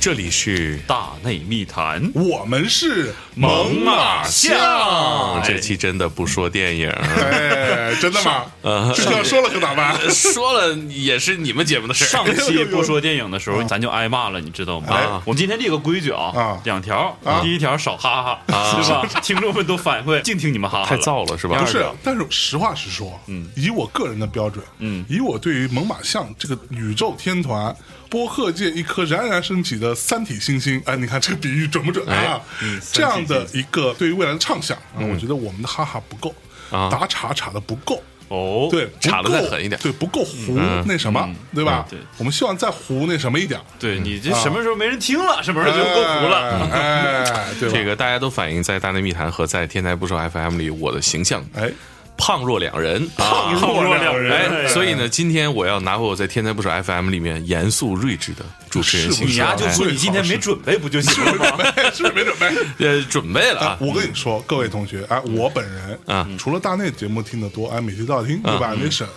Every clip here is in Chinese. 这里是大内密谈，我们是猛犸象象，这期真的不说电影，哎，真的吗？就这样说了可咋办？说了也是你们节目的事儿。上期不说电影的时候，咱就挨骂了，你知道吗？啊哎我们今天立个规矩啊啊，两条啊，第一条少哈哈，啊对吧？听众们都反馈，净听你们哈哈太了。燥了是吧不？是，但是实话实说，嗯，以我个人的标准，嗯，以我对于猛犸象这个宇宙天团、播客界一颗冉冉升起的三体星星，哎，你看这个比喻准不准啊？这样的一个对于未来的畅想，啊，我觉得我们的哈哈不够，啊打岔岔的不够。哦，对，不岔得够再狠一点对，不够糊那什么，对吧？嗯对我们希望再糊那什么一点，对你这什么时候没人听了，什么时候就够糊了？啊哎，哎对吧？这个大家都反映在《大内密谈》和在《天才不说 FM》里我的形象哎，胖若两人，胖啊若两哎人，哎，所以呢，今天我要拿回我在《天才不说 FM》里面严肃睿智的主持人哎是形不你是象呀啊，就说你今天没准备不就行了 吗？是不哎是没准备？呃，准备了啊，哎我跟你说，各位同学，哎，我本人啊嗯除了大内节目听得多，哎，每期都要听，对吧？没省。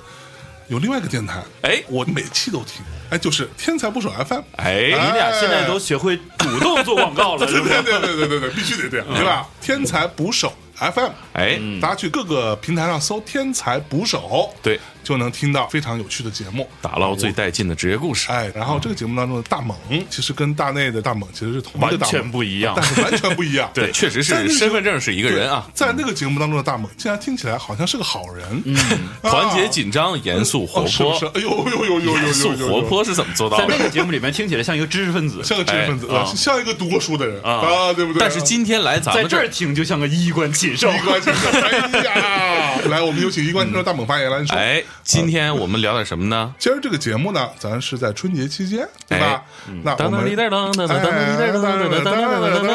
有另外一个电台，哎我每期都听，哎，就是天才不爽 FM，哎你俩现在都学会主动做广告了，对是不对是？对对对对对，必须得这样，对吧？天才捕手 FM，嗯哎，大家去各个平台上搜“天才捕手”，对，就能听到非常有趣的节目。打捞最带劲的职业故事，哎，然后这个节目当中的大猛，其实跟大内的大猛其实是同一个完大全猛，不一样但。是完全不一样。 对，确实但是是身份证是一个对人啊，，在那个节目当中的大猛，竟然听起来好像是个好人，嗯，团结紧张、严肃活哦是不泼是，哎呦呦呦呦呦呦严肃呦呦，活泼是怎么做到在那的？个节目里面听起来像一个知识分子，像个知识分子，哎啊呃像一个读过书的人啊啊，对不对？但是今天来咱在们这儿听就像个衣冠禽兽一。关先生，哎呀，来，我们有请一关先生大猛发言来，你说。哎，今天我们聊点什么呢？今儿这个节目呢，咱是在春节期间，对吧？那我当当们滴当当当当当当当当当当当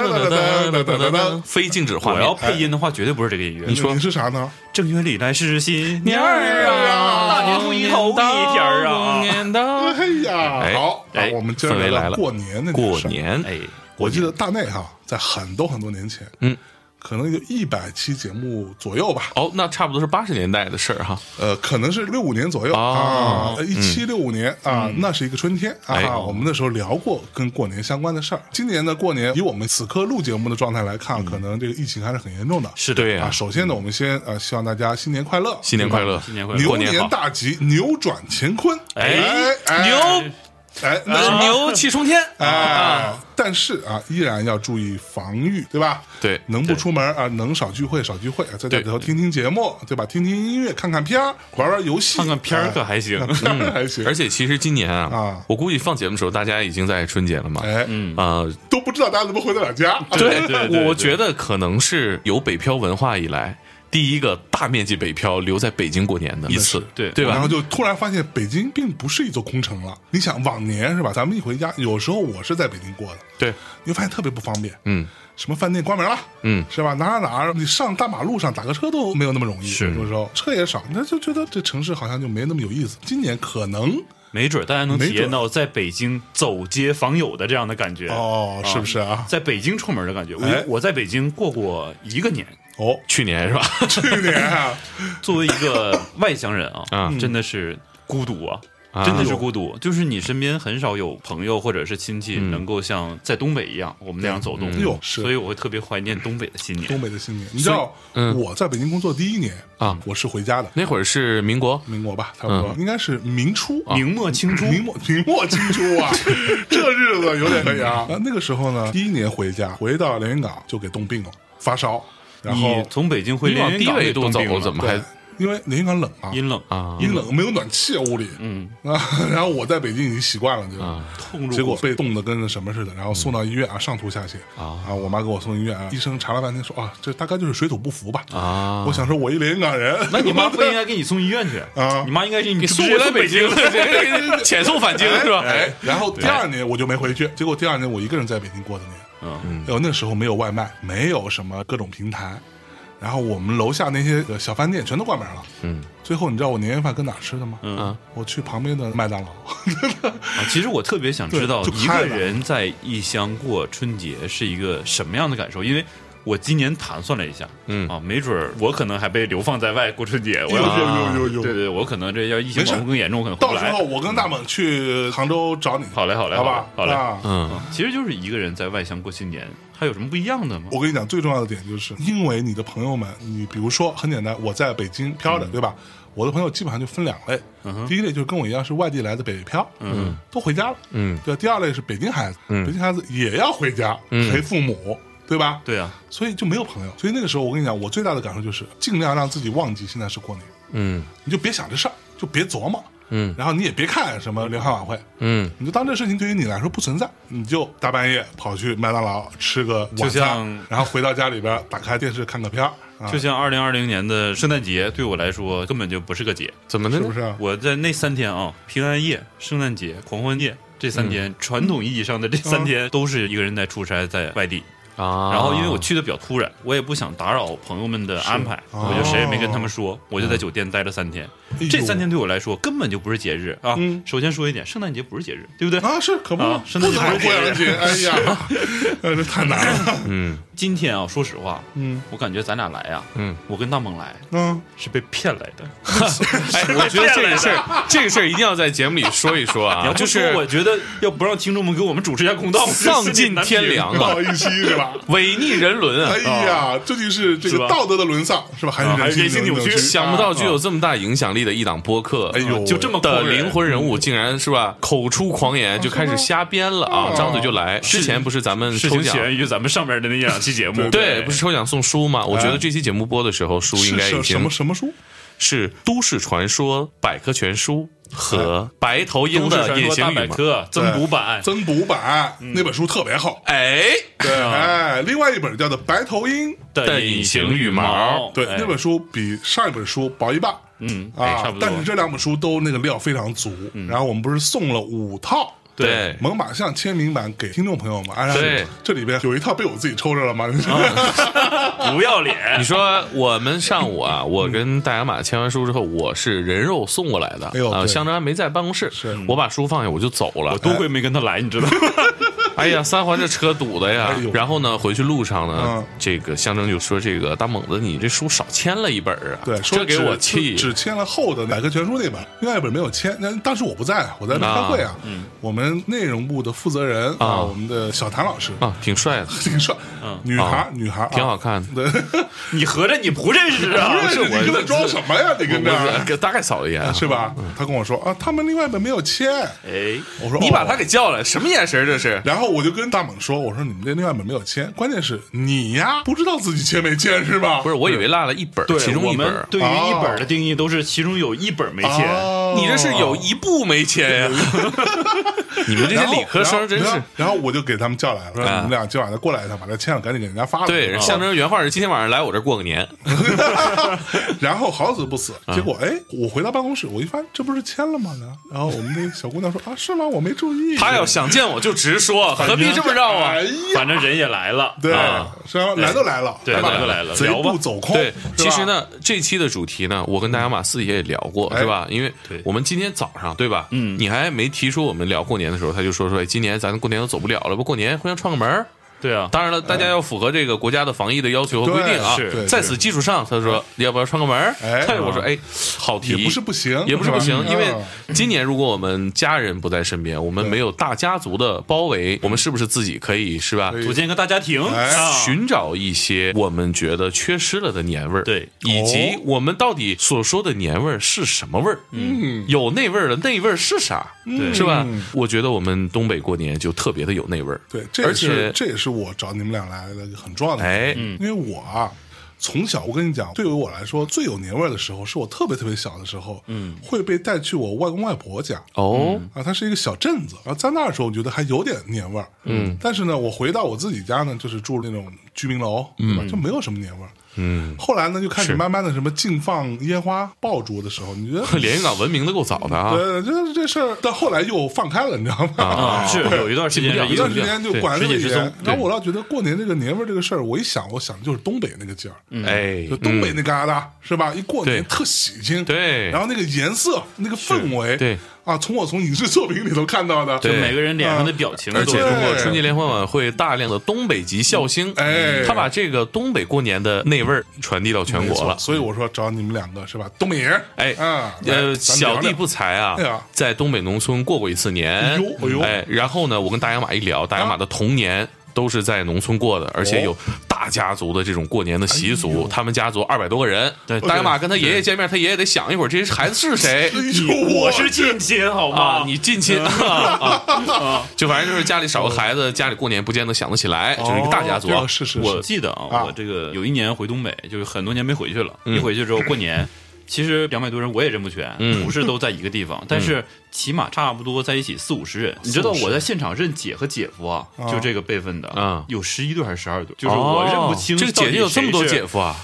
当当当当，非静止画我要面。配音的话，绝对不是这个音乐。你说你是啥呢？正月里来是新年儿儿啊啊，大年初一哎头一天儿啊。年到哎呀，哎好，那哎我们今儿氛围聊来聊了过年那件过事儿年，哎，我记得大内哈，在很多很多年前，嗯，可能有一百期节目左右吧，哦，那差不多是八十年代的事儿哈。呃，可能是六五年左右、哦啊，一七六五年、啊，那是一个春天啊、嗯哎我们那时候聊过跟过年相关的事儿。今年的过年，以我们此刻录节目的状态来看，可能这个疫情还是很严重的。嗯是对啊，呀，首先呢，我们先呃，希望大家新年快乐，嗯新年快乐，新年快乐牛过年好年。大吉，扭转乾坤，哎哎牛啊哎，那什么牛气冲天！哎，但是啊，依然要注意防御，对吧？对能不出门啊，能少聚会少聚会啊，在家里头听听节目，对吧？听听音乐，看看片儿，玩玩游戏，看看片儿可还行哎看 片儿还行，而且其实今年啊啊，我估计放节目的时候大家已经在春节了嘛。哎，啊，都不知道大家怎么回得了家。嗯对对对我对觉得可能是有北漂文化以来第一个大面积北漂留在北京过年的一次，对对然吧后？就突然发现北京并不是一座空城了。你想往年是吧？咱们一回家，有时候我是在北京过的，对，你会发现特别不方便。嗯，什么饭店关门了，嗯，是吧？哪儿哪儿，你上大马路上打个车都没有那么容易，是有时候车也少，那就觉得这城市好像就没那么有意思。今年可能没准大家能体没准验到在北京走街访友的这样的感觉。哦，是不是啊？在北京出门的感觉，哎我我在北京过过一个年，哦， 去年是吧？去年啊，作为一个外乡人啊，啊真的是孤独啊。真的是孤独，就是你身边很少有朋友或者是亲戚嗯能够像在东北一样我们那样走动，嗯哟是所以我会特别怀念东北的新年东。北的新年，你知道我在北京工作第一年嗯啊嗯我是回家的， 那会儿是民国，民国吧，差不多应该是明初啊，明末清初， 嗯明末明末清初啊，这日子有点可以 啊。啊那个时候呢，第一年回家，回到连云港就给冻病了，发烧，然你后从北京回你往连云低港纬给度冻走病了，怎么对还？因为连云港冷啊，阴冷啊阴冷没有暖气啊，屋里，嗯啊，然后我在北京已经习惯了，就。啊痛入结果骨被冻得跟那什么似的，然后送到医院啊，上吐下泻啊啊！我妈给我送医院啊，医生查了半天说啊，这大概就是水土不服吧啊我想说，我一连云港人，那你 妈不应该给你送医院去啊你妈应该给你你送送回来北北京京了，这个遣送返京是吧？哎，然后第二年我就没回去，结果第二年我一个人在北京过的年。嗯，哎呦，那时候没有外卖，没有什么各种平台，然后我们楼下那些呃小饭店全都关门了。嗯，最后你知道我年夜饭跟哪儿吃的吗？嗯，我去旁边的麦当劳。啊，其实我特别想知道对就一看个了人在异乡过春节是一个什么样的感受，因为我今年盘算了一下，嗯啊，没准儿我可能还被流放在外过春节。我有要是有有哎有对有，对，我可能这要疫情没事管控更严重，可能回到不时候来。我跟大猛去杭州找你，好嘞，好嘞，好嘞吧，，好嘞。啊嗯，其实就是一个人在外乡过新年，还有什么不一样的吗？我跟你讲，最重要的点就是，因为你的朋友们，你比如说很简单，我在北京漂着，嗯对吧？我的朋友基本上就分两类，第一类就是跟我一样是外地来的北漂，嗯，都回家了，嗯，对吧。第二类是北京孩子，北京孩子也要回家、嗯陪父母，对吧？对啊，所以就没有朋友。所以那个时候，我跟你讲，我最大的感受就是，尽量让自己忘记现在是过年，嗯你就别想这事儿，就别琢磨，嗯然后你也别看什么联欢晚会，嗯，你就当这事情对于你来说不存在，你就大半夜跑去麦当劳吃个晚就餐像，然后回到家里边打开电视看个片儿，啊就像二零二零年的圣诞节对我来说根本就不是个节。怎么的是呢？不是啊？我在那三天啊，平安夜、圣诞节、狂欢夜这三嗯天，传统意义上的这三天都是一个人在出差，在外地。啊？然后因为我去的比较突然，我也不想打扰朋友们的安排，哦啊我就谁也没跟他们说，我就在酒店待了三天。哎呦这三天对我来说根本就不是节日啊！嗯首先说一点，圣诞节不是节日，对不对？啊，是可不嘛啊，不圣诞能说节不 是过洋节，哎呀， 呃这太难 了，嗯今天啊，说实话，嗯我感觉咱俩来啊，嗯，我跟大猛来嗯，是被骗来的。哎，我觉得这个事儿，这个事儿一定要在节目里说一说你啊，要不就说是我觉得要不让听众们给我们主持一下公道，丧尽天良不啊， 好意思是 吧？违逆人伦啊哎！呀，这就是这是个吧道德的沦丧是吧？还啊还是是人性人性扭曲想不到具啊有这么大影响力的一档播客，哎呃呦，就这么的狂人灵魂人物竟然是吧，口出狂言就开始瞎编了啊，哦张嘴就来。之前不是咱们事抽情奖起，源于咱们上面的那两期节 目，对，不是抽奖送书吗？我觉哎得这期节目播的时候，书应是该已什什经么什么书？是《都市传说百科全书》呃和《白头鹰都市的传隐说形大羽百毛》。科增补版，嗯增补版那本书特别厚，哎，对，啊哎，另外一本叫做《白头鹰》，的隐形羽毛对，哎那本书比上一本书薄一半。嗯，哎啊差，不多但是这两本书都那个料非常足，然后我们不是送了五套嗯对猛犸象签名版给听众朋友们，哎，对啊这里边有一套被我自己抽着了吗？不要脸你，说我们上午啊， 我跟大洋马签完书之后，我是人肉送过来的哎呦啊，对香樟没在办公室是，我把书放下我就走了 我。多亏没跟他来，你知道吗？哎呀，三环这车堵的呀哎呦！然后呢，回去路上呢嗯，这个象征就说：“这个大猛子，你这书少签了一本儿啊！” 对，说这给我只气只签了厚的《百科全书》那本，另外一本没有签。那当时我不在，我在那边开会啊。我们内容部的负责人嗯啊我们的小谭老师， 啊，挺帅的，挺帅，女孩，女孩啊挺好。看的。对， 你合着你不认识啊？不是 你跟他装什么呀？你跟这我儿是给大概扫了一眼 啊，是吧？他跟我说啊，他们另外一本没有签。哎，我说你把哦他给叫来，什么眼神儿这是？然后我就跟大猛说：“我说你们这另外一本没有签，关键是你呀，不知道自己签没签是吧？不是，我以为落了一本儿，对，其中我一本们儿。对于一本的定义都是其中有一本没签，哦你这是有一部没签呀？ 你们这些然后理科生真然后是。然后我就给他们叫来了，说啊你们俩今晚再过来一趟，把这签了，赶紧给人家发了。对，啊象征原话是今天晚上来我这儿过个年。 嗯然后好死不死，嗯结果哎，我回到办公室，我一翻，这不是签了吗？然后我们那小姑娘说啊，是吗？我没注意。他要想见我就直说，何必这么绕啊嗯哎？呀，反正人也来了，对啊，是吧？来都来了，对是吧来都来了贼聊吧不走空。对是，吧其实，呢，这期的主题呢，我跟大家马私底下也聊过，哎是吧？因为对我们今天早上，对吧？嗯，你还没提出我们聊过年的时候，他就说说，哎，今年咱过年都走不了了，不过年互相串个门儿对啊，当然了，大家要符合这个国家的防疫的要求和规定啊对是对。啊在此基础上，他说要不要串个门儿？哎对我说哎，好提，也不是不行也不是不是行，吧因为嗯今年如果我们家人不在身边，我们没有大家族的包围，我们是不是自己可以是吧？组建一个大家庭哎啊，寻找一些我们觉得缺失了的年味儿，对以及哦我们到底所说的年味儿是什么味儿？嗯，有那味儿的那味儿是啥？嗯对是吧？我觉得我们东北过年就特别的有那味儿，对，这而也是且这也是我找你们俩来的一个很重要的原因。哎，嗯因为我啊，从小我跟你讲，对于我来说最有年味儿的时候，是我特别特别小的时候，嗯，会被带去我外公外婆家。哦，嗯啊，它是一个小镇子，啊，在那儿的时候，我觉得还有点年味儿，嗯，但是呢，我回到我自己家呢，就是住那种居民楼，嗯，吧？就没有什么年味儿，嗯。后来呢，就开始慢慢的什么禁放烟花爆竹的时候， 你觉得，连云港文明的够早的啊，呃，这这事儿到后来又放开了，你知道吗？啊，是有一段时间有是一一段个时间就管对这么时严间松，然后我倒觉得过年这个年味儿这个事儿，我一想，我想的就是东北那个劲儿，哎，就东北嗯那旮沓、是吧？一过年对特喜庆，对然后那个颜色、那个氛围，对啊，从我从影视作品里头看到的，就对每个人脸上的表情都而是，且嗯中国对春节联欢晚会大量的东北籍笑星，嗯哎他把这个东北过年的那味儿传递到全没国错了。所以我说找你们两个是吧？东北人，哎啊，，呃，来咱聊小聊弟不才哎呀啊，在东北农村过过一次年哎呦哎呦，哎，然后呢，我跟大洋马一聊，大洋马的童年都是在农村过的，而且有大家族的这种过年的习哦哎俗呦，他们家族二百多个人，对大洋马跟他爷爷见面，他爷爷得想一会儿这些孩子是 谁。哎呦，我是近亲好啊吗？，你近亲啊，啊 就反正就是家里少个孩子，家里过年不见得想得起来，就是一个大家族。啊哦是是我是，记得啊啊，我这个有一年回东北，就是很多年没回去了。一回去之后过年，其实两百多人我也认不全，嗯不是都在一个地方，但是起码差不多在一起四五十人。你知道我在现场认姐和姐夫啊，就这个辈分的啊有十一对还是十二对，就是我认不清哦这个姐姐有这么多姐夫，夫啊，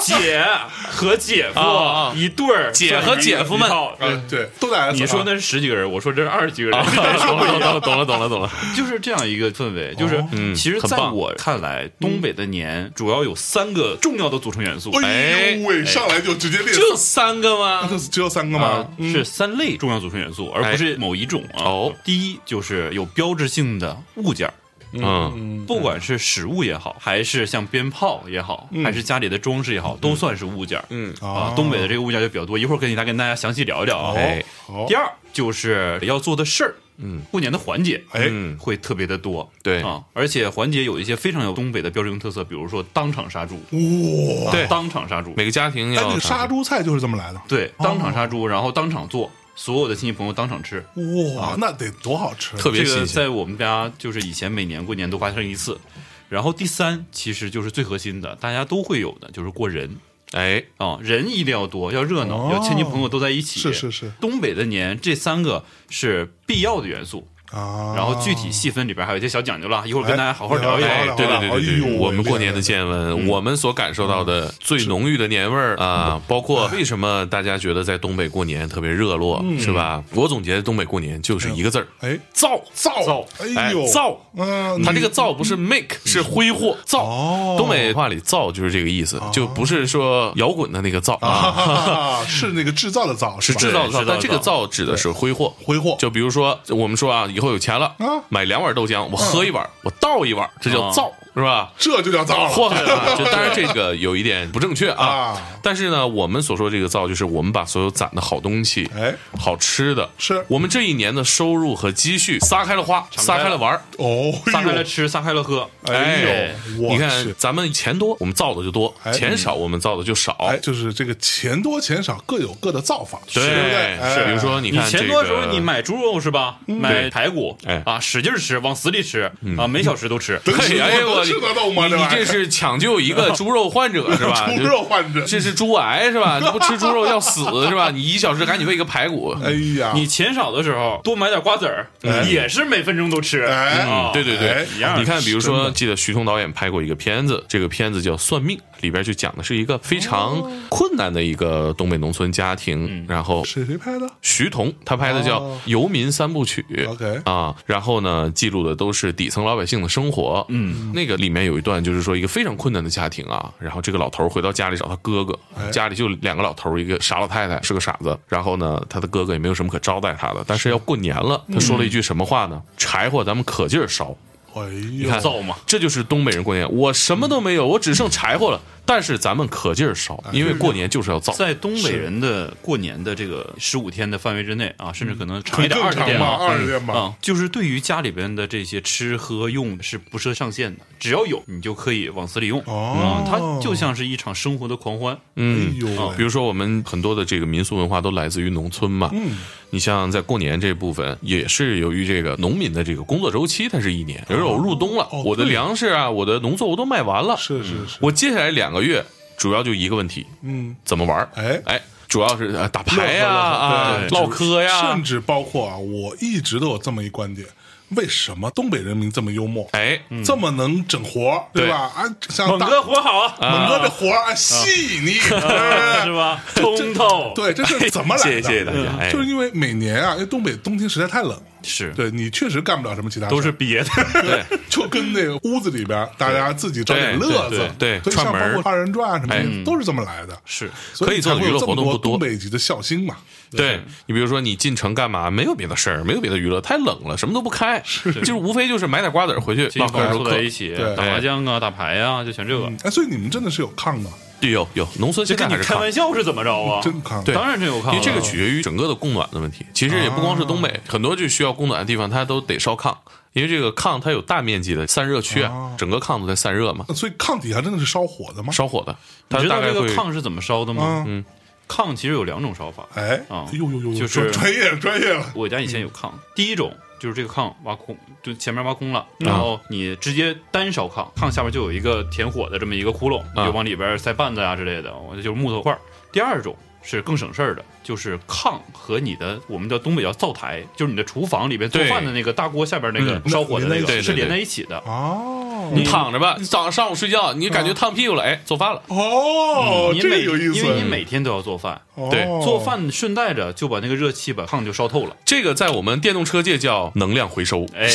姐和姐夫啊啊一对儿，姐和姐夫们呃一套啊，对，都在 S，你说啊那是十几个人，我说这是二十几个啊人，懂了懂了懂了懂了懂了，就是这样一个氛围，就是嗯其实很在棒嗯我看来，东北的年主要有三个重要的组成元素，哎呦喂，哎上来就直接列， 就三个吗？就只有三个啊吗？嗯是三类重要组成元素，而不是某一种啊。哎哦，第一就是有标志性的物件儿。嗯，不管是食物也好，还是像鞭炮也好，还是家里的装饰也好，都算是物件儿。嗯啊哦，东北的这个物件儿就比较多，一会儿跟你来跟大家详细聊一聊啊。哎好第，二就是要做的事儿，嗯，过年的环节，哎，嗯会特别的多，对啊，而且环节有一些非常有东北的标志性特色，比如说当场杀猪，哇，对当场杀猪，每个家庭哎，要那个杀猪菜就是这么来的，对，当场杀猪，然后当场做，所有的亲戚朋友当场吃。哇，那得多好吃，啊特别这个新鲜，在我们家就是以前每年过年都发生一次。然后第三其实就是最核心的，大家都会有的，就是过人哎，啊，人一定要多，要热闹，哦要亲戚朋友都在一起。是是是东北的年这三个是必要的元素，啊。然后具体细分里边还有一些小讲究啦，一会儿跟大家好好聊一聊。哎，对对对对哎对，呦我们过年的见闻，我们所感受到的最浓郁的年味儿啊，包括为什么大家觉得在东北过年特别热络，是吧？我总结东北过年就是一个字儿，哎，燥造哎哎呦燥。嗯， 它这你个造不是 make，是挥霍哦造。东北话里造就是这个意思，就不是说摇滚的那个造 啊，啊是那个制造的造，是吧制造的对造，制造的但这个造造指的是挥霍。挥霍，就比如说，我们说啊，以后有钱了啊，买两碗豆浆，我喝一碗，我倒一碗，这叫啊造，是吧？这就叫造祸了害了，就当然这个有一点不正确啊啊。但是呢，我们所说这个造，就是我们把所有攒的好东西，哎，好吃的，是我们这一年的收入和积蓄撒开了花，开撒了开了玩儿。哦，撒开哎了呦吃，撒开了喝，哎呦，我你看去，咱们钱多，我们造的就多；哎钱少，我们造的就少。哎，就是这个钱多钱少各有各的造法，对，对不对？哎比如说你你看这钱个，嗯多的时候，你买猪肉是吧？买对排骨，哎嗯啊，使劲吃，往死里吃啊，每小时都吃。能吃嘿，哎呦我，能吃得到吗？你玩意儿这是抢救 一个猪肉患者是吧？猪肉患者就这是猪癌是吧？你不吃猪肉要死 是吧？你一小时赶紧喂个排骨，哎呀，你钱少的时候多买点瓜子儿，也是每分钟都吃。哎啊哎 嗯对对对哎，一样你看，比如说，记得徐桐导演拍过一个片子，这个片子叫《算命》，里边就讲的是一个非常哦困难的一个东北农村家嗯庭，然后。是谁拍的？徐桐他拍的叫哦《游民三部曲》 OK 啊，然后呢，记录的都是底层老百姓的生活。嗯，那个里面有一段就是说一个非常困难的家庭啊，然后这个老头儿回到家里找他哥哥，哎家里就两个老头儿，一个傻老太太是个傻子，然后呢，他的哥哥也没有什么可招待他的，但是要过年了，嗯他说了一句什么话呢？柴火咱们可劲儿烧，哎你呦看，造嘛，这就是东北人过年。我什么都没有，我只剩柴火了。但是咱们可劲儿烧，哎因为过年就是要造。在东北人的过年的这个十五天的范围之内啊，甚至可能长一很点，正二十常天嘛，啊二十天吧，啊，就是对于家里边的这些吃喝用是不设上限的，只要有你就可以往死里用哦啊，它就像是一场生活的狂欢。哎嗯，呦喂比如说我们很多的这个民俗文化都来自于农村嘛。嗯，你像在过年这部分，也是由于这个农民的这个工作周期，它是一年，比如说我入冬了，哦我的对粮食啊，我的农作物都卖完了，是是是，我接下来两个月主要就一个问题，嗯，怎么玩儿？哎哎，主要是呃打牌呀、乐呵乐呵啊对唠嗑呀甚，至包括啊，我一直都有这么一观点。为什么东北人民这么幽默，哎，这么能整活儿，对对吧？啊，像猛大哥活好啊，猛哥的活儿啊细 腻，对不对 啊是吧？通透，对，这是怎么来的？谢谢谢谢大家嗯哎就是因为每年啊，因为东北冬天实在太冷，是对你确实干不了什么其他事儿，都是憋 的，对，就跟那个屋子里边儿大家自己找点对乐子，对对所对以像串门包儿括二人转啊什么哎的，都是这么来的，是所可以做才的会有娱乐这活么动不多多东北籍的孝心嘛，对你比如说你进城干嘛？没有别的事儿，没有别的娱乐，太冷了，什么都不开，就是无非就是买点瓜子儿回去这一唠嗑帮儿人说坐在一起对打麻将啊、打牌啊，就全这个。哎，所以你们真的是有炕的，对，有有农村现这在跟你还是开炕玩笑是怎么着啊？真炕，对当然真有炕了，啊因为这个取决于整个的供暖的问题。其实也不光是东北，很多就需要供暖的地方，它都得烧炕，因为这个炕它有大面积的散热区啊，整个炕都在散热嘛，所以炕底下真的是烧火的吗？烧火的，你它知大道概这会个炕是怎么烧的吗？嗯，炕其实有两种烧法。哎，啊呦呦呦呦，就是专业了专业了，我家以前有炕，第一种就是这个炕挖空，就前面挖空了，然后你直接单烧炕，炕下面就有一个填火的这么一个窟窿，你就往里边塞绊子啊之类的，我就是木头块儿。第二种是更省事儿的，就是炕和你的我们叫东北叫灶台，就是你的厨房里边做对饭的那个大锅下边那个嗯烧火的那连在一个起是对对连对在一起的。哦你躺着吧，早上上午睡觉，你感觉啊烫屁股了，哎，做饭了，哦，你这个每有意思，因为你每天都要做饭，哦对做饭顺带着就把那个热气把炕就烧透了。这个在我们电动车界叫能量回收，哎，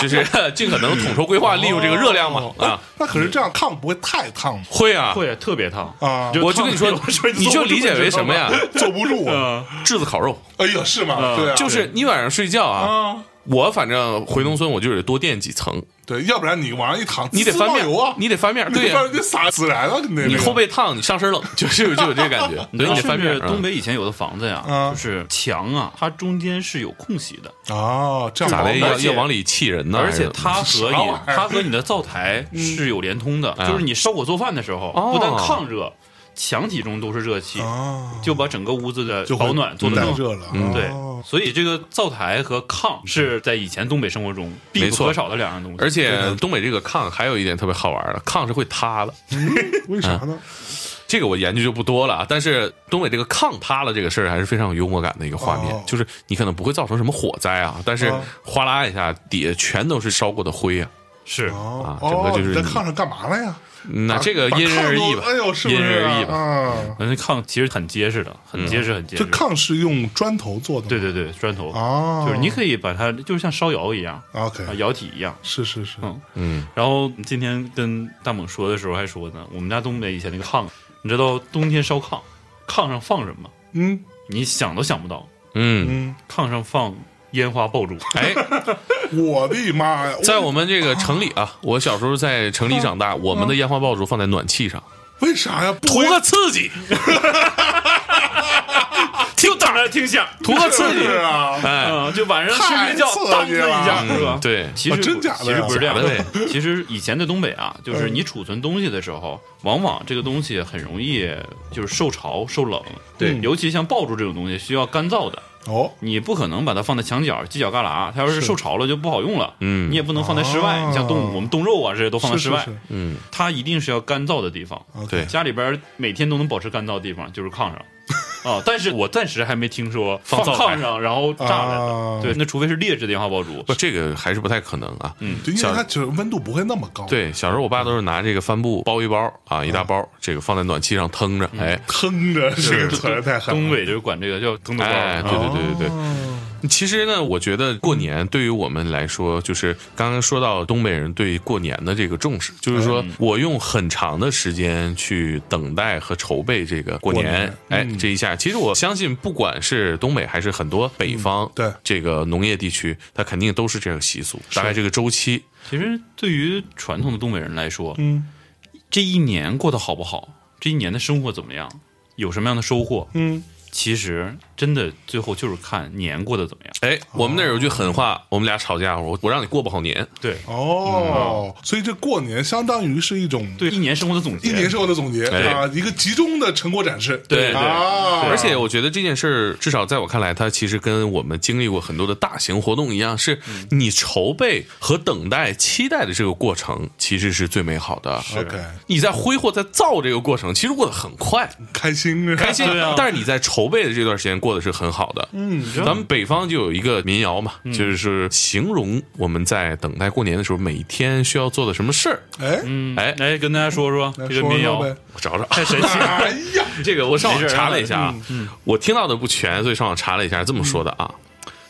就是 尽可能统筹规划利用这个热量嘛哦啊，，那可是这样炕不会太烫吗？会啊，会特别烫啊我就跟你说，你就理解为什么呀？？坐不住啊！嗯炙子烤肉，哎呀，是吗？对啊，嗯就是你晚上睡觉啊，啊，我反正回农村我就得多垫几层，对，要不然你往上一躺，你得滋滋翻冒面油啊，你得翻面，对你呀不，然就撒孜然了，你那你个后背烫，你上身冷， 就是有就有这 个感觉，你所知以你道是得翻不是面。东嗯北以前有的房子啊呀，就是墙啊，它中间是有空隙的，哦，这样嗯咋的往要外要往里气人呢？而且还是它 和啥玩你意儿它和你的灶台嗯是有连通的，就是你烧火做饭的时候，嗯哦不但炕热，墙体中都是热气，啊，就把整个屋子的就会保暖做得带更好。热了，嗯对哦，所以这个灶台和炕是在以前东北生活中必没不错可少的两样东西。而且东北这个炕还有一点特别好玩的，炕是会塌的。为啥呢？这个我研究就不多了啊，但是东北这个炕塌了这个事儿还是非常有幽默感的一个画面，哦就是你可能不会造成什么火灾啊，但是哦哗啦一下底下全都是烧过的灰啊，是哦啊整个哦就是你在你炕上干嘛了呀？那把这啊个把因人炕而异都吧，哎呦，是不因是人而异吧？吧。啊，那炕其实很结实的，很结嗯实，很结这实。炕是用砖头做的吗，对对对，砖头，哦，就是你可以把它就是像烧窑一样， OK，啊，窑体一样。是是是，嗯哎嗯，然后今天跟大猛说的时候还说呢，我们家东北以前那个炕，你知道冬天烧炕，炕上放什么？嗯你想都想不到，嗯，嗯，炕上放烟花爆竹。哎，我的妈呀！在我们这个城里啊，我小时候在城里长大，我们的烟花爆竹放在暖气上，为啥呀？图不个刺激，就等着听响，图个刺激是，啊，哎，嗯，就晚上睡太睡觉，刺当的激一了下，是吧嗯？。对，其实啊不、真假的其实呀不是这样假的的。其实以前的东北啊，就是你储存东西的时候，往往这个东西很容易就是受潮、受冷。对，尤其像爆竹这种东西，需要干燥的，哦，你不可能把它放在墙角、犄角旮旯，它要是受潮了就不好用了。嗯你也不能放在室外，啊你像冻我们冻肉啊这些都放在是室外，是是嗯，它一定是要干燥的地方。 OK 对家里边每天都能保持干燥的地方就是炕上。啊、但是我暂时还没听说放放灶台炕上然后炸着的，啊对，那除非是劣质的烟花爆竹，不，这个还是不太可能啊。嗯，就因为它就是温度不会那么高，，对，小时候我爸都是拿这个帆布包一包啊，一大包，这个放在暖气上腾着，哎，坑着这个词儿太狠东了，北就是管这个叫灯笼包。哎，对对对对对。其实呢，我觉得过年对于我们来说，就是刚刚说到东北人对过年的这个重视，就是说我用很长的时间去等待和筹备这个过过年年，哎，这一下，其实我相信，不管是东北还是很多北方，对这个农业地区，它肯定都是这个习俗，大概这个周期，其实对于传统的东北人来说，嗯，这一年过得好不好，这一年的生活怎么样，有什么样的收获，嗯，其实真的最后就是看年过得怎么样。哎，我们那儿有句狠话，我们俩吵架，我我让你过不好年，对哦，嗯所以这过年相当于是一种对，一年生活的总结。一年生活的总结对哎啊，一个集中的成果展示，对对啊，而且我觉得这件事儿，至少在我看来，它其实跟我们经历过很多的大型活动一样，是嗯你筹备和等待、期待的这个过程，其实是最美好的。 OK 你在挥霍、在造这个过程，其实过得很快，开心，开心 对啊。但是你在筹备的这段时间过过得是很好的。嗯，咱们北方就有一个民谣嘛，嗯就是形容我们在等待过年的时候，每天需要做的什么事儿。 哎，嗯，哎哎，跟大家说说来这个说民说谣呗， 我找找，太神奇了，哎呀， 这个我上网没事查了一下啊，我听到的不全，所以上网查了一下，这么说的啊：嗯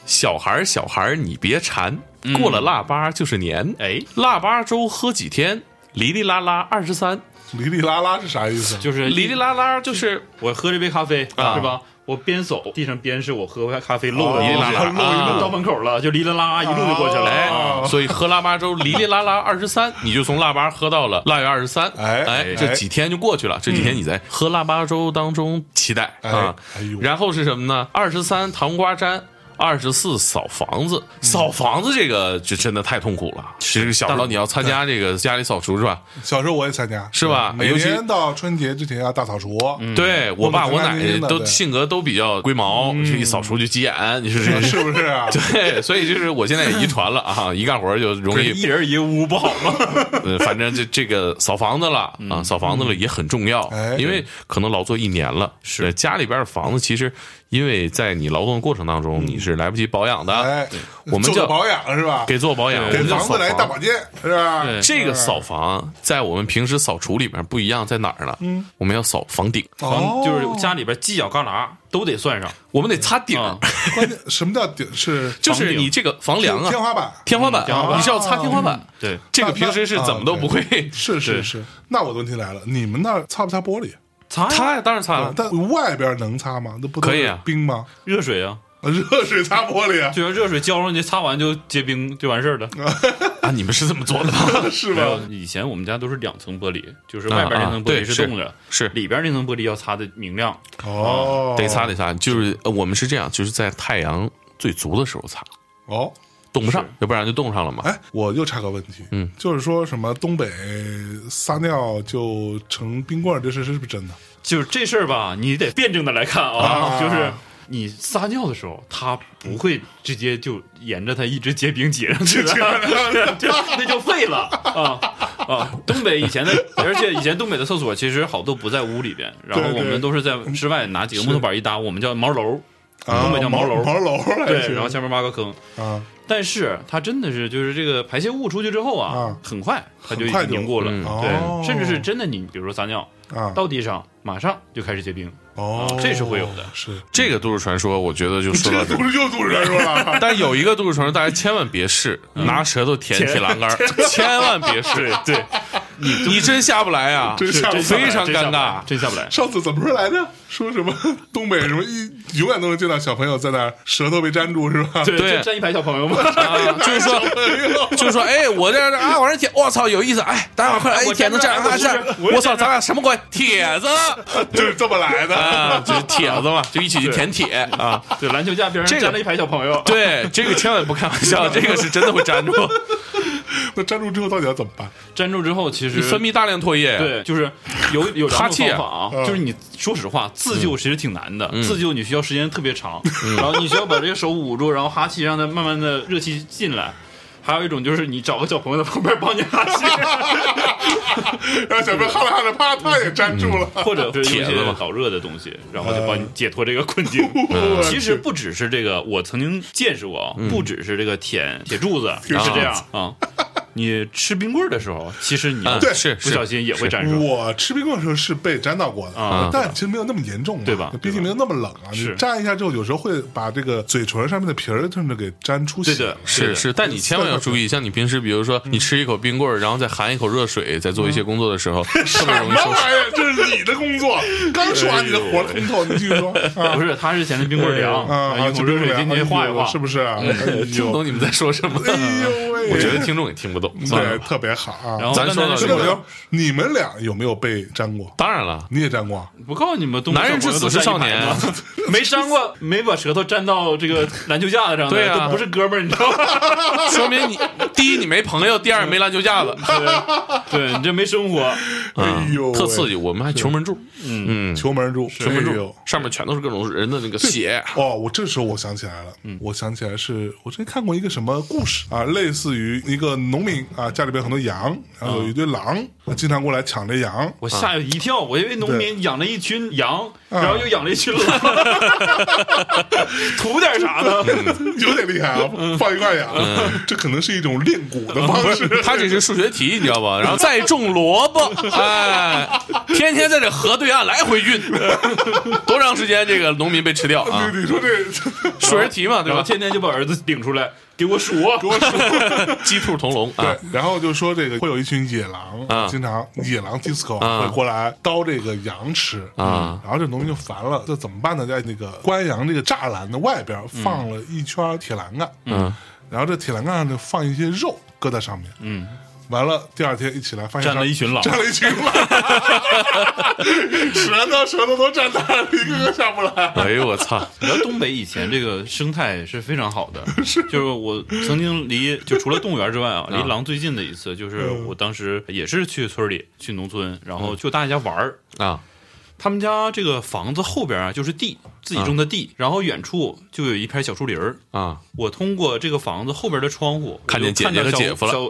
小孩儿，小孩儿，你别馋，过了腊八就是年，哎，腊八粥喝几天，哩哩啦啦二十三，哩哩啦啦是啥意思？就是哩哩啦啦就是我喝这杯咖啡啊是吧？我边走，地上边是我喝咖啡漏哦的哩东哩啦西，啦漏一啊个到门口了，就哩啦啊啦一路就过去了。哎哦啊，所以喝腊八粥哩哩啦啦二 十三，你就从腊八喝到了腊月二十三，哎哎哎，嗯这几天就过去了。这几天你在喝腊八粥当中期待哎啊哎呦，然后是什么呢？二十三糖瓜粘。二十四扫房子，嗯扫房子这个就真的太痛苦了。其实小时候你要参加这个家里扫除是吧？小时候我也参加，是吧哎每尤其嗯年到春节之前要大扫除，对我爸我们我家那奶边的都对嗯性格都比较龟毛，就一扫除就急眼，你说 这是不是啊？对，所以 就是我现在也遗传了 啊，一干活就容易一人一屋不好吗？呃，反正这这个扫房子了啊，扫房子了也很重要，嗯哎因为可能劳作一年了，是家里边的房子，其实因为在你劳动的过程当中，你是来不及保养的，嗯哎，啊我们做叫保养是吧？给做保养，我给们叫房扫子来大房保。健是吧？对这个扫房在我们平时扫除里面不一样，在哪儿呢？嗯，我们要扫房顶，哦房 就是家里边犄角旮旯都得算上我们得擦顶，啊。关键什么叫顶是就是你这个房梁天啊，花板？嗯啊天花板，天花板你是要擦天花板。 对，这个平时是怎么都不会是是对是。那我的问题来了，你们那儿擦不擦玻璃？擦 擦呀，呀，当然擦啊了，。但外边能擦吗？那不都可以是啊冰吗？ 热水啊，热水擦玻璃啊？就要热水浇上去，擦完就结冰就完事儿了。啊，你们是这么做的吗？ 是没有吧？，以前我们家都是两层玻璃，就是啊外边那层玻啊对璃是冻着，是里边那层玻璃要擦的明亮。哦，啊得擦得擦，就是呃我们是这样，就是在太阳最足的时候擦，哦。冻不上是，要不然就冻上了嘛。哎，我又插个问题，嗯，就是说什么东北撒尿就成冰棍儿这事是不是真的？就是这事儿吧，你得辩证的来看啊，啊就是你撒尿的时候，它不会直接就沿着它一直结冰结上去的， 就那就废了啊啊！东北以前的，而且以前东北的厕所其实好多不在屋里边，然后对对我们都是在室外拿几个木头板一搭，我们叫毛楼，啊嗯东北叫毛毛楼毛楼 来对，去然后下面挖个坑。啊，但是它真的是就是这个排泄物出去之后啊，啊很快它就很快就凝固了，嗯哦对，甚至是真的你比如说撒尿啊，到地上，马上就开始结冰。哦，哦这是会有的是这个都市传说，我觉得就说这到 这儿。。都是又都市传说了但有一个都市传说，大家千万别试，拿舌头嗯舔铁栏杆儿，千万别试。对，你你真下不来啊，真下不来非常尴尬。真下不来。上次怎么说来着？说什么 东北什么一永远都能见到小朋友在那儿舌头被粘住是吧？对就站一排小朋友嘛，啊就是说，就是说，哎，我这样的啊，往上舔，我操，有意思，哎，大家快来，哎，我舔子这样，站这儿啊，我这样站这儿，我我操，咱俩什么关系？铁子 就是这么来的。 啊，就是铁子嘛，就一起去舔铁啊。对，篮球架边这上个站了一排小朋友。对，这个千万不开玩笑，这个是真的会粘住，那粘住之后到底要怎么办？ 站住之后，其实嗯你分泌大量唾液。，对，就是有 有哈两气啊种嗯方法啊，嗯就是你说实话，自救其实挺难的，自救你需要时间特别长，然后你需要把这个手捂住，然后哈气让它慢慢的热气进来。还有一种就是你找个小朋友在旁边帮你 哈气，然后小朋友哈了哈了，啪，他也粘住了。或者是铁用一子些嘛导热的东西，然后就帮你解脱这个困境。嗯嗯我去其实不只是这个，我曾经见识过啊，不只是这个舔铁柱 子是这样啊。你吃冰棍儿的时候，其实你要对嗯是不小心也会沾上。我吃冰棍的时候是被粘到过的，嗯啊但其实没有那么严重嘛，对吧毕竟没有那么冷啊。你是粘一下之后，有时候会把这个嘴唇上面的皮儿甚至给粘出血。对的，是是，但你千万要注意，像你平时，比如说嗯你吃一口冰棍儿，然后再含一口热水，在做一些工作 的时候，特别什容么易受伤。玩意儿？哎这是你的工作，刚说完你的活儿通透，你继续说。啊 不是，它是嫌那冰棍儿凉，啊，然后啊一口热水进去化一化，是不是？哎听不呦，懂你们在说什么？哎呦喂！我觉得听众也听不懂。算了对，特别好啊。然后咱但说到但是这刘个刘，你们俩有没有被粘过？当 然了，你也粘过啊？我告诉你们，东北男人小至朋友死都是沾少一排年 嘛，没沾过，没把舌头沾到这个篮球架子上的，对啊都不是哥们儿，你知道吗？ 说明你第一你没朋友，第二没篮球架子，对你这没 生活，哎呦，嗯特刺激！激。我们还球门柱，嗯，球门柱，哎球门柱上面全都是各种人的那个血。哦，我这时候我想起来了，我想起来是我之前看过一个什么故事啊，类似自于一个农民啊，家里边很多羊，然后有一堆狼，啊经常过来抢这羊。我吓一跳，我以为农民养了一群羊，嗯然后又养了一群狼， 图点啥呢？ 嗯有点厉害啊，放一块羊，这可能是一种练蛊的方式。他这是数学题，你知道吧？然后再种萝卜，哎，天天在这河对岸来回运，多长时间这个农民被吃掉啊？ 你说这数学题嘛，对然吧？后天天就把儿子领出来给我数，给我说，鸡兔同笼啊对，，然后就说这个会有一群野狼，啊经常野狼 disco、啊会过来叨这个羊吃啊然后这农民就烦了，这怎么办呢？在那个关羊这个栅栏的外边放了一圈铁栏杆，嗯，然后这铁栏杆上就放一些肉搁在上面，嗯，完了第二天一起来发现占了一群狼占了一群狼，舌头舌头都占大了，一个个下不来。哎呦我操，然后东北以前这个生态是非常好的，就是我曾经离就除了动物园之外啊，离狼最近的一次就是我当时也是去村里去农村，然后去大家玩儿，啊他们家这个房子后边啊就是地，自己种的地，然后远处就有一片小树林儿。啊，我通过这个房子后边的窗户，看见姐姐和我就到小姐夫了小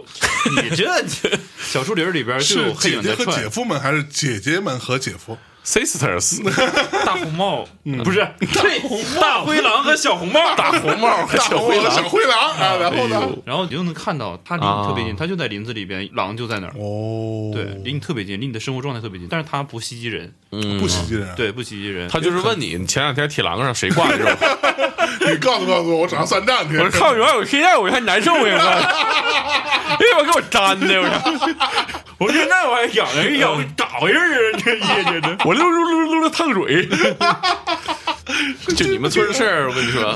你这小树林儿里边就有黑姐影姐在和窜姐，夫们，还是姐姐们和姐夫？ sisters 大红帽不是对大灰狼和小红帽，大红帽和大小红灰和小狼，灰狼啊，然后呢？然后你就能看到它离你特别近，啊它就在林子里边，狼就在那儿，哦，对，离你特别近，离你的生活状态特别近，但是它不袭击人，嗯不袭击人。，对，不袭击人。他就是问你，你前两天铁栏杆上谁挂的肉？ 你告诉告诉我，我找他算账去。我说看有有黑带，我还难受呀！哎呀，我给我粘的，我我现在我还养人，养咋回事儿啊？这爷爷的，我溜溜溜溜溜烫水。就你们村的事儿，我跟你说，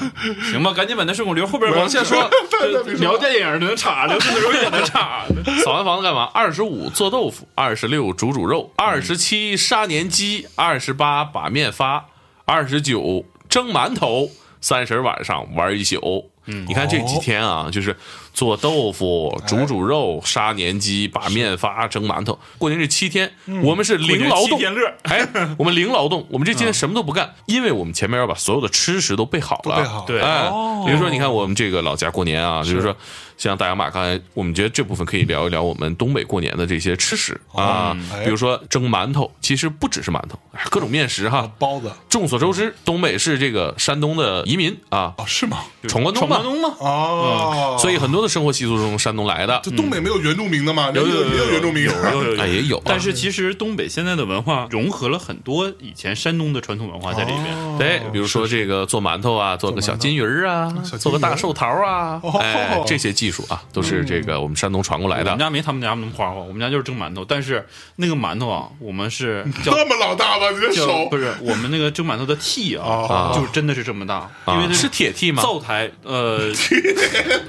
行吧，赶紧把那顺口溜后边往下我说要再再别说。了聊电影能插的，顺口溜也能插的。扫完房子干嘛？二十五做豆腐，二十六煮煮肉，二十七杀年鸡，二十八把面发，二十九蒸馒头，三十晚上玩一宿。嗯，你看这几天啊，就是做豆腐、哎煮煮肉、杀年鸡、把面发、蒸馒头。过年这七天，我们是零劳嗯七动，天乐，哎，我们零劳动，我们这今天什么都不干，因为我们前面要把所有的吃食都备好了。备好了对哎哦，比如说你看我们这个老家过年啊，就是说像大洋马刚才，我们觉得这部分可以聊一聊我们东北过年的这些吃食啊嗯哎，比如说蒸馒头，其实不只是馒头，哎各种面食哈。包子众所周知，东北是这个山东的移民啊，哦，是吗？闯关东闯嘛关，东嘛，哦，所以很多的生活习俗是从山东来的这。东北没有原住民的吗？有也有也有原住民，有有有哎，也有啊但是其实东北现在的文化融合了很多以前山东的传统文化在里面。哦对，比如说这个做馒头啊，做个小金鱼儿啊，小金鱼做个大寿桃啊哦，哎，这些技术啊，都是这个我们山东传过来我们的。家没他们家那么花花，我们家就是蒸馒头，但是那个馒头啊，我们是叫那么老大吗？你的叫手不是我们那个蒸馒头的屉哦啊，就是真的是这么大，因啊为它是铁屉吗？灶台呃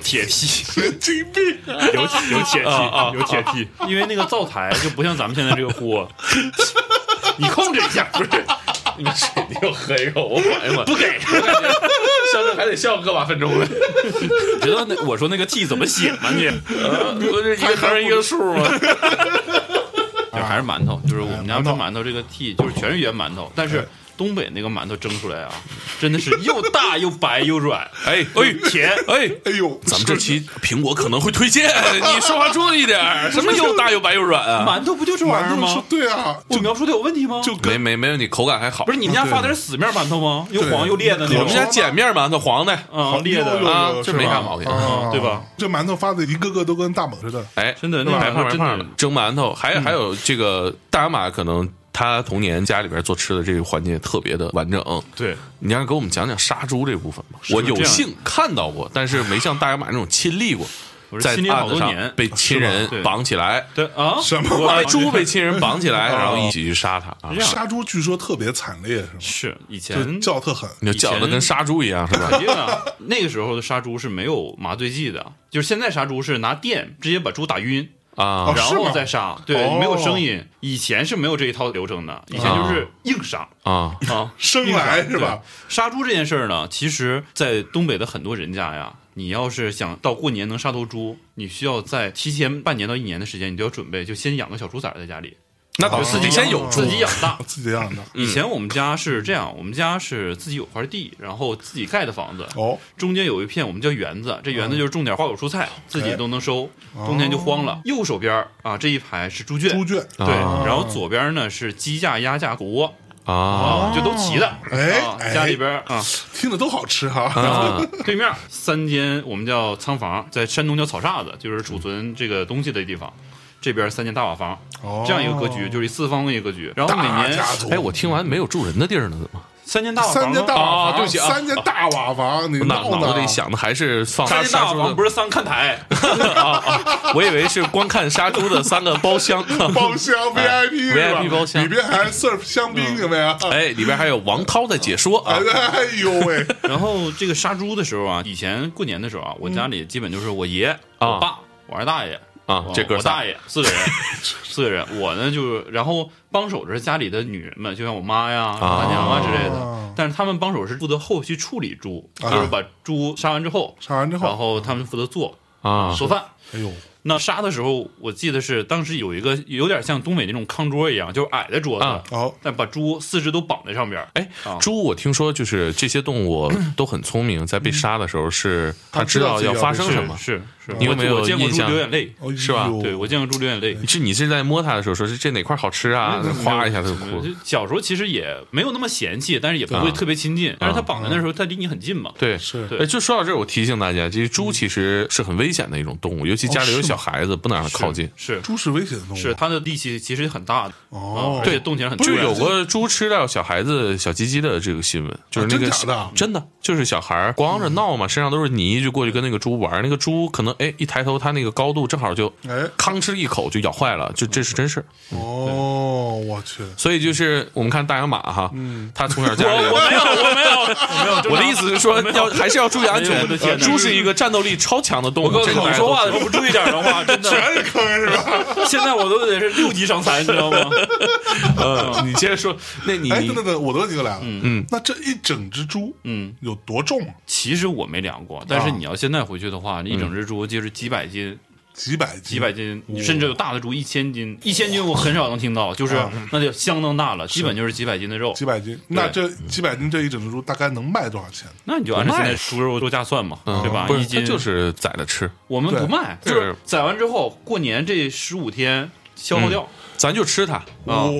铁 屉。神经病啊！有有铁梯，有铁梯，啊因为那个灶台就不像咱们现在这个锅， 你控制一下，不是你水又黑我，我管一管。不给，笑这还得笑个把分钟呢。你 知道那 我说那个 T 怎么写吗？你不是一个横一个竖吗？就还是馒头，就是我们家啊蒸馒头这个 T 就是全是圆馒头，但是东北那个馒头蒸出来啊，真的是又大又白又软， 哎哎甜。哎，哎呦，咱们这期苹果可能会推荐， 你说话注意点儿。什么又大又白又软啊？馒头不就这玩意馒儿头是吗？对啊，我描述的有问题吗？就没跟没没问题，口感还好。不是你们家发的是死面馒头啊吗？又黄又裂的那我种，们家碱面馒头，黄的。啊有裂有的有啊有这是吧没啥毛病啊对吧？这馒头发的一个个都跟大猛似的，哎，真的那白馒头胖白真的胖的蒸馒头，嗯还有还有这个大洋马可能。他童年家里边做吃的这个环节特别的完整，对，你要给我们讲讲杀猪这部分吧。我这样有幸看到过，但是没像大洋马那种亲历过我，是在亲历案好子多上年被亲人对绑起来，对啊，什么我把被猪被亲人绑起 来，然后一起去杀它啊哦这！样杀猪据说特别惨烈，是吗？是以就前叫特狠，你就搅得跟杀猪一样是吧？ 肯定啊，那个时候的杀猪是没有麻醉剂的，就是现在杀猪是拿电直接把猪打晕，啊哦是然吗后再杀，对，哦没有声音。以前是没有这一套流程的，以前就是硬杀啊！啊，生哦来是吧？对？杀猪这件事儿呢，其实在东北的很多人家呀，你要是想到过年能杀头猪，你需要在提前半年到一年的时间，你都要准备，就先养个小猪崽儿在家里。那倒自是己得先有养住自，己养大。自己养的 以前我们家是这样，我们家是自己有块地，然后自己盖的房子，哦，中间有一片我们叫园子，这园子就是种点花果蔬菜，自己都能收，冬天就荒了。右手边儿啊这一排是猪圈，哦猪圈对，啊然后左边呢是鸡架、鸭架、狗窝啊，啊，就都齐的。哦哎啊哎家里边儿啊，听着都好吃哈，啊对面三间我们叫仓房，在山东叫草坌子，就是储存这个东西的地方。这边三间大瓦房，哦这样一个格局，就是一四方位格局。然后每大年家族哎，我听完没有住人的地儿呢，怎么？三间大瓦三房呢间大瓦啊房，对不起啊三间大瓦房，你我闹脑呢？脑子里想的还是放三间大瓦房不是是三看台，啊，我以为是观看杀猪的三个包厢。包厢 哎 VIP 是吧 VIP 包厢里边还 serve 香嗯槟有没有？啊哎，里边还有王涛的解说啊哎，哎呦 喂， 然后这个杀猪的时候啊，以前过年的时候啊，我嗯家里基本就是我爷、我爸、我二大爷啊我这哥哦我仨大爷四 个人，四个人。我呢就是，然后帮手是家里的女人们，就像我妈呀、我大娘啊之类哦的。但是他们帮手是负责后续处理猪，就是把猪杀完之后，啊杀完之然后，后他们负责做啊做饭。哎呦，那杀的时候，我记得是当时有一个有点像东北那种炕桌一样，就是矮的桌子，啊好，但把猪四肢都绑在上边儿。哎啊，猪，我听说就是这些动物都很聪明，在被杀的时候是它知道要发生什么，是是，你有没有我见过印猪象流眼泪？哎呦是吧对，我见过猪流眼泪。是你是在摸它的时候说是这哪块好吃啊，哗一下它就哭了。我呃就小时候其实也没有那么嫌弃，但是也不会啊特别亲近。但是它绑在那时候，它离你很近嘛。对，是对哎，就说到这儿，我提醒大家，这猪其实是很危险的一种动物，尤其家里有小孩子，不能让它靠近。是猪是危险的动物，是，它的力气其实很大的，哦啊而且动起来很就突然有过猪吃到小孩子小鸡鸡的这个新闻，就是那个啊真假的啊嗯真的就是小孩儿光着闹嘛，身上都是泥，就过去跟那个猪玩儿。那个猪可能哎一抬头，它那个高度正好就哎吭哧一口就咬坏了，就这是真事儿。哦，我去，所以就是我们看大洋马哈，嗯他从小家我里。我没有，我没 有，我没有。我的意思是说，要还是要注意安哎呦我的全。天哪猪是一个战斗力超强的动物我告，诉这你，个大我家说都话的时候不注意点的 话，真的，全是坑是吧？ 现在我都得是六级伤残，你知道吗？嗯，你接着说，那你嗯哎，你等等等，我的问题就来了，嗯，那这一整只猪，嗯，有多重啊？ 其实我没量过，但是你要现在回去的话，一整只猪就是几百斤，几百斤，几百斤，甚至有大的嗯猪一千斤，一千斤我很少能听到，就是啊那就相当大了，基本就是几百斤的肉。几百斤，那这几百斤这一整只猪大概能卖多少钱？那你就按照现在猪肉多价算嘛，嗯对吧？不一是，它斤就是宰了吃，我们不卖，对就是宰完之后，过年这十五天消耗掉咱就吃它。啊，哇，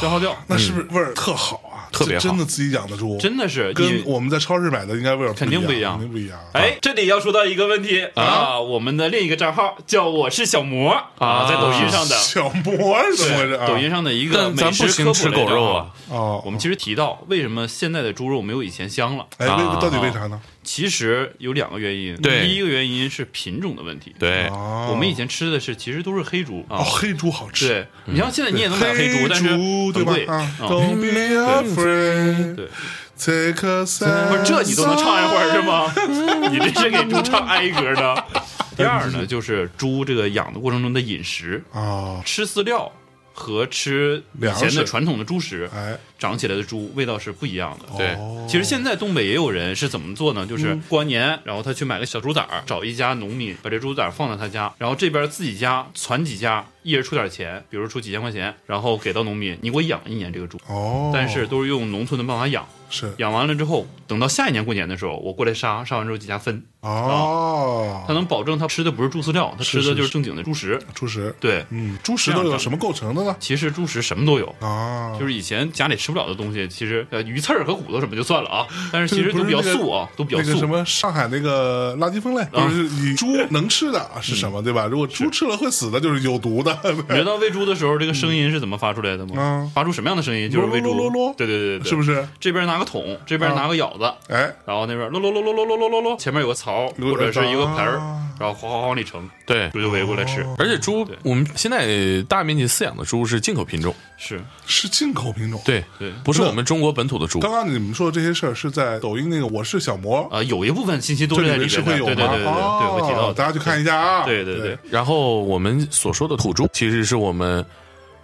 消耗掉，那是不嗯是味儿特好啊？特别好这真的自己养的猪，真的是跟你。我们在超市买的应该味儿肯定不不一样肯定不一样。哎，这里要说到一个问题啊，我们的另一个账号叫我是小魔啊，在抖音上的，小魔是怎么回事啊？抖音上的一个但咱美不食科行普吃类狗账肉号啊，哦，我们其实提到为什么现在的猪肉没有以前香了，哎，为啊到底为啥呢？其实有两个原因。对第一个原因是品种的问题。，对，哦，啊哎我们以前吃的是其实都是黑猪啊哦，。黑猪好吃，对，你像现在你也能买黑猪，但是对很吧贵。？啊嗯，Don't be afraid，对， ，Take a 不 stand。是这你都能唱一会儿是？吗？你这是给猪唱哀歌呢。第二呢，就是猪这个养的过程中的饮食，啊，吃饲料和吃以粮前食的传统的猪食哎，长起来的猪味道是不一样的。对哦嗯其实现在东北也有人是怎么做呢？就是过完年，然后他去买个小猪崽儿，找一家农民把这猪崽儿放在他家，然后这边自己家攒几家，一人出点钱，比如出几千块钱，然后给到农民，你给我养一年这个猪。哦，但是都是用农村的办法养，是养完了之后，等到下一年过年的时候，我过来杀，杀完之后几家分，哦啊他，能保证他吃的不是猪饲料，他吃是是的就是正经的猪食。猪食，对，嗯，猪食这都样有长什么构成的呢？其实猪食什么都有，啊，就是以前家里吃不了的东西，其实呃鱼刺儿和骨头什么就算了啊，但是其实不都是比较那个素啊，都比较那个素什。么上海那个垃圾分类，就是你猪能吃的是什么，嗯对吧？如果猪吃了会死的，就是有毒的。你知道喂猪的时候这个声音是怎么发出来的吗？嗯发出什么样的声音？就是喂猪。啰啰啰啰对对对对， 是不啊是？是？这边拿个桶，这边拿个舀子，哎，然后那边啰啰啰啰啰啰啰啰啰，前面有个槽有或者是一个盆儿啊，哦然后哗哗哗往里盛，对，猪就围过来吃。而且猪，我们现在大面积饲养的猪是进口品种，是是进口品种。，对对不是我们中国本土的猪。刚刚你们说的这些事儿是在抖音那个“我是小魔啊，有一部分信息”都这是在里里面是边会的，有对吗？对对对对，对哦会提到的。大家去看一下啊。对对对对，然后我们所说的土猪，其实是我们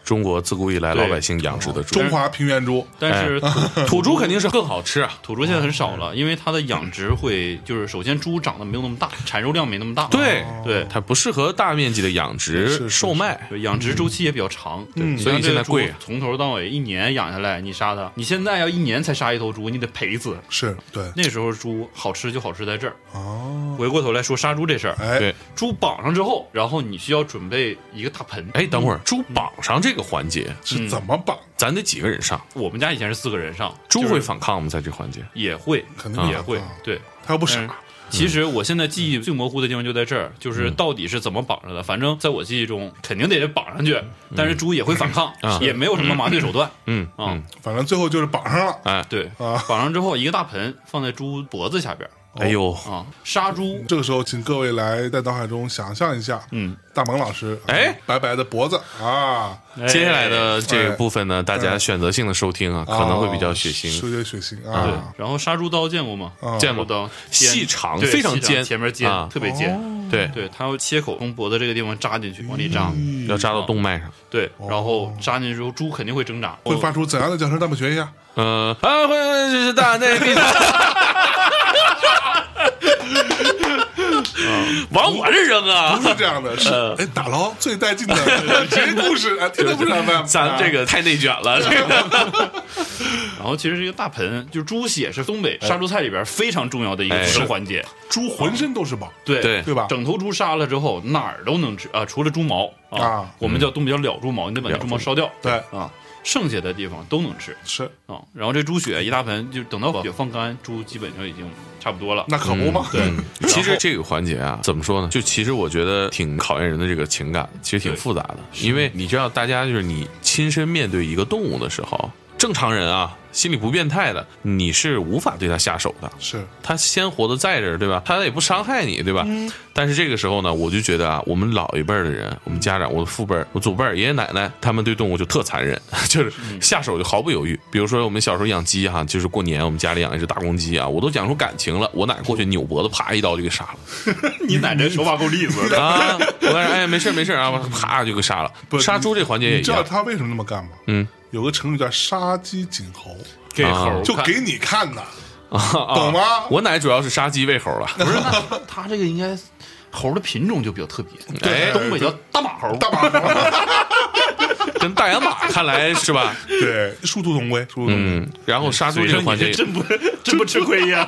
中国自古以来对老百姓养殖的猪，中华平原猪，但是土土猪肯定是更好吃啊。土猪现在很少了，因为它的养殖会就是首先猪长得没有那么大，产肉量没那么大。对对它不适合大面积的养是是殖是售卖，对，养殖周期也比较长，嗯所以像这现在个猪贵啊从头到尾一年养下来，你杀它，你现在要一年才杀一头猪，你得赔死。是对那时候猪好吃就好吃在这儿。哦，回过头来说杀猪这事儿，哎对，猪绑上之后，然后你需要准备一个大盆。哎，等会儿猪绑上这个环节，是怎么绑？咱得几个人上？我们家以前是四个人上，猪就是会反抗吗？在这环节？也会，肯定也反会啊抗，对。他又不傻嗯，其实我现在记忆最模糊的地方就在这儿，嗯就是到底是怎么绑上的。反正在我记忆中，肯定得绑上去，但是猪也会反抗，嗯啊也没有什么麻醉手段。嗯啊嗯，反正最后就是绑上了。哎对，啊绑上之后一个大盆放在猪脖子下边儿哎呦，啊，杀猪这个时候，请各位来在脑海中想象一下，嗯，大萌老师，哎，白白的脖子啊，接下来的这哎个部分呢，大家选择性的收听啊，可能会比较血哦腥。有点血腥对啊，，然后杀猪刀见过吗？啊见杀过猪刀尖细长对非常细尖前面尖啊，特别尖。对，对，它要切口从脖子这个地方扎进去，往里扎。嗯要扎到动脉上。对，然后扎进去之后，猪肯定会挣扎。哦会发出怎样的叫声？大们学一 下，呃，啊，会这是大内闭嘴。 往我这扔啊不！是这样的，是嗯哎打捞最带劲的 职业故事啊，天天不上班，咱这个太内卷了， 这个然后其实是一个大盆，就是猪血是东北杀猪菜里边非常重要的一个哎组是成环节。猪浑身都是宝，对对对吧？整头猪杀了之后哪儿都能吃啊、除了猪毛啊，啊我们叫东北叫了猪毛，你得把那猪毛烧掉。对啊，剩下的地方都能吃是，啊。然后这猪血一大盆，就等到血放干，猪基本上已经差不多了。那可不嘛，嗯对，嗯其实这个环节啊，怎么说呢？就其实我觉得挺考验人的这个情感，其实挺复杂的。因为你知道，大家就是你亲身面对一个动物的时候，正常人啊，心里不变态的，你是无法对它下手的。 是它鲜活的在这儿，对吧？它也不伤害你，对吧？嗯但是这个时候呢，我就觉得啊，我们老一辈儿的人，我们家长，我的父辈儿，我祖辈儿、爷爷奶奶，他们对动物就特残忍， 就是下手就毫不犹豫。比如说我们小时候养鸡哈、就是过年我们家里养一只大公鸡啊，我都养出感情了，我奶过去扭脖子，啪一刀就给杀了。你奶奶手法够利索的。啊！我告诉你，哎，没事儿没事 儿啊，我啪就给杀了不。杀猪这环节也你一知道样，他为什么那么干吗？嗯，有个成语叫杀鸡儆猴，给猴啊儿就看给你看的，啊懂吗？我奶主要是杀鸡 喂猴了，不是那它这个应该猴儿的品种就比较特别，哎东北叫大马猴儿。大马猴，跟大洋马看来是吧？对，殊途同归，殊途同归，嗯，然后杀猪这个环节你这真不真不吃亏呀！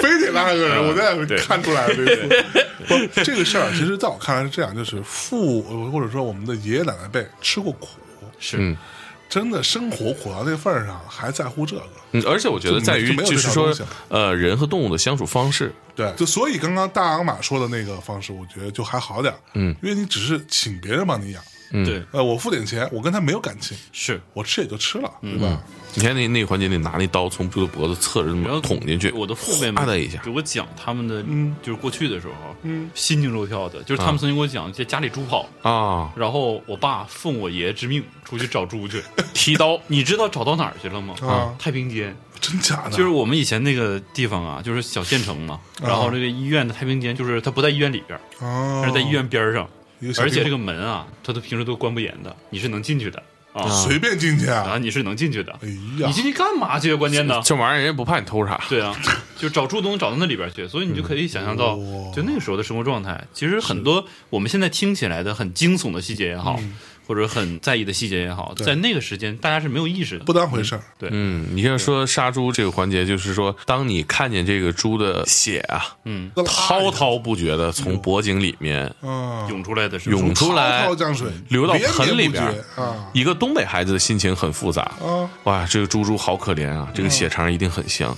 非得拉个人，我再看出来了这个。不，这个事儿其实在我看来是这样，就是父或者说我们的爷爷奶奶辈吃过苦，嗯是真的生活苦到那份儿上，还在乎这个。嗯，而且我觉得在于就没有就这是条说东西了，呃，人和动物的相处方式，对，就所以刚刚大洋马说的那个方式，我觉得就还好点，嗯，因为你只是请别人帮你养，嗯对呃，我付点钱，我跟他没有感情，是。我吃也就吃了，对吧？你看那那个环节，你拿那刀从猪的脖子侧着那然么后捅进去，我的父辈啪们的一下给，我讲他们的，嗯就是过去的时候，心惊肉跳的，就是他们曾经给我讲，在家里猪跑了，啊，然后我爸奉我爷之命出去找猪去，提刀，你知道找到哪儿去了吗？啊太平间，真假的？就是我们以前那个地方啊，就是小县城嘛。然后这个医院的太平间，就是它不在医院里边儿，啊它是在医院边儿上，一个小而且地这个门啊，它都平时都关不严的，你是能进去的啊方随便进去啊啊，，你是能进去的。哎你呀，进去干嘛去？啊关键呢？这玩意儿人家不怕你偷啥，对啊，就找猪都能找到那里边去，所以你就可以想象到哦，就那个时候的生活状态。其实很多我们现在听起来的很惊悚的细节也好，嗯或者很在意的细节也好，在那个时间大家是没有意识的不。当回事儿，嗯，你要说杀猪这个环节，就是说，当你看见这个猪的血啊，嗯，哎滔滔不绝的从脖颈里面啊，涌出来的是涌出来滔滔，江水流到盆里连绵边儿不绝啊。一个东北孩子的心情很复杂啊。哇，这个猪猪好可怜啊，这个血肠一定很香。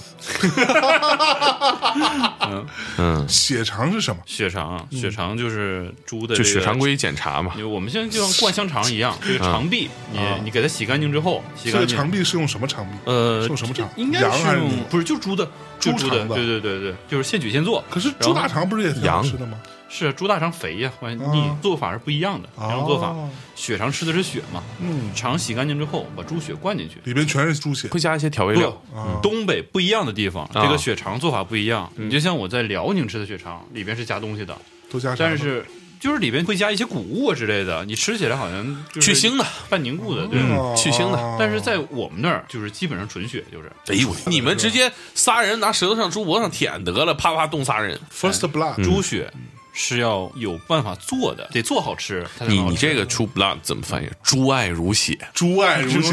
嗯，血肠是什么？血肠，嗯血肠就是猪的就这个血常。规检查嘛因。为我们现在就像灌香肠一样，这个肠壁，你你给它洗干净之后，洗嗯这个干净肠，壁是用什么肠壁？呃是，用什么肠？应该羊还是是用牛？不是就猪的，就猪猪肠子对对对对，就是现取现做。可是然后猪大肠不是也挺好吃的吗？是啊猪大肠肥呀，关键啊你做法是不一样的，两种做法哦。血肠吃的是血嘛，嗯，肠洗干净之后把猪血灌进去。里边全是猪血会加一些调味料不，，东北不一样的地方，啊这个血肠做法不一样。你就像我在辽宁吃的血肠，里边是加东西的，都加啥但呢是就是里边会加一些谷物啊之类的，你吃起来好像就是去腥的，半凝固的，对。嗯去腥的哦但是在我们那儿就是基本上纯血，就是哎呦，你们直接仨人拿舌头上猪脖子上舔得了，啪啪动仨人。 First Blood，、猪血是要有办法做的，得做好吃。它才你能好你吃这个 true blood 怎么翻译？猪爱如血，猪爱如血，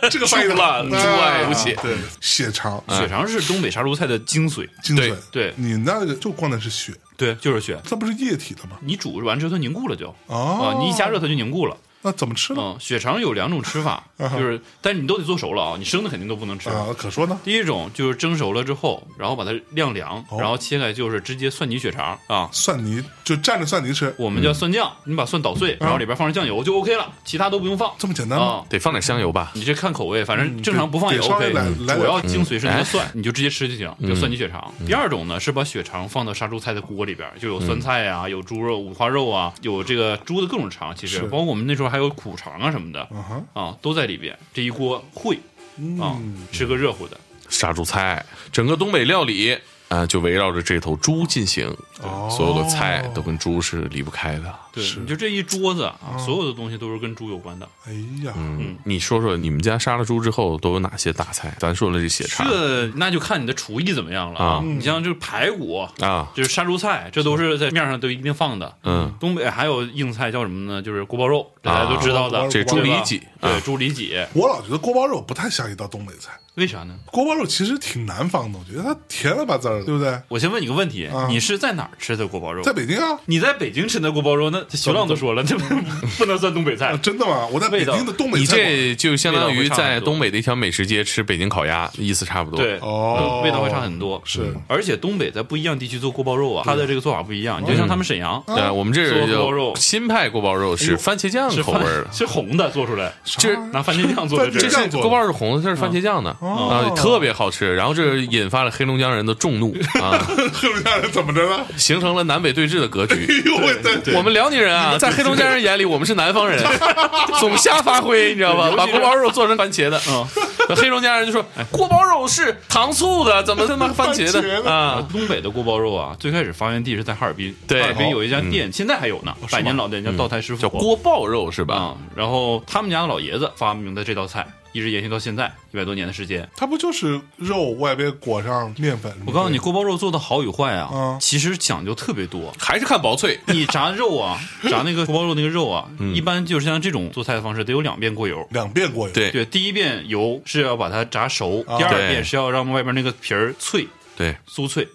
哎 这个翻译的好猪爱如血啊对，血肠、啊血肠是东北杀猪菜的精髓，精髓，对对你那个就光的是血，对，就是血。这不是液体的吗？你煮完之后它凝固了就哦啊，你一加热它就凝固了。那怎么吃呢？嗯，血肠有两种吃法，就是但是你都得做熟了啊，你生的肯定都不能吃。嗯啊，可说呢，第一种就是蒸熟了之后，然后把它晾凉，哦然后切开就是直接蒜泥血肠啊，蒜泥就蘸着蒜泥吃，我们叫蒜酱，你把蒜捣碎，然后里边放上酱油就 OK 了，其他都不用放。嗯这么简单吗？啊，得放点香油吧？你这看口味，反正正常不放也给稍 OK 微来。来点嗯哎主要精髓是那个蒜，你就直接吃就行，就蒜泥血肠。第二种呢是把血肠放到杀猪菜的锅里边，就嗯有酸菜啊，有猪肉、五花肉啊，有这个猪的各种肠，其实是包括我们那时候还有苦肠啊什么的啊哈，嗯啊，都在里边。这一锅烩嗯啊，吃个热乎的。杀猪菜，整个东北料理啊、就围绕着这头猪进行，哦所有的菜都跟猪是离不开的。对，你就这一桌子啊，所有的东西都是跟猪有关的。哎呀，嗯，你说说你们家杀了猪之后都有哪些大菜？咱说了这血肠这那就看你的厨艺怎么样了啊你像这排骨，啊，就是杀猪菜，这都是在面上都一定放的。嗯，东北还有硬菜叫什么呢？就是锅包肉，大家都知道的。啊这猪对吧里脊对啊，猪里脊，我老觉得锅包肉不太像一道东北菜，为啥呢？锅包肉其实挺南方的，我觉得它甜了吧唧儿的，对不对？我先问你个问题，啊你是在哪儿吃的锅包肉在？北京啊，你在北京吃的锅包肉，那徐浪都说了，这不不能算东北啊 菜。真的吗？我在北味道京的东北你菜馆这就相当于味道会差在很多东北的一条美食街吃北京烤鸭，意思差不多。对，哦味道会差很多。是，而且东北在不一样地区做锅包肉啊，它的这个做法不一样。你就嗯像他们沈阳呃，我们这儿做锅包有肉哎新派锅包肉是番茄酱是口味饭儿的， 是红的做出来，这啥玩意儿拿番茄啊酱做的番这茄这个。酱是做的锅包肉红的，这是番茄酱的啊哦，特别好吃。然后这引发了黑龙江人的众怒啊， 黑龙江人怎么着 了？形成了南北对峙的格哎局。呦我的 我们辽宁人啊，在黑龙江人眼里，我们是南方人， 总瞎发挥，你知道吧？把锅包肉做成番茄的，嗯那黑龙江人就说哎锅包肉是糖醋的，怎么他妈番茄番茄的的啊？呃东北的锅包肉啊，最开始发源地是在哈尔滨，对嗯哦哈尔滨有一家店，现在还有呢，百年老店叫道台师傅叫锅爆肉是吧？啊。然后他们家的老爷子发明的这道菜，一直延续到现在一百多年的时间。它不就是肉外边裹上面粉？我告诉你，，锅包肉做的好与坏啊嗯，其实讲究特别多。还是看薄脆，你炸 肉啊，炸那个锅包肉那个肉啊，嗯一般就是像这种做菜的方式，得有两遍过油。两遍过油，对 对，第一遍油是要把它炸熟，啊第二对遍是要让外边那个皮儿脆，对，酥脆，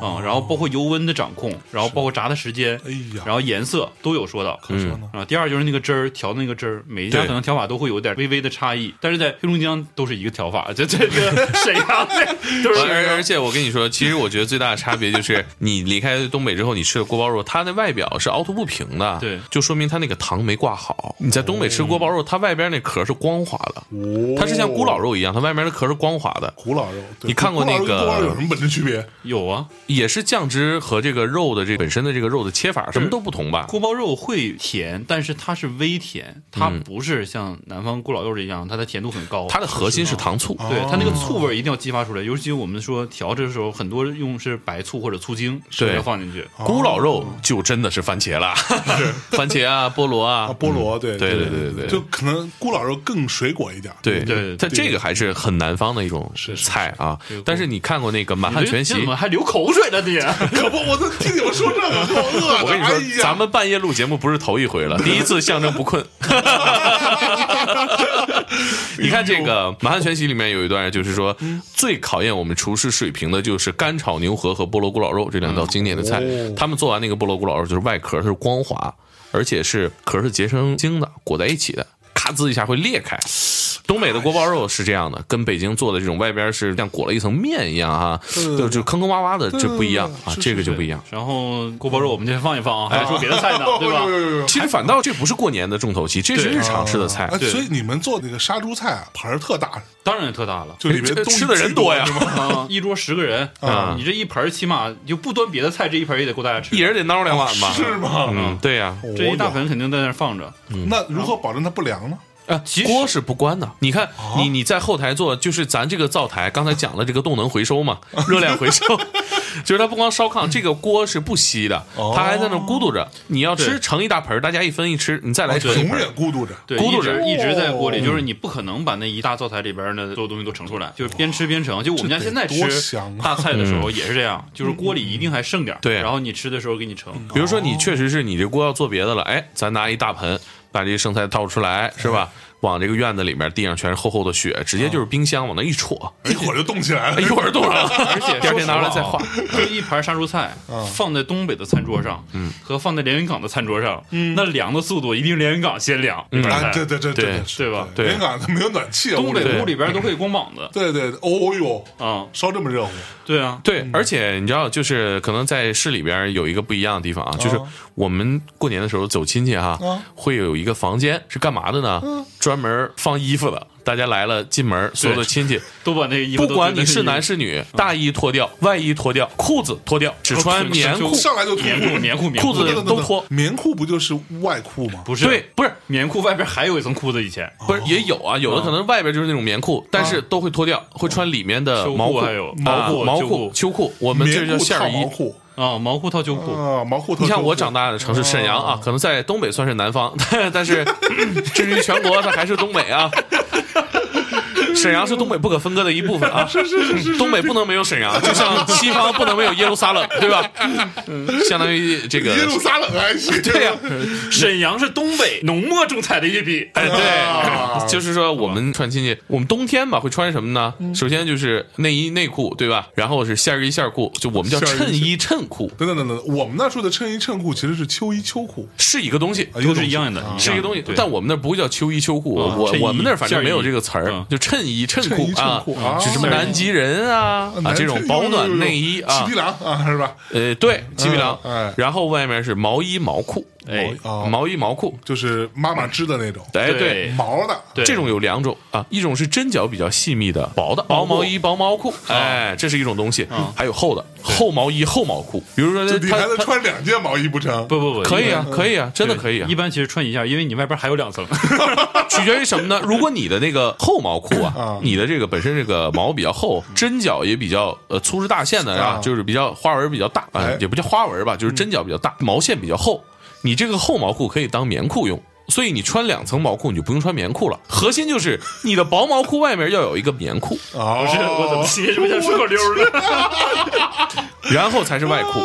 啊，然后包括油温的掌控，然后包括炸的时间，哎呀然后颜色都有说到。可说呢。啊，第二就是那个汁儿调那个汁儿，每一家对可能调法都会有点微微的差异，但是在黑龙江都是一个调法，就这个沈阳的都而而是且我跟你说，其实我觉得最大的差别就是， 你离开东北之后，你吃的锅包肉，它的外表是凹凸不平的，对就说明它那个糖没挂好。你在东北吃锅包肉，它外边那壳是光滑的，嗯哦它是像咕咾肉一样，它外面的壳是光滑的，古老肉，对你看过那个古老肉跟锅包肉有什么本质区别？有啊，也是酱汁和这个肉的这本身的这个肉的切法什么都不同吧？锅包肉会甜，但是它是微甜，它不是像南方咕老肉这样，它的甜度很高。它的核心是糖醋，对它那个醋味儿一定要激发出来，尤其我们说调制的时候，很多用是白醋或者醋精，是对要放进去。咕咾肉就真的是番茄了， 番茄啊，菠萝啊啊，，菠萝，对对对对对对就可能古老肉更水果一点，对对它这个还是很南方的一种菜啊。但是你看过那个《满汉全席你这怎》？么还流口水了你？ 可不，我都听你们说这个，给我饿的。我跟你说，哎呀咱们半夜录节目不是头一回了，第一次象征不 困。你看这个《满汉全席》里面有一段，就是说最考验我们厨师水平的就是干炒牛河和菠萝咕咾肉这两道经典的菜哦。他们做完那个菠萝咕咾肉，就是外壳它是光滑，而且是壳是结成晶的，裹在一起的，咔吱一下会裂开。东北的锅包肉是这样的，跟北京做的这种外边是像裹了一层面一样啊，对就就坑坑洼洼的，这不一样啊，是这个是 就不一样。哦然后锅包肉我们先放一放啊，还说别的 菜呢，对 有有吧？有有有其实反倒这不是过年的重头戏，这是日常吃的菜哎，对所以你们做那个杀猪菜啊，盘儿特大，当然特大了。就里面这东西吃的人巨多呀是吗？啊， 一桌十个人啊你这一盆儿起码就不端别的菜，这一盆儿也得够大家吃 一。人得孬两碗吧？ 是吗？啊嗯，对呀、这一大哦哟盆肯定在那儿放着，那如何保证它不凉呢？啊，其实锅是不关的。你看，你你在后台做，就是咱这个灶台，刚才讲了这个动能回收嘛，热量回收， 就是它不光烧炕，这个锅是不吸的，它还在那咕嘟着。你要吃对盛一大盆儿，大家一分一吃，你再来盛一永盆儿。远孤独着。对，咕嘟一直着一直在锅里，哦就是你不可能把那一大灶台里边的所有东西都盛出来，就是边吃边盛。就我们家这得现在吃多香啊大菜的时候也是这样，就是锅里一定还剩点儿，嗯对然后你吃的时候给你盛。嗯比如说，你确实是你这锅要做别的了，哎，咱拿一大盆把这剩菜倒出来，是吧？往这个院子里面，地上全是厚厚的雪，直接就是冰箱往那一戳，一会儿就动起哎来了 一，会儿冻上了， 而且第二天拿出来再画化。，这啊一盘杀猪菜嗯放在东北的餐桌上，嗯，和放在连云港的餐桌上，那凉的速度一定连云港先凉。嗯这盘嗯啊，菜对对对对是嗯对吧对连港它没有暖气啊，东屋里北屋里边都可以光膀 子对对，对哦哟，啊，烧这么热乎，对啊，对，而且你知道，就是可能在市里边有一个不一样的地方啊，哦就是我们过年的时候走亲戚哈、啊会有一个房间是干嘛的呢？嗯专门放衣服的。大家来了，进门，所有的亲戚，都把那 个衣服不都管你是男是嗯女，大衣脱掉，外衣脱掉，裤子脱掉，哦只穿棉裤。上来就脱棉裤棉裤棉裤子等等等等都脱棉裤不就是外裤吗？不是对，不是，棉裤外边还有一层裤子，以前不是，也有啊，有嗯的可能外边就是那种棉裤，但是都会脱掉，会穿里面的秋裤毛裤，还有啊毛裤毛秋裤裤、秋裤，我们这棉叫裤线儿套衣毛。裤啊，毛裤套秋裤，啊，毛裤套秋裤。你像我长大的城市沈阳哦啊，可能在东北算是南方，但是至于全国，它还是东北啊。沈阳是东北不可分割的一部分啊，是是是是东北不能没有沈阳，就像西方不能没有耶路撒冷，对吧？相当于这个耶，路撒冷还行， 对啊呀、沈阳是东北浓墨重彩的一笔，哎， 啊对，就是说我们串亲戚，我们冬天吧会穿什么呢？嗯首先就是内衣内裤，对吧？然后是线衣线裤，就我们叫线儿衣衬衣衬裤， 等等等等，我们那说的衬衣衬裤其实是秋衣秋裤，是一个东西。啊都是一样的，是一个东西对，但我们那不叫秋衣秋裤，啊我衬衣我们那反正没有这个词线儿儿衣，就衬衣衬衬衣裤衬啊裤啊，就什么南极人啊啊这种保暖内衣起啊皮，囊啊，是吧？呃对，鸡皮囊嗯哎，然后外面是毛衣毛裤，哎，哦毛衣毛裤，就是妈妈织的那种哎对对。毛的，对这种有两种啊，一种是针脚比较细密的薄的薄毛衣、薄毛裤，啊哎，这是一种东西，还有厚的厚毛衣、厚毛裤。比如说就它，你还能它穿两件毛衣不成？不不不，可以一般啊，可以啊，真的可以啊一。般其实穿一下，因为你外边还有两层。 取决于什么呢？如果你的那个厚毛裤啊啊，嗯你的这个本身这个毛比较厚，针脚也比较呃粗枝大线的啊啊，嗯就是比较花纹比较大啊哎，也不叫花纹吧，就是针脚比较大，毛线比较厚。你这个厚毛裤可以当棉裤用。所以你穿两层毛裤，你就不用穿棉裤了。核心就是你的薄毛裤外面要有一个棉裤，哦，不是，我 怎么心里这么想顺口溜儿 呢？然后才是外裤。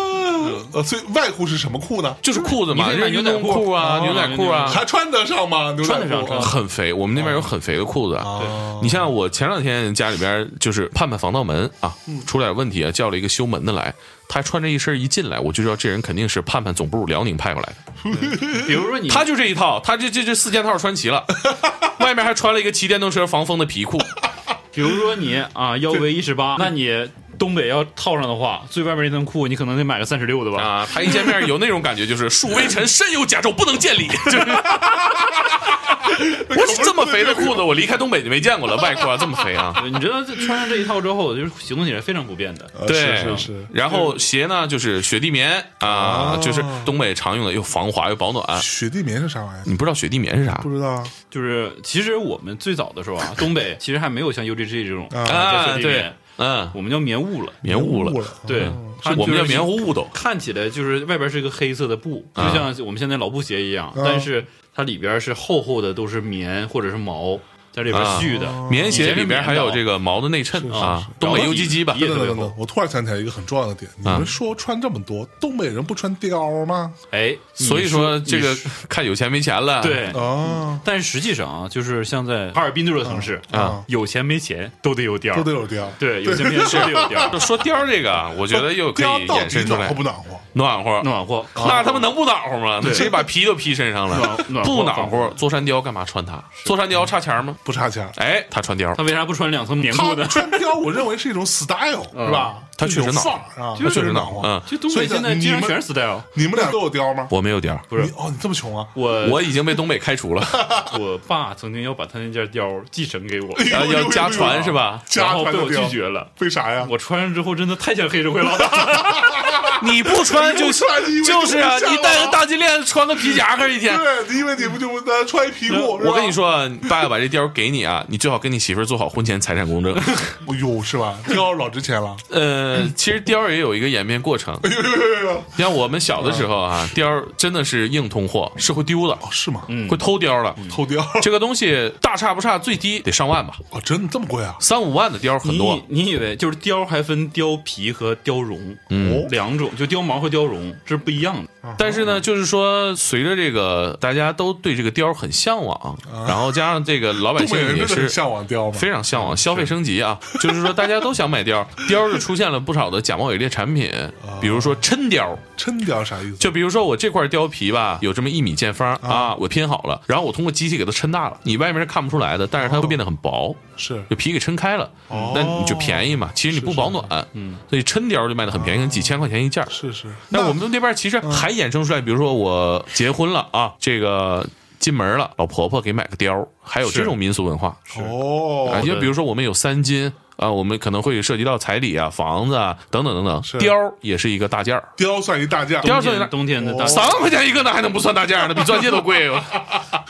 呃，所以外裤是什么裤呢？就是裤子嘛，你可以买就是运动牛仔裤裤啊、哦牛仔裤啊，还穿得上吗？牛仔裤穿得上穿得上很肥。我们那边有很肥的裤子啊。啊你像我前两天家里边就是盼盼防盗门啊，出了点问题啊，叫了一个修门的来，他穿着一身一进来，我就知道这人肯定是盼盼总部辽宁派过来的。比如说你，他就这一套，他这这这四件套穿齐了，外面还穿了一个骑电动车防风的皮裤。比如说你啊，腰围一尺八，那你东北要套上的话，最外面那层裤你可能得买个三十六的吧？啊，他一见面有那种感觉，就是树微臣深有甲胄，不能见礼。就是，我是这么肥的裤子，我离开东北就没见过了，外裤啊这么肥啊。对你知道这穿上这一套之后，就是行动起来非常不便的。呃对，是是是，然后鞋呢，就是雪地棉啊，就是东北常用的，又防滑又保暖。雪地棉是啥玩意儿？你不知道雪地棉是啥不？知道啊就是其实我们最早的时候啊，东北其实还没有像 UGG 这种啊叫啊，雪地棉对，嗯，我们叫棉雾了。棉雾误了，了，嗯对，它哦我们叫就是棉雾斗。看起来就是外边是一个黑色的布，就啊像我们现在老布鞋一啊样，但是它里边是厚厚的，都是棉或者是毛在里边啊絮的。嗯棉鞋里边还有这个，个毛的内衬啊，是东北然后 U G G 吧底？等也等特别等等，我突然想起来一个很重要的点，你啊们说穿这么多，东北人不穿貂吗？哎，所以你说这个你看有钱没钱了。，对，啊但是实际上啊，就是像在哈尔滨这座城市啊，有钱没钱都得有貂都得儿，有貂。对，有钱没 钱都得有貂儿，就说貂儿这个啊，我觉得又可以貂到延底伸出暖来和不，暖和？暖和。暖和。那他妈能不暖和吗？直接把皮都披身上了，暖暖和不暖和。坐山貂干嘛穿它？坐山貂差钱吗？不差钱。哎，他穿貂他，为啥不穿两层棉裤他呢？啊穿貂，我认为是一种 style，是吧？嗯他确实有暖范和儿啊，他确实暖暖和和。。嗯，就东北现在所以竟然你们全是 style。你们俩都有貂吗？我没有貂儿，不是你哦，你这么穷啊？我我已经被东北开除了， 我爸曾经要把他那件貂儿继承给我，哎然后啊要家传是吧？家然后传被的我拒貂，绝了。为啥呀？我穿上之后真的太像黑社会老大了，你不穿就你不穿你以为就是啊，你不你像戴个吗大金链子，穿个皮夹克一天。对，啊你以为你不就不呃穿一皮裤？是吧我跟你，说啊，爸爸把这貂儿给你啊，你最好跟你媳妇儿做好婚前财产 公证。哎呦，是 吧？貂老值钱了，呃，其实貂儿也有一个演变过程。哎呦呦呦嗯呦，像我们小的时候啊，貂儿真的是硬通货，是会丢的，哦，是吗？会偷貂儿的。偷貂这个东西大差不差，最低得上万吧，哦，真的这么贵啊？三五万的貂儿很多你。你以为就是貂还分貂皮和貂绒，哦嗯两种，就貂毛和貂绒这是不一样的。但是呢，就是说，随着这个大家都对这个貂儿很向往，然后加上这个老啊百东姓北人也真的很是向往貂吗？非常向往消费升级啊，就是说大家都想买貂儿， 貂儿就出现了不少的假冒伪劣产品，啊比如说抻貂儿，真貂啥意思？就比如说我这块貂皮吧，有这么一米见方啊，我拼好了，然后我通过机器给它抻大了，你外面是看不出来的，但是它会变得很薄，是就皮给抻开了，哦那你就便宜嘛。其实你不保暖，嗯，所以抻貂就卖的很便宜，可能几千块钱一件儿。是是，那嗯我们那边其实还衍生出来，比如说我结婚了啊，这个进门了，老婆婆给买个貂儿，还有这种民俗文化。啊，哦，因为比如说我们有三金啊，我们可能会涉及到彩礼啊、房子啊等等等等。是貂儿也是一个大件儿，貂算一大哦件，貂儿算一大冬天的大啊三万块钱一个呢，还能不算大件儿呢？比钻戒都贵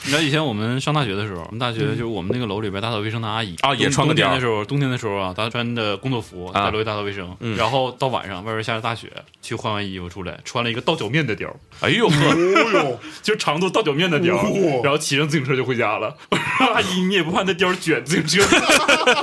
你知道以前我们上大学的时候，我们大学就是我们那个楼里边打扫卫生的阿姨嗯啊也冬穿个冬天貂儿的时候，冬天的时候啊，她穿的工作服啊在楼里打扫卫生，然后到晚上外边下着大雪，去换完衣服出来，穿了一个到脚面的貂儿，哎呦哦呵，哟，就是长度到脚面的貂哦儿， 然后骑上自行车就回家了。 阿姨，你也不怕那貂儿卷自行车？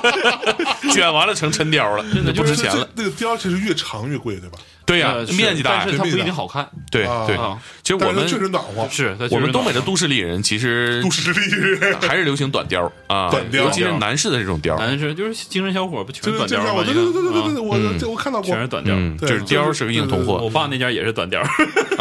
卷完了成抻貂了，真的不值钱了。这那个貂其实越长越贵，对吧？对呀呃，是面积大但呀，是它不面积一大定好看。对啊对啊。其实我但是它们确实暖和，是，它确实我们东北的暖和都市丽人其实都市丽人。还是流行短貂啊，短貂尤其是男士的这种貂儿。男生就是精神小伙儿不全就是是短这貂样，吗？我对对对对对啊对，我这我看到过全，是短貂。嗯，就对是貂儿是个硬通我货爸那家也是短 貂儿，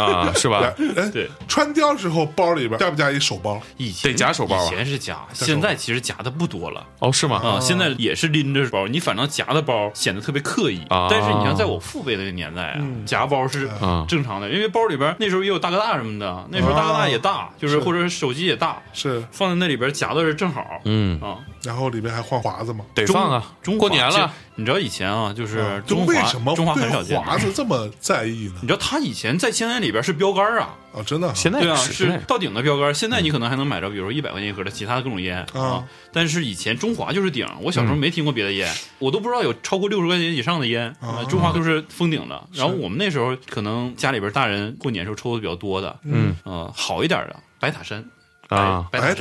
啊，是吧？哎，对，穿貂时候包里边加不加一手包？以前得夹手包啊以前是夹，手包现在其实夹的不多了哦，是吗？啊，现在也是拎着包，你反正夹的包显得特别刻意。啊但是你像在我父辈那个年代啊，夹包是嗯正常的，因为包里边那时候也有大哥大什么的，那时候大哥大也哦大，就是或者手机也大，是，放在那里边夹的是正好。嗯，啊，然后里面还换华子吗？得放啊，中华过年其实了，你知道以前啊，就是就中华为什么中华很少对见。华子这么在意呢你？知道他以前在千安里边是标杆啊，啊，真的啊，现在对也啊，现在是也到顶的标杆。现在你可能还能买着，比如一百块钱一盒的其他的各种烟啊啊，但是以前中华就是顶。我小时候没听过别的烟，我都不知道有超过六十块钱以上的烟，啊啊中华都是封顶的。然后我们那时候可能家里边大人过年时候抽的比较多的，嗯呃，好一点的白塔山啊白白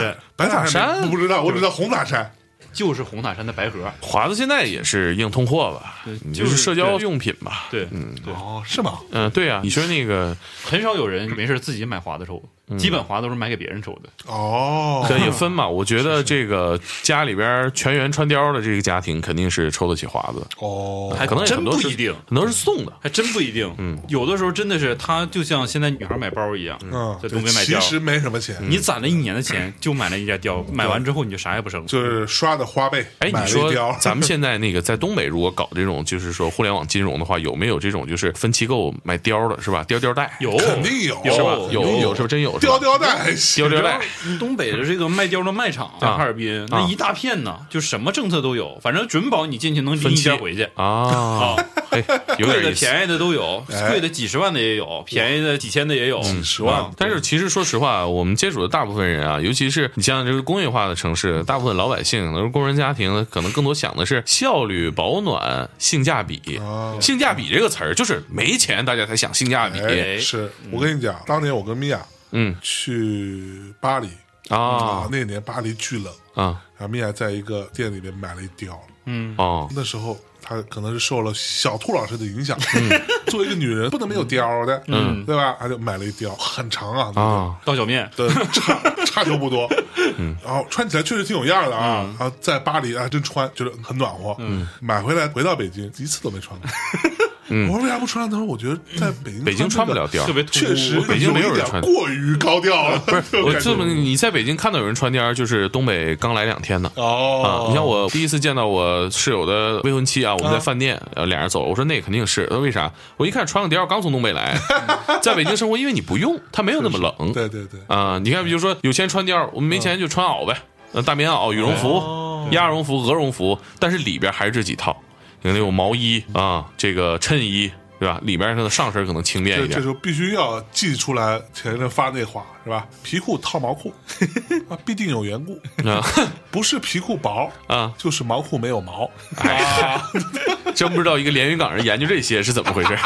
塔白白塔山塔塔山山不知道，我只知道红塔山。就是红塔山的白盒，华子现在也是硬通货吧对，你就就是是社交用品吧。对，对，哦，是吗？嗯，对啊，你说那个很少有人没事自己买华子抽的，基本华都是买给别人抽的。哦，对也分嘛，我觉得这个家里边全员穿貂的这个家庭肯定是抽得起华子，哦，还可能有真很多不是一定很多是送的。还真不一定，嗯，有的时候真的是他就像现在女孩买包一样，嗯，在东北买其貂实没什么钱，你攒了一年的钱就买了一件貂，买完之后你嗯就啥也不剩了。就是刷的花呗，哎，买你了一说貂 咱们现在那个在东北，如果搞这种就是说互联网金融的话，有没有这种就是分期购买貂的是吧？貂貂带有肯定有有是吧有有有是不是真有？是吧貂貂带还行貂貂带， 东北的这个卖貂的卖场在啊哈尔滨，那一大片呢，就什么政策都有，反正准保你进去能拎一件回去。啊， 哎，有哦贵点的、意思。便宜的都有，哎贵的几十万的也有，便宜的几千的也有，几十万但是其实说实话，我们接触的大部分人啊，尤其是你像这个工业化的城市，大部分老百姓可能是工人家庭，可能更多想的是效率、保暖、性价比。哦啊。性价比这个词儿就是没钱，大家才想性价比。哎，是我跟你讲，当年我跟米娅嗯去巴黎啊那年巴黎巨冷，嗯啊然后米娅在一个店里面买了一貂，哦那时候她可能是受了小兔老师的影响， 作为一个女人不能没有貂的，嗯，对吧？她就买了一貂，很长啊，那啊！刀绞面。对，差差就不多。嗯，然后穿起来确实挺有样儿的啊。嗯然后在巴黎啊，真穿觉得很暖和。嗯，买回来回到北京一次都没穿 过。我说为啥不穿？他说我觉得在北京嗯北京穿不了，貂特儿。别突兀确实北京没有一人点穿过于高调了。不是我这么你在北京看到有人穿貂儿，就是东北刚来两天呢。啊哦，，你像我第一次见到我室友的未婚妻啊，我们在饭店，呃，俩人走，我说那肯定是，他说为啥？我一看穿个貂儿刚从东 北来，在北京生活，因为你不用，它没有那么冷。对嗯对对，啊，你看，比如说有钱穿貂儿，我们没钱就穿袄呗，呃，大棉袄、羽绒哦服、鸭绒服、鹅绒服，但是里边还是这几套，你看有毛衣啊，这个衬衣。对吧？里边它的上身可能轻便这一这点时，候必须要记出来前阵发那话是吧？皮裤套毛裤啊，必定有缘故， 啊不是皮裤薄啊，就是毛裤没有毛。哎，真不知道一个连云港人研究这些是怎么回 事。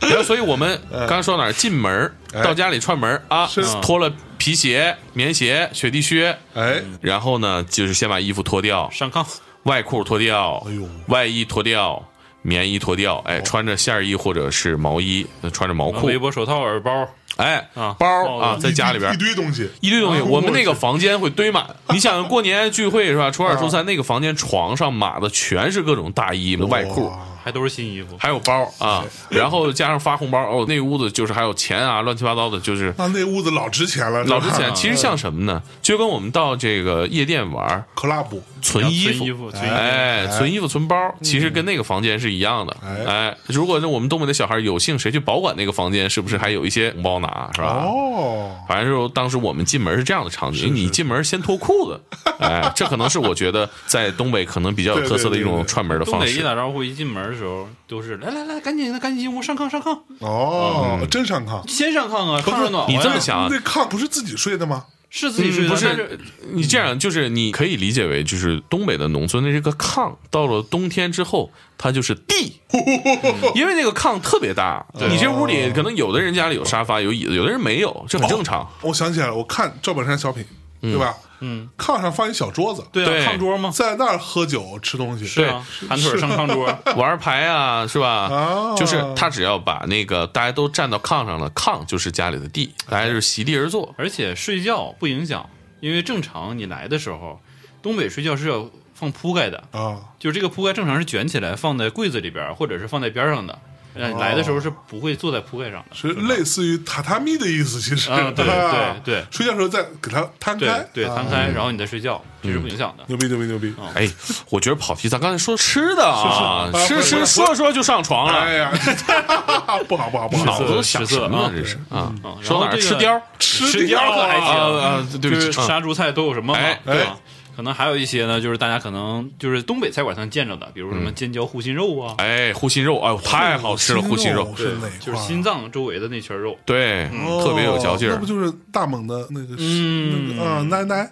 然后，所以我们刚刚说到哪儿？进门儿嗯哎到家里串门儿啊是，脱了皮鞋、棉鞋、雪地靴，哎，然后呢，就是先把衣服脱掉，上炕，外裤脱掉，哎呦哦外衣脱掉，棉衣脱掉，哎，穿着线儿衣或者是毛衣，呃穿着毛啊裤围，脖、手套、耳包，哎，啊包儿帽子啊，在家里边一儿。堆东西，一堆东西，啊我们那个房间会堆 满。你想过年聚会是吧？初啊二、初三那个房间床上码的全是各种大衣、外裤，哇还都是新衣服。还有包啊，然后加上发红包哦，那屋子就是还有钱啊，乱七八糟的，就是那那屋子老值钱了，老值钱。是吧其实像什么呢？就跟我们到这个夜店玩， club 存衣存衣服服，存衣服哎，哎嗯存衣服、存包，其实跟那个房间是一样的。哎哎，如果是我们东北的小孩有幸谁去保管那个房间，是不是还有一些红包拿，是吧？哦，反正就是当时我们进门是这样的场景，你进门先脱裤子，哎，这可能是我觉得在东北可能比较有特色的对一对对种对串门的东方北一式。打招呼，一进门的时候都是来来来，赶紧的，赶紧进屋上炕上炕，哦，真上炕。先上炕啊，炕上暖和你呀。这么嗯想啊那炕不是自己睡的吗？是自己睡的，嗯不但是你这样，就是你可以理解为，就是东北的农村的这个炕，到了冬天之后，它就是地，嗯因为那个炕特别大，你这屋哦里可能有的人家里有沙发有椅子，有的人没有，这很正常。我想起来了，我看赵本山小品，对吧？嗯，炕上放一小桌子，对对嗯啊，炕桌吗？在那儿喝酒吃东西，是啊，盘腿上炕桌， 玩牌啊，是吧哦？就是他只要把那个大家都站到炕上了，炕就是家里的地，大家就是席地而坐。而且睡觉不影响，因为正常你来的时候，东北睡觉是要放铺盖的，啊，就是这个铺盖正常是卷起来放在柜子里边儿，或者是放在边上的。呃，你来的时候是不会坐在铺盖上的。是类似于榻榻米的意思，其实啊 对啊对对睡觉时候再给它摊开嗯对，对，啊摊开，然后你再睡觉，这是不影响的。牛逼牛逼牛逼！哎，我觉得跑题，咱刚才说吃的啊，是吃是吃啊说着说着就上床哎了，呀， 不好不好不脑好子，都想吃什色么了啊？这是啊嗯，说到哪然儿后这个吃貂儿吃貂啊可还啊行，啊，对不就起是嗯杀猪菜都有什么嘛哎，对吧？可能还有一些呢，就是大家可能就是东北菜馆上见着的，比如什么尖椒护心肉啊，哎，护心肉，哎呦，太好吃了，护心肉，是哪块儿？啊就是心脏周围的那圈肉。对，特别有嚼劲哦那儿不，就是大猛的那个那嗯个啊奶 奶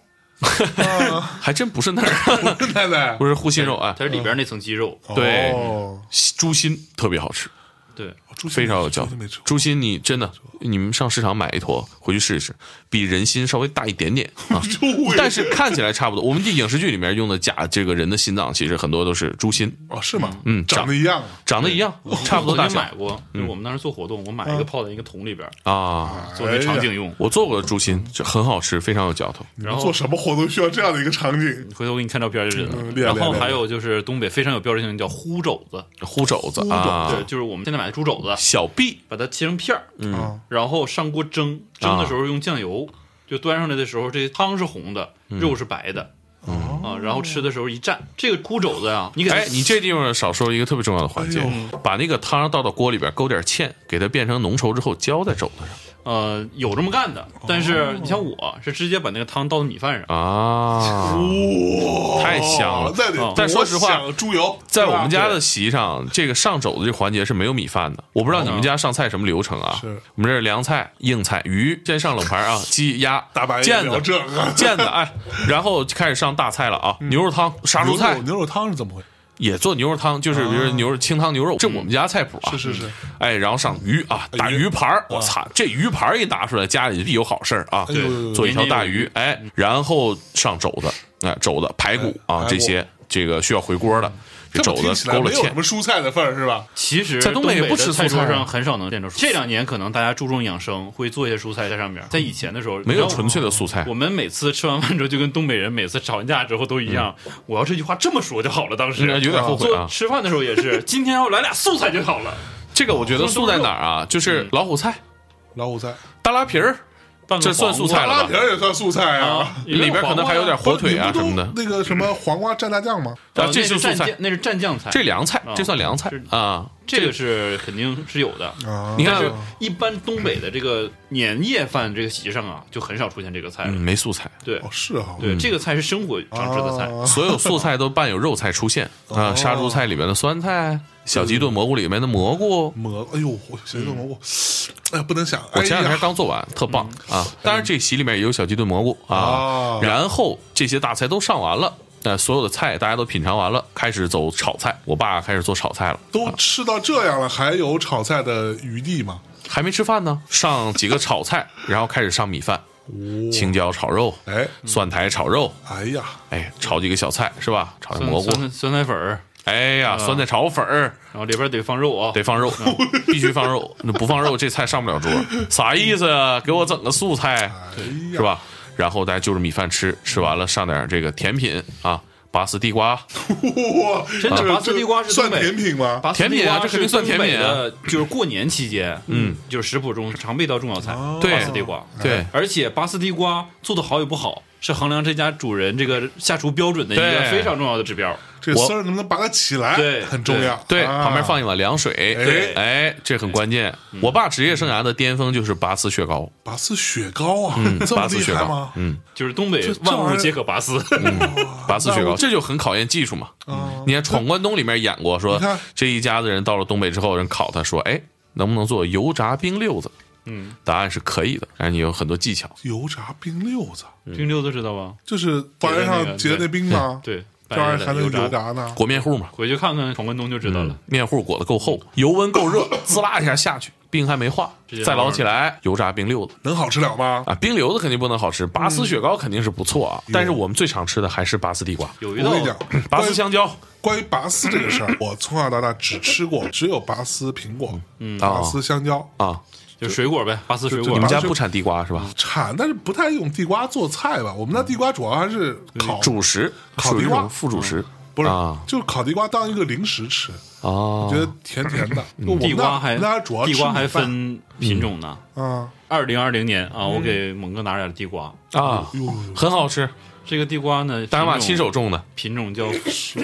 啊还真不是那儿， 奶奶不是护心肉，哎它，是里边那层肌肉，对哦猪心特别好吃，对，猪心非常有嚼猪心劲没吃。过，猪心你真的，你们上市场买一坨回去试一试，比人心稍微大一点点啊就但是看起来差不多。我们这影视剧里面用的假这个人的心脏，其实很多都是猪心，哦是吗？嗯长得一样啊长得一样，差不多大我曾经小嗯买过，就是我们当时做活动，我买一个泡在一个桶里边儿啊。作为场景用。我做过猪心，这很好吃，非常有嚼头。然后做什么活动需要这样的一个场景？回头我给你看照片就知道嗯了。厉害然厉后害还有就是东北非常有标志性的叫烀肘子，烀肘子啊对，，就是我们现在买的猪肘子，小臂把它切成片儿，嗯啊，然后上锅蒸，蒸啊的时候用酱油，就端上来的时候，这汤是红的，嗯肉是白的，啊，然后吃的时候一蘸，这个烀肘子啊，你给它哦哎，你这地方少说一个特别重要的环节哎，把那个汤倒到锅里边，勾点芡，给它变成浓稠之后，浇在肘子上呃有这么干的，但是你像我是直接把那个汤倒到米饭上，啊。 哇，太香了那嗯得但说实多话香猪油在我们家对的吧席上，这个上肘子这环节是没有米饭的。我不知道你们家上菜什么流程啊？是我们这是凉菜、硬菜、鱼，先上冷盘啊，鸡、鸭、大白腱聊子、这个嗯腱子，哎，然后就开始上大菜了啊，牛肉汤、杀猪菜牛肉牛肉汤是怎么回？也做牛肉汤，就是比如说牛肉清汤牛肉，这我们家菜谱哦啊。嗯是是嗯是，哎，然后上鱼啊，大鱼盘儿，我操，这鱼盘儿一拿出来，家里必有好事儿啊。哎呦嗯对做一条大鱼，哎，然后上肘子，哎，肘子、排骨哎啊排骨嗯这些，这个需要回锅的，这肘么听子起来勾了没有芡什。么蔬菜的份儿是吧？其实在东北北也不的吃菜蔬菜啊桌上很少能见着蔬菜。这两年可能大家注重养生，会做一些蔬菜在上面。在以前的时候，嗯没你知有道纯粹的素菜啊我。们每次吃完饭之后，就跟东北人每次吵完架之后都一样，我要这句话这么说就好了。当时嗯有点后悔啊做吃饭的时候也是，今天要来俩素菜就好了。嗯这个我觉得素在哪儿啊？就是老虎菜、老虎菜大拉皮儿、拌 个这算素菜大了吧拉皮儿也算素菜啊啊，，里边可能还有点火腿啊不是什你不么的都，那个什么黄瓜蘸大酱吗？啊啊，这那就是是素蘸菜酱，，那是蘸酱菜，这凉菜，嗯这算凉菜哦这啊。这个是肯定是有的。啊，你看但是，一般东北的这个年夜饭这个席上啊，就很少出现这个菜了。嗯，没素菜，对哦是哈，嗯对，这个菜是生火常吃的 菜。啊所有素菜都伴有肉菜出现啊， 哦杀猪菜里面的酸菜，小鸡炖蘑菇里面的蘑菇。蘑，哎呦，我谁做蘑菇？哎呀，不能想，我哎前两天呀，刚做完，特棒哎啊！当然，这席里面也有小鸡炖蘑菇啊哦。然后这些大菜都上完了，那所有的菜大家都品尝完了，开始走炒菜。我爸开始做炒菜了，都吃到这样了，还有炒菜的余地吗？还没吃饭呢，上几个炒菜， 然后开始上米饭，青椒炒肉，哦哎，蒜苔炒肉，哎呀，哎，炒几个小菜是吧？炒点酸蘑菇，嗯酸酸奶粉儿，哎嗯呀，酸菜炒粉儿然后里边得放肉啊。得放肉，嗯必须放肉，那不放肉这菜上不了桌，啥意思啊？给我整个素菜哎呀，是？吧？然后大家就着米饭吃，吃完了上点这个甜品啊，拔丝地瓜，哇，真的这个拔丝地瓜是算东北甜品吗？拔丝甜品啊地瓜这肯定是算甜品啊东北的就是过年期间，嗯，就是食谱中常备到重要菜，哦对拔丝地瓜。哎对而且拔丝地瓜做的好与不好，是衡量这家主人这个下厨标准的一对个非常重要的指标。这我丝儿能不能拔得起来？对很重要。对，啊嗯旁边放一碗凉水对，哎，这很关键。我爸职业生涯的巅峰就是拔丝雪糕，拔丝雪糕啊，这么嗯拔丝厉雪害糕吗，？嗯，就是东北这这玩意儿万物皆可拔丝，拔丝雪那糕，我这就很考验技术嘛。啊你看《闯关东》里面演过，说你看这一家子人到了东北之后，人考他说，哎，能不能做油炸冰溜子？嗯，答案是可以的，但是你有很多技巧。油炸冰溜子，嗯冰溜子知道吧？就是法院上结结的那个那冰吗？，对，这玩白意儿的还能油油炸呢？裹面糊嘛，嗯回去看看闯关东就知道了。面糊裹得够厚，油温够热，滋啦一下下去，冰还没化直，接再捞捞起来，油炸冰溜子能好吃了吗？啊，冰溜子肯定不能好吃，拔嗯丝雪糕肯定是不错啊，但是我们最常吃的还是拔丝地瓜、有一我道跟你讲，拔关丝于香蕉啊关于拔丝这个事儿，我从小到大只吃过只有拔丝苹果，嗯拔哦丝香蕉啊。就是水果呗，拔丝水就你果们拔。家丝嗯不产地瓜是吧？产，但是不太用地瓜做菜吧？我们那地瓜主要还是烤，主食烤属于一地瓜种副主食，不是嗯啊就是烤地瓜当一个零食吃，啊嗯觉，得甜甜的。嗯我们地那瓜还我们那主要地瓜吃米还饭分品种呢。啊，二零二零年啊，我给猛哥拿点地瓜，啊，很好吃，这个地瓜呢，丹马品种亲手种的品种叫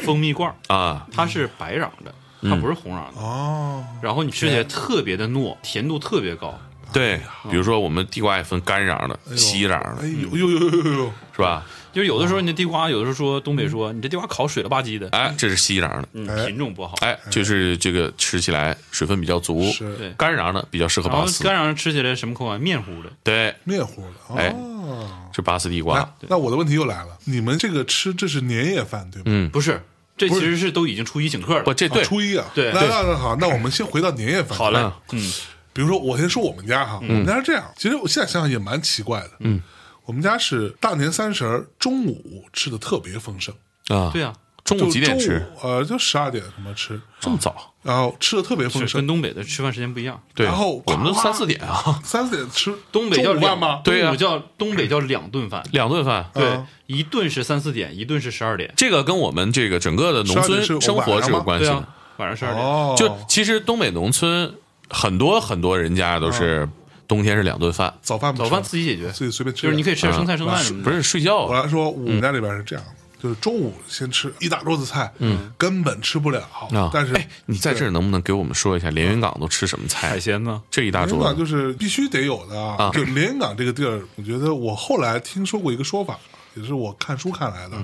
蜂蜜罐儿，啊，它是白瓤的，它不是红瓤的。哦，然后你吃起来特别的糯，甜度特别高。对，比如说我们地瓜也分干瓤的、稀瓤哎的，呦呦呦呦呦呦，是吧？就是有的时候你的地瓜，有的时候说东北说你这地瓜烤水了吧唧的，哎，这是稀瓤的，嗯，哎品种不好。哎，就是这个吃起来水分比较足，是对干瓤的比较适合然后拔丝，干瓤吃起来什么口感？面糊的。对，面糊的，哎哦。是拔丝地来瓜。，那我的问题又来了，你们这个吃这是年夜饭对吗？嗯不是，这其实是都已经初一请客不，了。这对啊初一啊，对那对那那好，那我们先回到年夜饭。好嘞嗯，嗯，比如说我先说我们家哈，我们家是这样，其实我现在想想也蛮奇怪的，嗯，我们家是大年三十儿中午吃的特别丰盛，啊，对啊，中午就几点中午吃？？呃，就十二点什么吃，这么早？然后吃的特别丰是盛跟，东北的吃饭时间不一样。对，然后我们都夸三四点啊，三四点吃东北叫中午饭两吗？对啊东北叫东北叫两顿饭。两顿饭。对嗯，一顿是三四点，一顿是十二点。这个跟我们这个整个的农12点是村生活是有关系对的。啊，晚上十二点。哦，就其实东北农村很多很多人家嗯都是冬天是两顿饭，早饭不早吃饭自己解决，自己随便吃，就是你可以吃嗯点生菜生饭什么不的。是睡觉嗯我啊。来说，我们家里边是这样的，就是中午先吃一大桌子菜，嗯，根本吃不了啊。但是哎，你在这儿能不能给我们说一下连云港都吃什么菜？鲜呢？这一大连云桌港子就是必须得有的啊！就连云港这个地儿，我觉得我后来听说过一个说法，也是我看书看来的，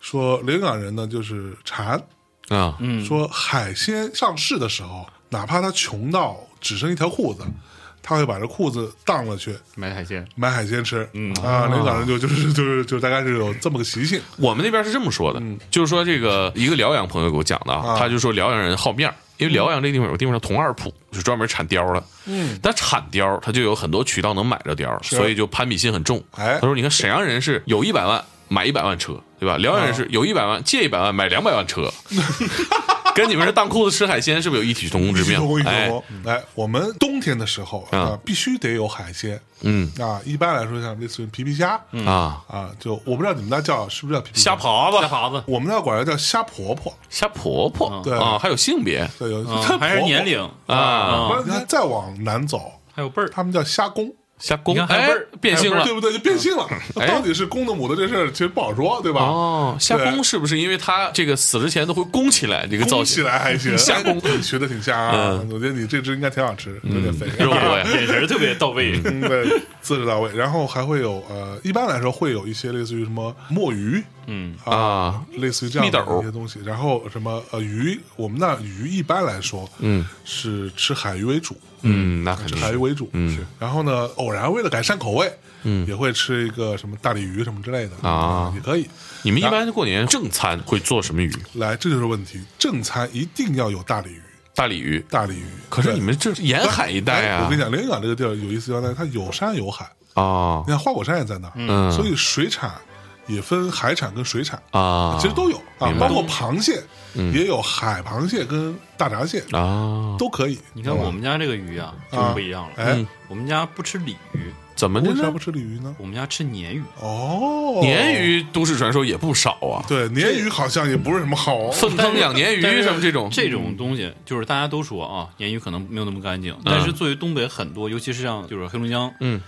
说连云港人呢就是馋，啊，说海鲜上市的时候，哪怕他穷到只剩一条裤子，他会把这裤子当了去买海鲜，买海鲜吃。嗯啊，连云港人就就是就是就大概是有这么个习性。我们那边是这么说的，就是说这个一个辽阳朋友给我讲的嗯啊，啊他就说辽阳人好面儿，因为辽阳这地方有个地方叫铜二铺，是专门产貂的。嗯，但产貂它就有很多渠道能买着貂，所以就攀比心很重。哎他说你看沈阳人是有一百万买一百万车，对吧？辽阳人是有一百万借一百万买两百万车， 跟你们这当裤子吃海鲜是不是有异曲同工之一妙头一？头哎，哎，我们冬天的时候啊，必须得有海鲜。嗯啊，一般来说像类似于皮皮虾啊，啊，就我不知道你们那叫是不是叫皮皮虾爬虾子、爬子，我们那管它叫虾婆婆，虾婆婆对啊，还有性别对，有嗯还是年龄啊啊。不是你看再往南走，还有辈儿，他们叫虾公瞎攻你，看哎还不是，变性了对。不对？就变性了，哎到底是公的母的这事儿，其实不好说，对吧？哦，瞎对攻是不是因为他这个死之前都会弓起来这个造攻起型？来还行，哎瞎攻你学的挺像啊！我觉得你这只应该挺好吃，有点肥，肉多呀，啊眼神儿特别到位。嗯对，姿势到位。然后还会有呃，一般来说会有一些类似于什么墨鱼，嗯啊，类似于这样蜜的豆一些东西。然后什么呃鱼，我们那鱼一般来说，嗯，是吃海鱼为主，嗯，那肯吃定海鱼是为主。嗯，然后呢，偶然为了改善口味，嗯，也会吃一个什么大鲤鱼什么之类的啊也可以。你们一般过年正餐会做什么鱼？来，这就是问题，正餐一定要有大鲤鱼，大鲤鱼。大鲤鱼。可是对你们这是沿海一带哎我啊跟你讲，连云港这个地儿有意思就在于它有山有海，啊你看花果山也在那儿，嗯所以水产也分海产跟水产，啊！其实都有啊明，白包嗯括螃蟹、也有海螃蟹跟大闸蟹、啊，都可以。你看好吧我们家这个鱼啊，就啊不一嗯样了。嗯哎，我们家不吃鲤鱼，怎么的为啥呢不？吃鲤鱼呢？我们家吃鲶鱼。哦，鲶，鱼都市传说也不少啊，对，鲶鱼好像也不是什么好粪坑养鲶但鱼是什么这种，嗯这种东西，就是大家都说啊，鲶鱼可能没有那么干净，但是作为东北很多，尤其是像就是黑龙江，嗯，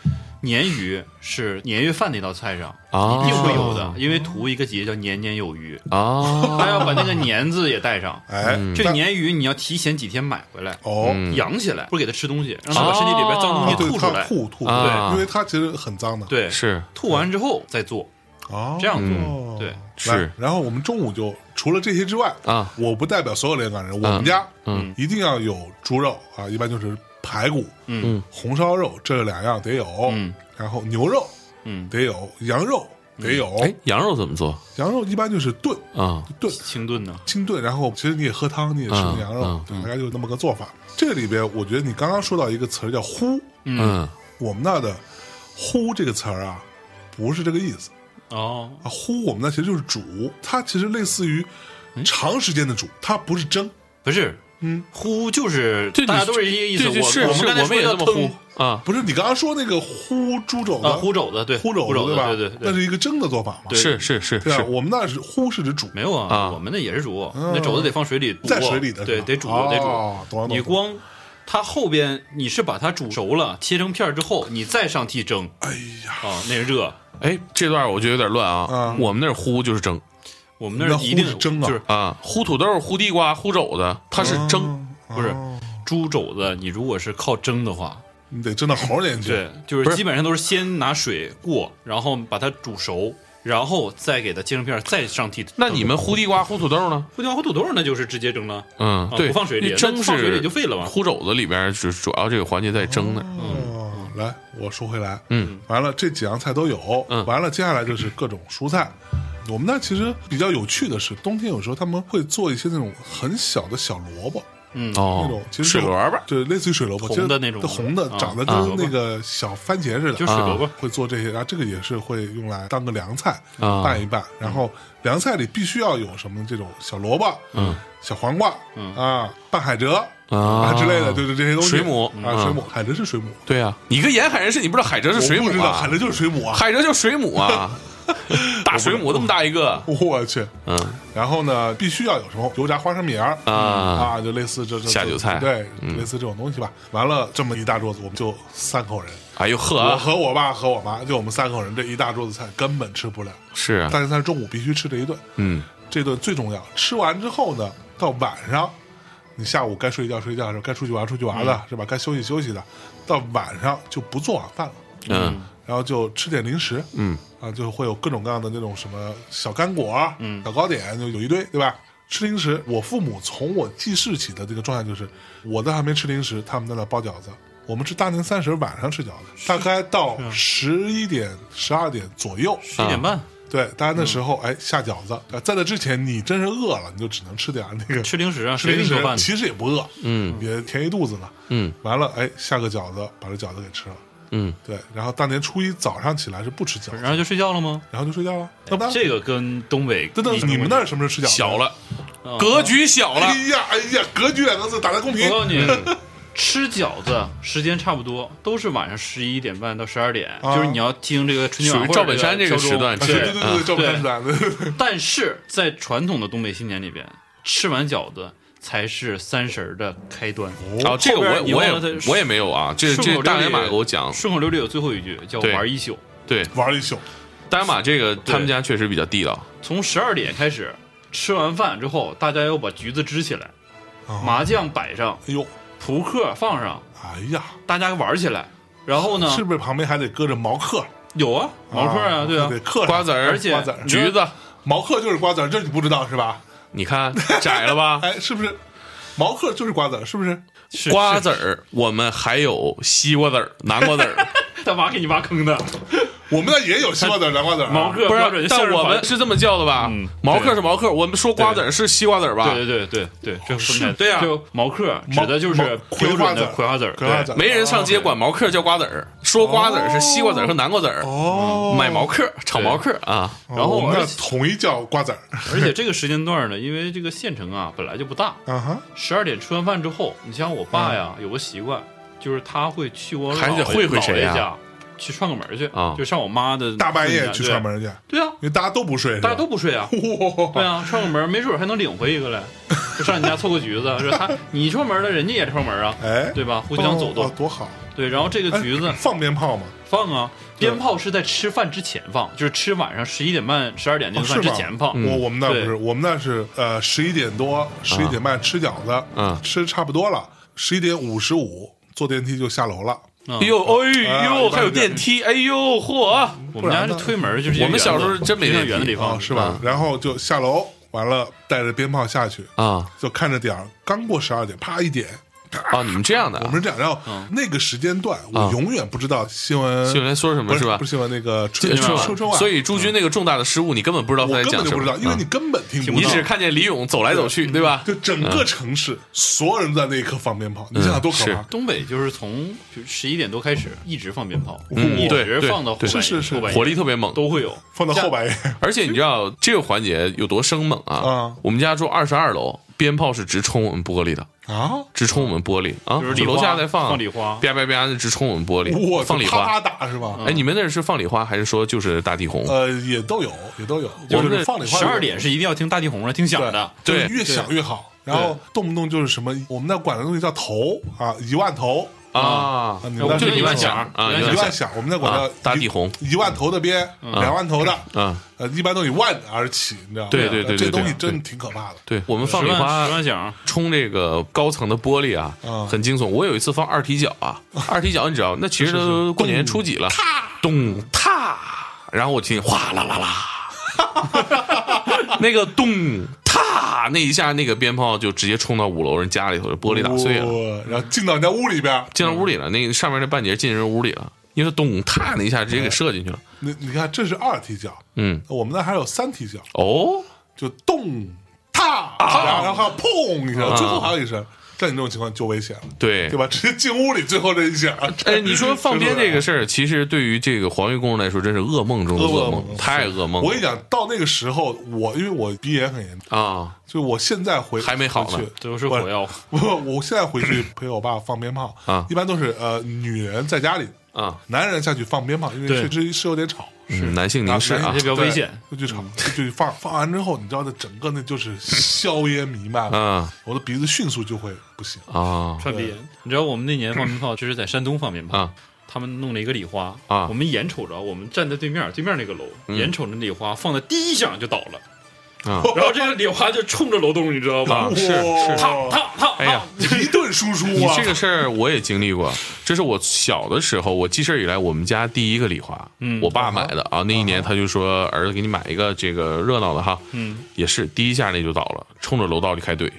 鲶鱼是年夜饭那道菜上啊一定会有的，因为图一个节叫年年有余，啊，他要把那个年字也带上。哎，这但鲶鱼你要提前几天买回来，哦，养起来，不是给它吃东西，让它把身体里边脏东啊西对，吐出它来，吐吐，啊对，因为它其实很脏的。，对，是吐完之后再做，哦，这样哦做，对，是来然后我们中午就除了这些之外啊，我不代表所有连云港人，我们家嗯一定要有猪肉啊，一般就是排骨、嗯红烧肉这两样得有，嗯然后牛肉嗯，得有，羊肉得有，哎，羊肉怎么做羊肉一般就是炖啊？炖。清炖呢，清炖，然后其实你也喝汤，你也吃啊嗯羊肉嗯，对大概就那么个做法。这里边我觉得你刚刚说到一个词儿叫“烀”，嗯我们那的“烀”这个词儿啊，不是这个意思。哦，啊，烀我们那其实就是煮，它其实类似于长时间的煮，它不是蒸。不是，嗯，呼就是对你大家都是一个意思。对对我是我是们刚才我们也说这的么烹呼啊，不是你刚刚说那个烀猪肘子，啊，呼肘子，对，烀肘呼肘对吧？对那对。是一个蒸的做法嘛？对是是是对啊，是我们那是烀是指煮，没有啊啊，我们那也是煮，那肘子得放水里，哦在水里的是对，吧得煮，哦得懂了懂煮。了你光它后边你是把它煮熟了，切成片儿之后，你再上屉蒸哎呀，啊，那热。哎，这段我觉得有点乱啊啊。我们那儿呼就是蒸我们那那儿一定呼是蒸啊就是啊，呼土豆、呼地瓜、呼肘子，它是蒸哦，不是哦猪肘子，你如果是靠蒸的话，你得蒸到喉里去。对，就不是是基本上都是先拿水过，然后把它煮熟，然后再给它切成片儿，再上屉。那你们呼地瓜、呼土豆呢？胡椒和土豆那就是直接蒸了。嗯，啊对，不放水里那蒸是那放水里就废了嘛烀肘子里边主主要这个环节在蒸那儿哦，来，我说回来，嗯，完了这几样菜都有，嗯完了接下来就是各种蔬菜。我们那其实比较有趣的是，冬天有时候他们会做一些那种很小的小萝卜，嗯，那哦种，其实水就萝卜对，类似于水萝卜，红其实的那种红的啊长得啊跟那个小番茄似的，啊就水萝卜。会做这些，然后这个也是会用来当个凉菜啊拌一拌，然后凉菜里必须要有什么这种小萝卜，嗯，小黄瓜，嗯啊，拌海蜇啊之类的，就是这些东西。水母嗯啊，水母，海蜇是水母，对啊，你个沿海人士，你不知道海蜇是水我不知母道啊海？蜇就是水母啊，海蜇叫水母啊，大水母这么大一个， 我去。嗯然后呢，必须要有什么油炸花生米儿啊，啊，就类似这这下酒菜嗯对，类似这种东西吧。完了，这么一大桌子，我们就三口人，哎呦呵我啊，和我爸和我妈，就我们三口人，这一大桌子菜根本吃不了。是啊，大年三十中午必须吃这一顿，嗯，这顿最重要。吃完之后呢，到晚上，你下午该睡觉睡觉的时候，该出去玩出去玩的、嗯是吧？该休息休息的，到晚上就不做晚饭了，嗯然后就吃点零食，嗯，啊，就会有各种各样的那种什么小干果，嗯，小糕点，就有一堆，对吧？吃零食，我父母从我记事起的这个状态就是，我在还没吃零食，他们在那包饺子。我们是大年三十晚上吃饺子，大概到十一点、十二点左右，十一点啊半对，大家那时候、哎下饺子，呃在那之前你真是饿了，你就只能吃点那个吃零食啊，吃谁给零你食做，饭呢？其实也不饿，嗯，也填一肚子呢。嗯完了哎下个饺子，把这饺子给吃了。嗯，对，然后大年初一早上起来是不吃饺子，然后就睡觉了吗？然后就睡觉了。要不然，这个跟东北真的你们那儿什么时候吃饺子？小，了，嗯格局小了哎，呀哎呀，格局两个字打在公屏我告诉你， 吃饺子时间差不多，都是晚上十一点半到十二点，啊就是你要听这个春节属晚于会赵本山这个敲钟时段啊对对是对，对对对，照不对看出来的。但是在传统的东北新年里边，吃完饺子才是三十的开端。啊，这个哦后边我你我忘了也它我也没有啊，这顺这口溜大里野马给我讲，顺口溜里有最后一句叫对玩一宿，对玩了一宿，大野马这个他们家确实比较地道，从十二点开始，吃完饭之后，大家要把橘子支起来，啊麻将摆上，哎呦，扑克放上，哎呀，大家玩起来。然后呢，是不是旁边还得搁着毛嗑？有啊，毛嗑啊，对啊得，嗑瓜子儿，儿，而且瓜子儿橘子，毛嗑就是瓜子儿，这你不知道是吧？你看窄了吧？哎，是不是？毛嗑就是瓜子儿，是不是？是瓜子儿，我们还有西瓜子儿、南瓜子儿， 是他妈给你挖坑的我们那也有西瓜子儿、南瓜子儿啊，毛嗑，不标准是？相但声我团们是这么叫的吧？毛嗑是毛嗑，我们说瓜子儿是西瓜子儿啊吧？对对对对对，这分是开对啊就毛嗑毛指的就哦毛是葵标花准籽的儿葵花籽儿，嗑瓜对子儿，没人上街管毛嗑叫瓜子儿，说瓜子儿是西瓜子儿和南瓜子儿，哦，买毛嗑炒毛嗑啊。然后我们而哦那 且统一叫瓜子儿，而且这个时间段呢，因为这个县城啊本来就不大，啊哈，十二点吃完饭之后，你像我嗯爸呀，有个习惯，就是他会去我还得姥爷会会谁姥呀爷家去串个门去啊就上我妈的大半夜家去串，门去，因对对啊，为大家都不睡，是吧，大家都不睡啊哇对啊，串个门没准还能领回一个嘞，就上你家凑个橘子，说他你串门了，人家也串门啊， 哎，对吧？互相走哦动哦，多好。对，然后这个哎橘子放鞭炮嘛，放啊，鞭炮是在吃饭之前放，就是吃晚上十一点半、十二点那哦是顿饭之吗前放，嗯我我们那不对是，我们那是呃十一点多、十一点半吃饺子，啊嗯吃差不多了，十一点五十五坐电梯就下楼了。嗯哎呦，哎啊呦，一般还有是这样电梯，哎呦，嚯！我们家不然这呢推门就是一个我们小时候园子真没一电个梯园子里哦放，，是嗯吧？然后就下楼，完了带着鞭炮下去，啊就看着点儿，刚过十二点，啪一点，啊，你们这样的我啊们是这样。然后嗯那个时间段，啊我永远不知道新闻新闻说什不么是是吧不？是新闻那个春春春春晚，所以朱军那个重大的失误，你根本不知道他我在根讲本什就么，不知道，因为你啊根本听不你到。只看见李勇走来走去，对吧？就整个城市，所有人都在那一刻放鞭炮，你嗯想想多可怕！东北就是从就十一点多开始一直放鞭炮，嗯一对直对放到后对半夜，是是是后半夜火力特别猛，都会有。放到后半夜，而且你知道这个环节有多生猛啊啊？我们家住二十二楼，鞭炮是直冲我们玻璃的， 啊，直冲我们玻璃啊就是！礼就花楼下在放礼花啪啪啪就直冲我们玻我璃，放礼啪啪花。打是吧？哎，你们那是放礼花还是说就是大地红？呃，也都有，也都有，我们就那是放礼花，十二点是一定要听大地红了，听响的。就是对越响越好。然后动不动就是什么，我们那管的东西叫头啊，一万头呃啊你们那，就就一万响响啊，一一万万，响，我们那管啊叫大一地红一万头的鞭，两万头的，嗯，呃，一般都以万而起，你知道吗？对对对对这东西对真的挺可怕的。对我们放十礼万花十万响，冲这个高层的玻璃啊，嗯很惊悚。我有一次放二踢脚 啊，二踢脚你知道，那其实都过年初几了，咚踏，然后我听哗啦啦啦， 那个咚踏那一下，那个鞭炮就直接冲到五楼人家里头，玻璃打碎了，哇然后进到人家屋里边，进到屋里了，那个上面那半截进人屋里了，因为咚踏那一下直接给射进去了。你你看，这是二踢脚，嗯，我们那还有三踢脚，哦，就咚踏，啊然后还有砰一声，最后还有一声。像你这种情况就危险了，对对。吧？直接进屋里，最后这一响，哎，你说 放鞭这个事儿，其实对于这个黄玉工人来说，真是噩梦中的噩噩梦，梦太噩梦我了跟你讲，到那个时候，我因为我鼻炎很严重，啊！就我现在回还没好呢回去都是火药。不，我现在回去 陪我爸放鞭炮啊一般都是呃女人在家里啊，男人下去放鞭炮，因为对确实是有点吵。嗯，男性凝视男啊这，比较危对险。，就去吵，就去放。放完之后，你知道，那整个那就是硝烟弥漫，嗯我的鼻子迅速就会不行。啊串鼻，你知道我们那年放鞭炮，就是在山东放鞭炮啊，他们弄了一个礼花啊嗯我们眼瞅着，我们站在对面，对面那个楼，眼瞅着礼花放的第一响就倒了，啊！ 然后这个礼花就冲着楼栋，你知道吧啊？是是烫烫烫！哎呀烫，一顿输出 你啊！这个事儿我也经历过，这是我小的时候，我记事儿以来我们家第一个礼花，嗯我爸买的啊。那一年他就说儿子给你买一个这个热闹的哈，嗯，也是第一下那就倒了，冲着楼道里开怼，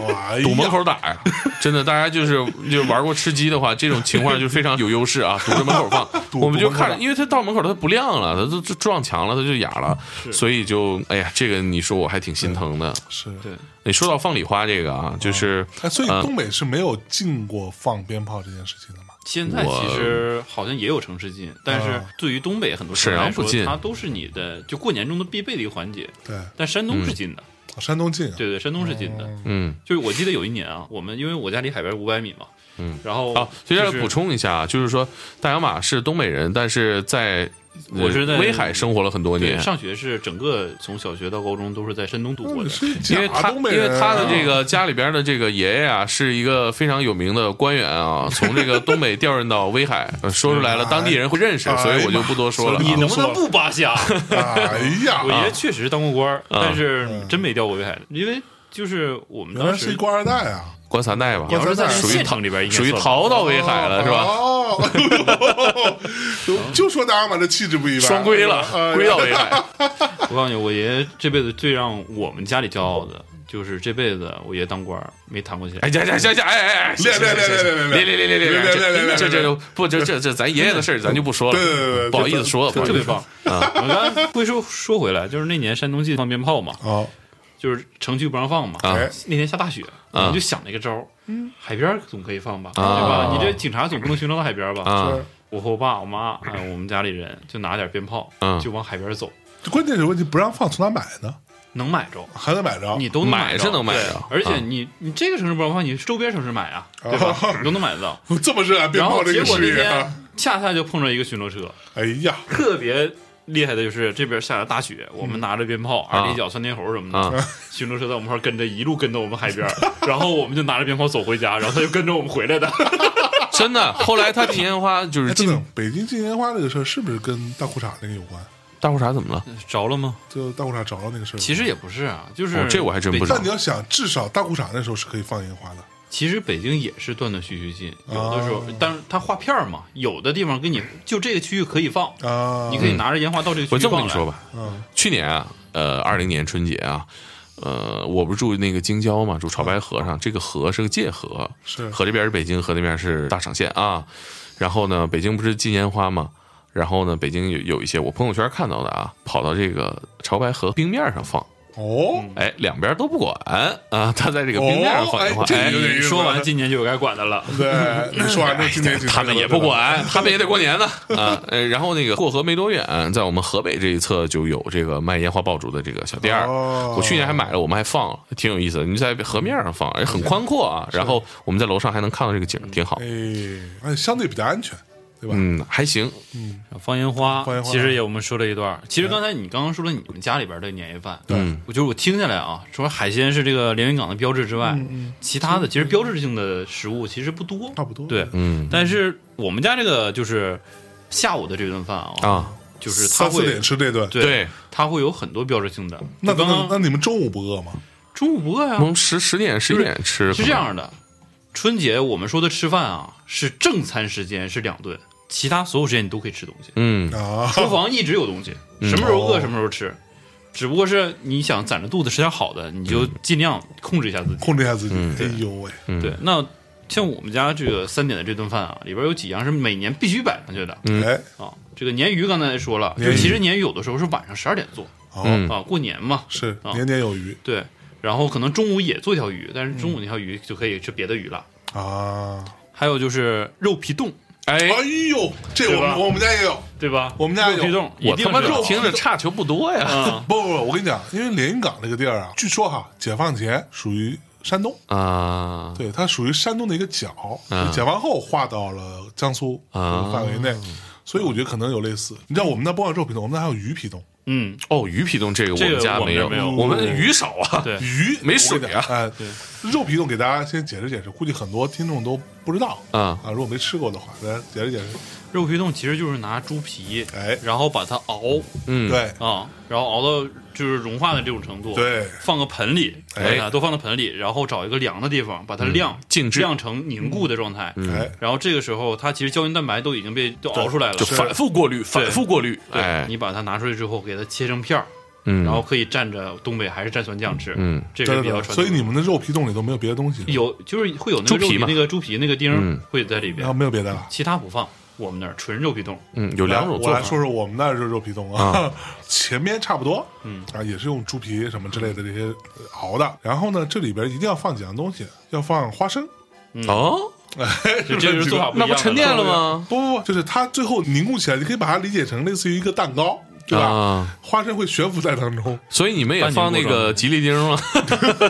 哇哎呀堵门口打呀， 真的，大家就是就玩过吃鸡的话，这种情况就非常有优势啊，堵着门口放， 堵我们就看堵门口着，打因为他到门口他不亮了，他都就撞墙了，他就哑了，所以就哎呀，这个你说我还挺心疼的。是，对，你哎说到放礼花这个啊，就是哎，所以东北是没有禁过放鞭炮这件事情的嘛？现在其实好像也有城市禁，但是对于东北很多啊沈城市阳来说不禁它都是你的就过年中的必备的一个环节。对，但山东是禁的，山东禁啊，对对，山东是禁的。嗯。就是我记得有一年啊，我们因为我家离海边五百米嘛，嗯，然后啊，接下来就是补充一下，就是说大洋马是东北人，但是在呃我是在威海生活了很多对，年，上学是整个从小学到高中都是在山东度嗯过的你。是因为假他东因北为人啊他的这个家里边的这个爷爷啊，是一个非常有名的官员啊，从这个东北调任到威海，呃说出 来了，当地人会认识，哎所以我就不多说了。啊哎呀你妈能不能不扒 瞎？哎呀我，爷确实当过官儿，但是嗯啊真没调过威海，因为就是我们原来当是一时官二代啊， 官三代吧，你要是在官三代啊属于县逃城里边应该属于算逃到威海了是吧？哦，哎呦 就说大阿玛这气质不一般，哎双规哦了，归到威海。我告诉你，我爷爷这辈子最让我们家里骄傲的，就是这辈子我爷当官儿没谈过钱。哎呀呀呀呀！哎哎哎！练练练练练练！这这这不这这这咱爷爷的事儿咱就不说了，不好意思说，特别棒！啊！我刚才归说说回来，就是那年山东禁放鞭炮嘛，哦， 就是城区不让放嘛。啊哎，那天下大雪，我啊们就想了一个招儿，海边儿总可以放吧，对啊吧？你这警察总不能巡逻到海边儿吧？啊！我和我爸、我妈，还有我们家里人，就拿点鞭炮嗯，就往海边儿走，关键是问题不让放，从哪买呢？能买着。还能买着？你都能哦买着是能买对着而且啊你你这个城市不让放，你周边城市买啊，对啊吧？你都能买得到。 这么热爱鞭然炮后这结个果那事业天啊，恰恰就碰着一个巡逻车，哎呀，特别厉害的就是这边下着大雪，我嗯们拿着鞭炮、啊二踢脚、窜天猴什么的啊， 巡逻车在我们旁边跟着，一路跟着我们海边，然后我们就拿着鞭炮走回家，然后他就跟着我们回 来的。真 的，后来他提烟花就是哎，等进等，北京禁烟花这个事儿是不是跟大裤衩那个有关？大裤衩怎么了？着了吗？就大裤衩着了那个事儿。其实也不是啊，就是、哦这我还真不知道但你要想，至少大裤衩那时候是可以放烟花的。其实北京也是断断续续进，有的时候，但是它划片儿嘛，有的地方跟你就这个区域可以放，啊，你可以拿着烟花到这个区域我这么放跟你说吧，吧，嗯去年啊，呃，二零年春节啊，呃，我不是住那个京郊嘛，住潮白河上，这个河是个界河，是河这边是北京，河那边是大赏县啊。然后呢，北京不是禁烟花嘛，然后呢，北京有有一些我朋友圈看到的啊，跑到这个潮白河冰面上放，哦，哎，两边都不管啊，他在这个冰面上放烟哦花，哎这哎个有点你说完今年就有该管的了。对，你说完这今年嗯 他们也不，管，他们也得过年呢 啊。呃然后那个过河没多远，在我们河北这一侧就有这个卖烟花爆竹的这个小店儿。哦我去年还买了，我们还放了，挺有意思的。你在河面上放，哎很宽阔啊。然后我们在楼上还能看到这个景儿，挺好。哎，而且相对比较安全，对吧？嗯，还行。放烟花，放烟花其实也我们说了一段儿。其实刚才你刚刚说了你们家里边的年夜饭，对嗯我觉得我听下来啊，除了海鲜是这个连云港的标志之外，其他的其实标志性的食物其实不多，差不多对，嗯但是我们家这个就是下午的这顿饭啊，啊，就是它三四会点吃这顿，对对，它会有很多标志性的。那就刚那那刚你们中午不饿吗？中午不饿呀我，们十十点十一点吃，嗯是这样的，春节我们说的吃饭啊，是正餐时间是两顿，其他所有时间你都可以吃东西。嗯，啊， 厨房一直有东西，什么时候饿什么时候吃，只不过是你想攒着肚子吃点好的，你就尽量控制一下自己。控制一下自己。嗯哎呦喂，嗯对，那像我们家这个三点的这顿饭啊，里边有几样是每年必须摆上去的嗯哎，啊。这个鲶鱼刚才也说了，就鲶鱼是其实鲶鱼有的时候是晚上十二点做哦，嗯啊，过年嘛，是啊年年有余对。然后可能中午也做一条鱼，但是中午那条鱼就可以吃别的鱼了。啊。还有就是肉皮冻，哎，哎呦，这我对吧们我们家也有。对吧？我们家有肉皮冻一我定他妈是就有听着差球不多呀啊，不不不，我跟你讲，因为连云港这个地儿啊，据说哈，解放前属于山东， 啊，对，它属于山东的一个角，嗯解放后划到了江苏啊范围内，所以我觉得可能有类似。你知道我们那不光有肉皮冻，我们那还有鱼皮冻，嗯，哦，鱼皮冻这个我这个们家我们有，没有我们鱼少啊，对鱼没我水啊跟你讲哎，对，肉皮冻给大家先解释解释，估计很多听众都不知道啊啊，如果没吃过的话，大家解释解释。肉皮冻其实就是拿猪皮，哎然后把它熬嗯，对，啊，然后熬到就是融化的这种程度，对放个盆里，哎嗯啊，都放到盆里，然后找一个凉的地方把它晾静置晾成凝固的状态，嗯哎，然后这个时候它其实胶原蛋白都已经被都熬出来了，就反复过滤，反复过滤，对哎，你把它拿出来之后给它切成片儿，嗯然后可以蘸着东北还是蘸蒜酱吃，嗯，这对个比对较对，传所统。以你们的肉皮冻里头没有别的东西，有就是会有那猪个皮肉皮嘛那个猪皮那个钉嗯儿会在里然后边，啊没有别的了。其他不放。我们那儿纯肉皮 冻，嗯，有两种我做来法。说说我们那儿是肉皮冻啊， 前面差不多，嗯啊，也是用猪皮什么之类的这些呃熬的。然后呢，这里边一定要放几样东西，要放花生，哦，就这就是做嗯法不一那样的。不沉淀了吗？ 不不不，就是它最后凝固起来，你可以把它理解成类似于一个蛋糕，对吧？啊，花生会悬浮在当中，所以你们也放那个吉利丁 了？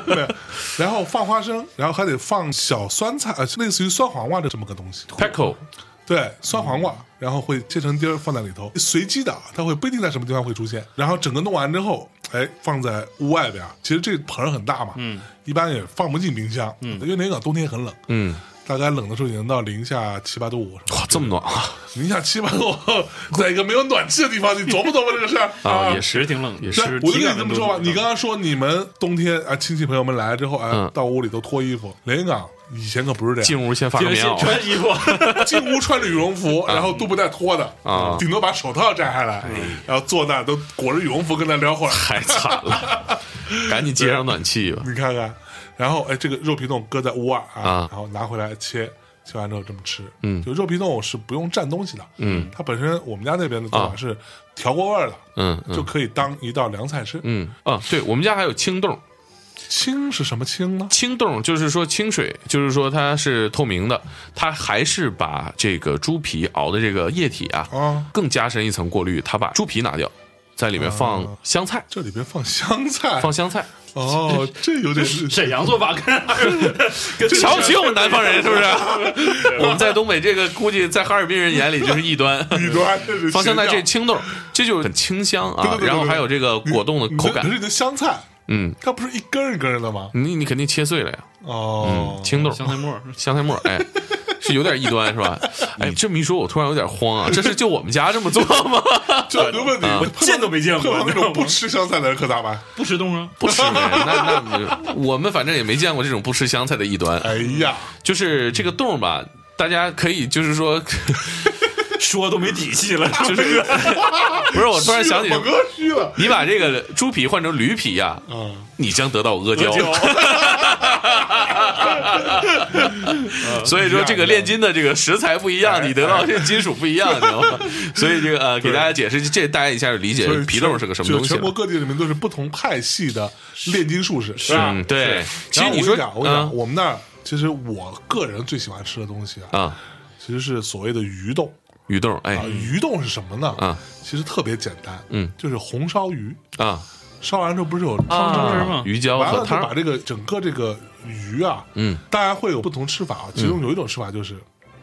对，然后放花生，然后还得放小酸菜，呃，类似于酸黄瓜的这么个东西，pickle 对，酸黄瓜，然后会切成丁儿放在里头，随机的，它会不一定在什么地方会出现。然后整个弄完之后，哎，放在屋外边儿。其实这盆儿很大嘛，嗯，一般也放不进冰箱，嗯，因为那个冬天也很冷，嗯，大概冷的时候也能到零下七八度， 哇，这么暖啊！零下七八度， 在一个没有暖气的地方，你琢磨琢磨这个事儿啊，也其是实挺冷的，也对是我就体跟你这感么温度说吧，不你高刚刚说你们冬天啊，亲戚朋友们来之后啊，嗯到屋里头脱衣服，连云港以前可不是这样，进屋先发个就棉是袄，穿衣服， 进屋穿羽绒服，然后都不带脱的嗯啊哎顶多把手套摘下来，然后坐那都裹着羽绒服跟那聊会儿，太惨 了，赶紧接上暖气吧。你看看。然后哎，这个肉皮冻搁在屋外啊啊，然后拿回来切，切完之后这么吃。嗯就肉皮冻是不用蘸东西的。嗯，它本身我们家那边的做法啊是调过味儿的，嗯就嗯可以当一道凉菜吃。嗯啊，对我们家还有青冻，清是什么清呢？清冻就是说清水，就是说它是透明的，它还是把这个猪皮熬的这个液体啊，啊，更加深一层过滤，它把猪皮拿掉，在里面放香菜，这里边放香菜。放香菜。哦，这有点沈阳做法跟跟瞧不起我们南方人是不是？ 我们在东北这个估计在哈尔滨人眼里就是 异端。异端。是放香菜这邪教青豆，这就是很清香对啊对，对对然后还有这个果冻的口可感是，你的香菜，嗯，它不是一根儿一根儿的吗？你你肯定切碎了呀，嗯哦，青豆香菜末儿，香菜末， 哎，是有点异端是吧？嗯哎，这么一说，我突然有点慌啊，这是就我们家这么做 吗？就很多问啊题，我见都没见碰到，过那你知道种吗不吃香菜的人可咋办？不吃冻啊，不吃呗，那那我们反正也没见过这种不吃香菜的异端，哎呀，就是这个冻吧，大家可以就是 说，说都没底气 了，就是不是我突然想起虚了，猛哥虚了你把这个猪皮换成驴皮呀、啊！你将得到阿胶。 所以说，这个炼金的这个食材嗯不一样，你得到这个金属不一样，你知道 吗？所以这个呃，给大家解释，这大家一下就理解所以皮冻是个什么东就西啊全国了。各地里面都是不同派系的炼金术士。吧嗯，对。其实然后你我跟说啊讲，我跟你讲，我们那儿其实我个人最喜欢吃的东西啊啊，啊，其实是所谓的鱼冻鱼冻，哎啊。鱼冻是什么呢？啊，其实特别简单，嗯，就是红烧鱼，啊烧完之后不是有汤汁儿吗？啊吗，鱼胶完和了就汤把儿，这个整个这个鱼啊，嗯，当然会有不同吃法啊。其中有一种吃法就是，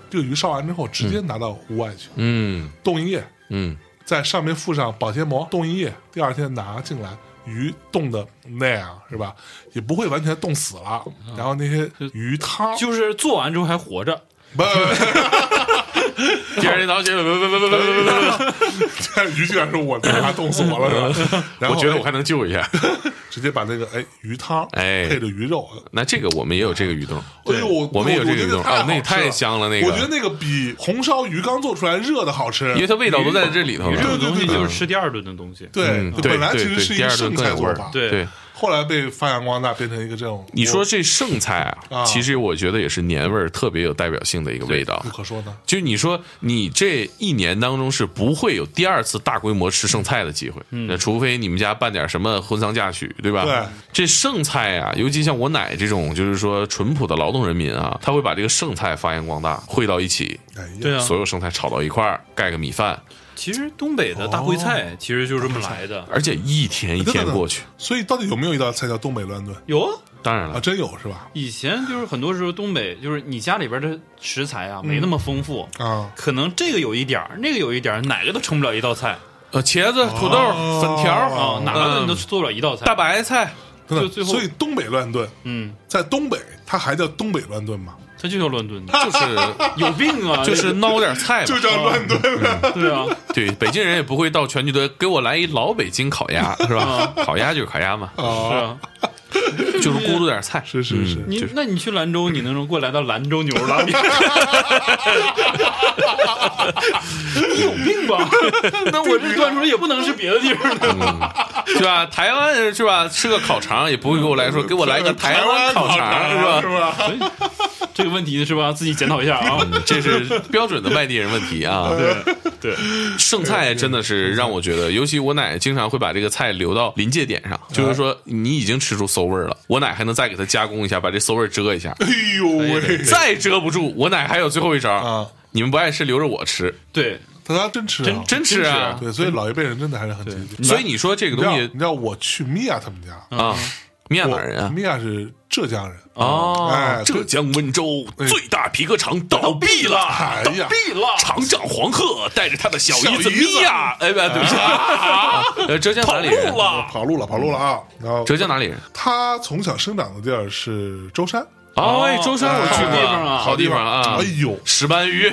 这个鱼烧完之后直接拿到屋外去嗯冻一夜，嗯，在上面附上保鲜膜冻一夜，第二天拿进来，鱼冻的那样是吧？也不会完全冻死了。然后那些鱼汤就是做完之后还活着，不，第二天早上起来，不不不不不不不这鱼竟然是我拿冻死我了是吧？然后不，我觉得我还能救一下。直接把那个哎鱼汤哎配着鱼肉， 那这个我们也有这个鱼 冻，哎呦我我们也有这个觉鱼得冻太啊，好那吃太了香了，那个我觉得那个比红烧鱼刚做出来热的好吃，因为它味道都在这里头鱼这了。种东对西对对就是吃第二顿的东西，对，嗯它对本来其对实对是一第个二顿剩更菜有做味儿法，对对，后来被发扬光大，变成一个这种你说这剩菜啊，啊其实我觉得也是年味儿特别有代表性的一个味道不。可说呢？就你说你这一年当中是不会有第二次大规模吃剩菜的机会，那除非你们家办点什么婚丧嫁娶，对吧？对这剩菜啊，尤其像我奶这种就是说淳朴的劳动人民啊，他会把这个剩菜发扬光大，烩到一起，哎呀，对啊，所有剩菜炒到一块儿，盖个米饭，其实东北的大烩菜其实就是这么来的，而且一天一等等天等过去。所以到底有没有一道菜叫东北乱炖有啊。当然啊？了，真有是吧？以前就是很多时候东北就是你家里边的食材啊没那么丰富，啊，可能这个有一点儿，那个有一点儿，哪个都成不了一道菜呃，茄子、土豆、哦粉条儿、啊，哪个你都嗯做不了一道菜大。白菜，等等就最后所以东北乱炖嗯，在东北，它还叫东北乱炖 吗？它就叫乱炖的，就是 有病 啊！就是这孬点菜嘛就。叫乱炖了。对 啊，对，北京人也不会到全聚德给我来一老北京烤 鸭，是吧？烤鸭就是烤鸭嘛，是啊，啊，哦就是咕噜点菜。是是是，嗯你那你去兰州，你能给我来到兰州牛 拉面？你有病吧？ 那我这端出来也不能是别的地方的。是吧？台湾人是吧？吃个烤肠也不会给我来说，给我来个台湾烤肠，嗯是是吧？吧？这个问题是吧？自己检讨一下啊。这是标准的外地人问题啊！ 对对，剩菜真的是让我觉得，尤其我奶经常会把这个菜留到临界点上，就是说你已经吃出馊味儿了，我奶还能再给它加工一下，把这馊味儿遮一下，哎呦对 喂，再遮不住，我奶还有最后一招，啊，你们不爱吃留着我吃，对，大家真吃啊真，真吃啊！对，所以老一辈人真的还是很节对俭。所以你说这你个知道东你西知道我去米娅他们家啊，米娅哪人啊？米娅是浙江人，哦哎，浙江温州最大皮革厂倒闭了，哎呀，毙了，厂长黄鹤带着他的小姨小子姨子米娅，哎，不对不起啊，呃，浙江哪里人跑？路跑路了，了，跑路了啊！然后浙江哪里人？他从小生长的地儿是舟山，哦，哎，舟山我好去地过方啊，好地方啊！哎呦，石斑鱼，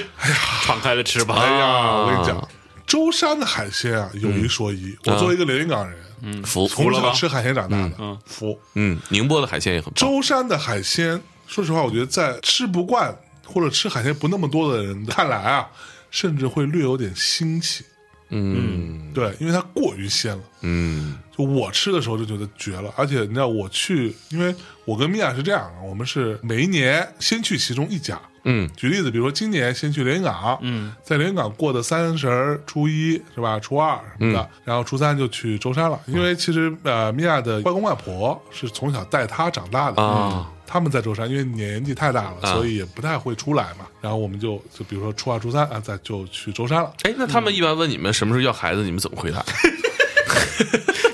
敞开了吃吧。哎呀，啊我跟你讲，舟山的海鲜啊，有一说一，我作为一个连云港人，嗯，嗯 服从了吧小吃海鲜长大的，服。嗯，宁波的海鲜也很棒。舟山的海鲜，说实话，我觉得在吃不惯或者吃海鲜不那么多的人看来啊，甚至会略有点腥气。嗯对，因为它过于鲜了。嗯就我吃的时候就觉得绝了，而且你知道我去，因为我跟米娅是这样啊，我们是每一年先去其中一家。嗯举例子，比如说今年先去连云港，嗯，在连云港过的三十儿、初一是吧，初二什么的，嗯然后初三就去舟山了。因为其实呃，米娅的外公外婆是从小带她长大的啊，他们在舟山，因为年纪太大了，啊所以也不太会出来嘛。然后我们就就比如说初二、初三啊，再就去舟山了。哎，那他们一般问你们什么时候要孩子，你们怎么回答？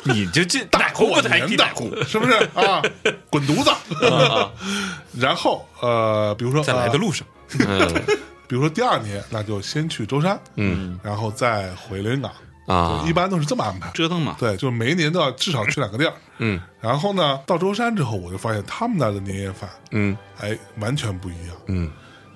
你就这奶壶不过抬年低的奶壶，是不是啊？滚犊啊子！ 然后呃，比如说在来的呃路上，嗯比如说第二年，那就先去舟山，嗯然后再回连云港，啊一，般都是这么安排。折腾嘛，对，就每一年都要至少去两个地 儿。嗯然后呢，到舟山之后，我就发现他们那儿的年夜饭，嗯哎，完全不一样，嗯，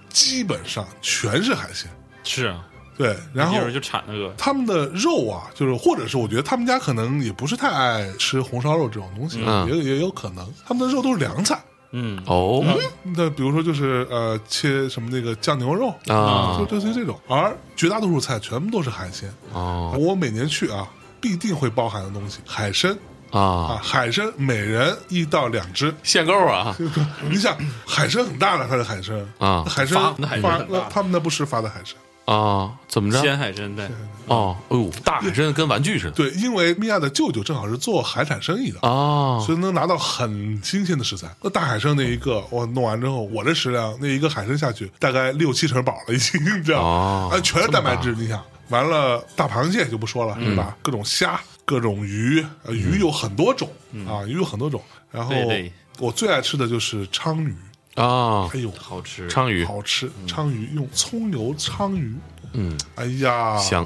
基本上全是海鲜。是啊，对，然后一会儿就产那个，他们的肉啊，就是或者是我觉得他们家可能也不是太爱吃红烧肉这种东西，嗯也也有可能他们的肉都是凉菜。嗯，哦那比如说就是呃切什么那个酱牛肉，啊就就是这种，而绝大多数菜全部都是海鲜。哦我每年去啊，必定会包含的东西，海参啊，啊，海参每人一到两只。限购啊，嗯你想，海参很大的，它的海参啊海发参的海参发很大他们那不吃发的海参。啊，怎么着？鲜海参对，哦，哎呦，大海参跟玩具似的对，因为米娅的舅舅正好是做海产生意的，啊所以能拿到很新鲜的食材。那大海参那一个，我弄完之后，我这食量那一个海参下去，大概六七成饱了已经，你知道吗啊，哦？全是蛋白质，你想。完了，大螃蟹就不说了，嗯是吧？各种虾，各种鱼，呃鱼有很多种啊，鱼有很多种。然后嗯对对我最爱吃的就是鲳鱼，啊，哎呦，好吃，鲳鱼好吃！鲳鱼用葱油鲳鱼，嗯，哎呀，香，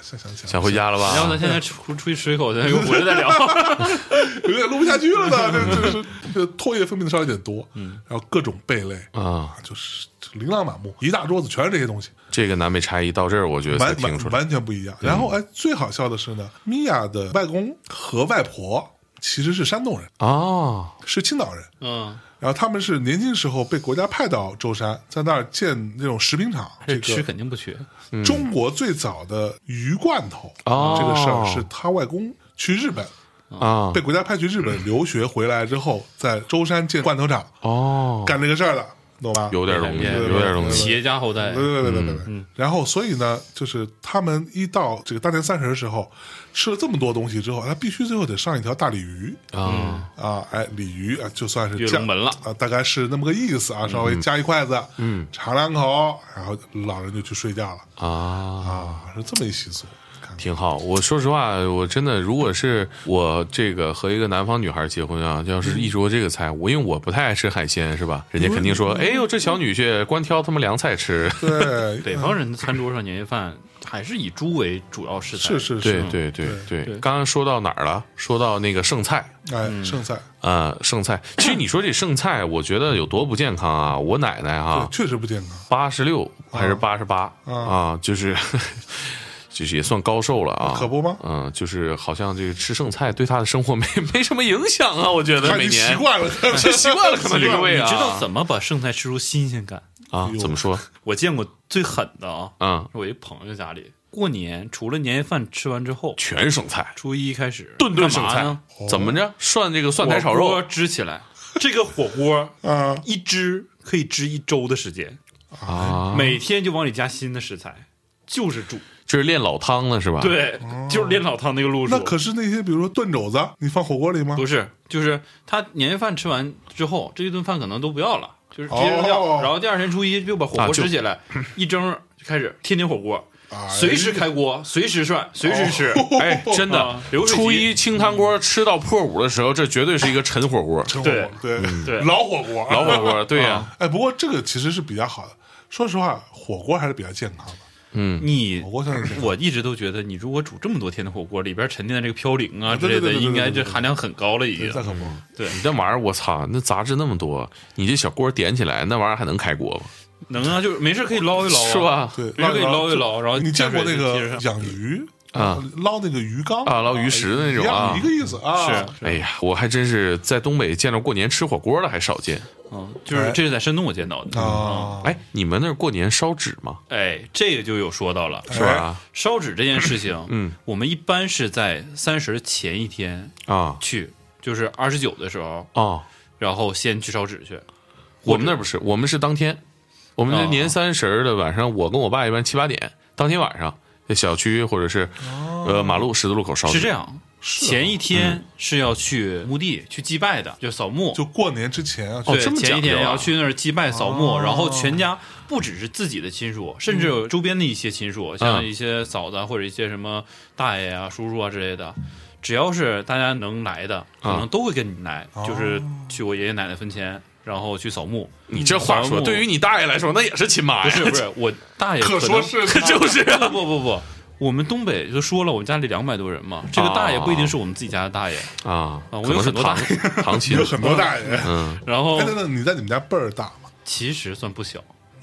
想想想想回家了 然后吧？咱现在出出去吃一口，咱又回来再 聊。有点录不下去了 呢，这这是这唾液分泌的稍微有点多，嗯，然后各种贝类啊，就是琳琅满目，一大桌子全是这些东西，这个南北差异到这儿，我觉得才完听嗯完出来。完全不一样。然后哎，最好笑的是呢，米娅的外公和外婆其实是山东人，哦，是青岛人，嗯，然后他们是年轻时候被国家派到舟山，在那儿建那种食品厂，这哎这吃个肯定不缺，中国最早的鱼罐头嗯哦这个事儿是他外公去日本。啊被国家派去日本留学回来之后，在舟山建罐头厂哦，干这个事儿的，懂吧？有嗯点东西，有点东企西业家后代对，对对对对对。然后，所以呢，就是他们一到这个大年三十的时候，吃了这么多东西之后，他必须最后得上一条大鲤鱼啊啊，哎，鲤鱼啊，就算是跃酱龙门了啊，大概是那么个意思嗯啊，稍微夹一筷子，嗯，尝两口，然后老人就去睡觉了啊。啊，是这么一习俗。看 挺好。我说实话，我真的，如果是我这个和一个南方女孩结婚啊，要嗯是一说这个菜，我因为我不太爱吃海鲜，是吧？人家肯定说，嗯哎呦，这小女婿光挑他妈凉菜吃。对，北方人的餐桌上年夜饭还是以猪为主要食材，是是嗯对是，对对对，对刚刚说到哪儿了？说到那个剩菜。嗯哎，剩菜啊，剩菜，其实你说这剩菜，我觉得有多不健康啊！我奶奶哈、对确实不健康。八十六还是八十八啊？就是就是也算高寿了啊，可不吗嗯，就是好像这个吃剩菜对他的生活没没什么影响啊，我觉得看每你年习惯 了， 这习惯了可能这个你味啊，知道怎么把剩菜吃出新鲜感？啊？怎么说？我见过最狠的啊，嗯，是我一朋友家里过年，除了年夜饭吃完之后，全是剩菜，初一开始顿顿干剩嘛菜呢，怎么着？涮这个蒜苔炒火锅肉支起来。这个火锅啊，一支可以支一周的时间，啊？每天就往里加新的食材，就是煮。这是练老汤了是吧？，对，就是练老汤那个路数。哦那可是那些，比如说炖肘子，你放火锅里吗？不是，就是他年夜饭吃完之后，这一顿饭可能都不要了，就是直接扔掉，哦然后第二天初一就把火啊锅就支起来， 一蒸就开始天天火锅，哎哦随时开锅，随时涮，随时吃， 哎，真的啊，流水席初一清汤锅吃到破五的时候，这绝对是一个沉火锅、真火对锅对对老火锅， 嗯啊老火。锅。对呀、哎，不过这个其实是比较好的。说实话，火锅还是比较健康的。嗯你火锅算是我一直都觉得，你如果煮这么多天的火锅，里边沉淀的这个嘌呤啊之对对类的，对对对应该对对这含量很高了，已经嗯那。可不，你那玩意儿，我操，那杂质那么多，你这小锅点起来，那玩意儿还能开锅吗？能啊，就是没事可以捞一捞啊，是吧？对，没事可以捞一就捞，然后你见过加那水接着个上嗯养鱼啊？捞那个鱼缸哎啊捞鱼食的那种一啊样一个意思啊。是哎呀，我还真是在东北见着过年吃火锅的还少见。嗯，就是这是在山东我见到的。哎啊，哎，你们那儿过年烧纸吗？哎，这个就有说到哎了，是吧？烧纸这件事情，嗯，我们一般是在三十前一天啊去，就是二十九的时候，哦，然后先去烧纸去。我们那儿不是，我们是当天，我们那哦年三十儿的晚上，我跟我爸一般七八点，当天晚上在小区或者是呃马路十字路口烧纸。是这样，啊前一嗯天是要去墓地去祭拜的，就扫墓，就过年之前啊，哦对，这么讲究啊哦前一天要去那儿祭拜扫墓，然后全家不只是自己的亲嗯属，甚至有周边的一些亲属，像一些嫂子啊或者一些什么大爷啊、叔叔啊之类的，只要是大家能来的，嗯可能都会跟你来，就是去我爷爷奶奶坟前，然后去扫墓。哦你这话扫说，墓对于你大爷来说，那也是亲妈不呀。是 不是我大爷可能说是就是啊不不不不。我们东北就说了，我们家里两百多人嘛，这个大爷不一定是我们自己家的大爷，哦啊，啊我可能有是很多唐 大唐琴有，很多大爷。嗯然后哎，等等，你在你们家辈儿大吗？其实算不小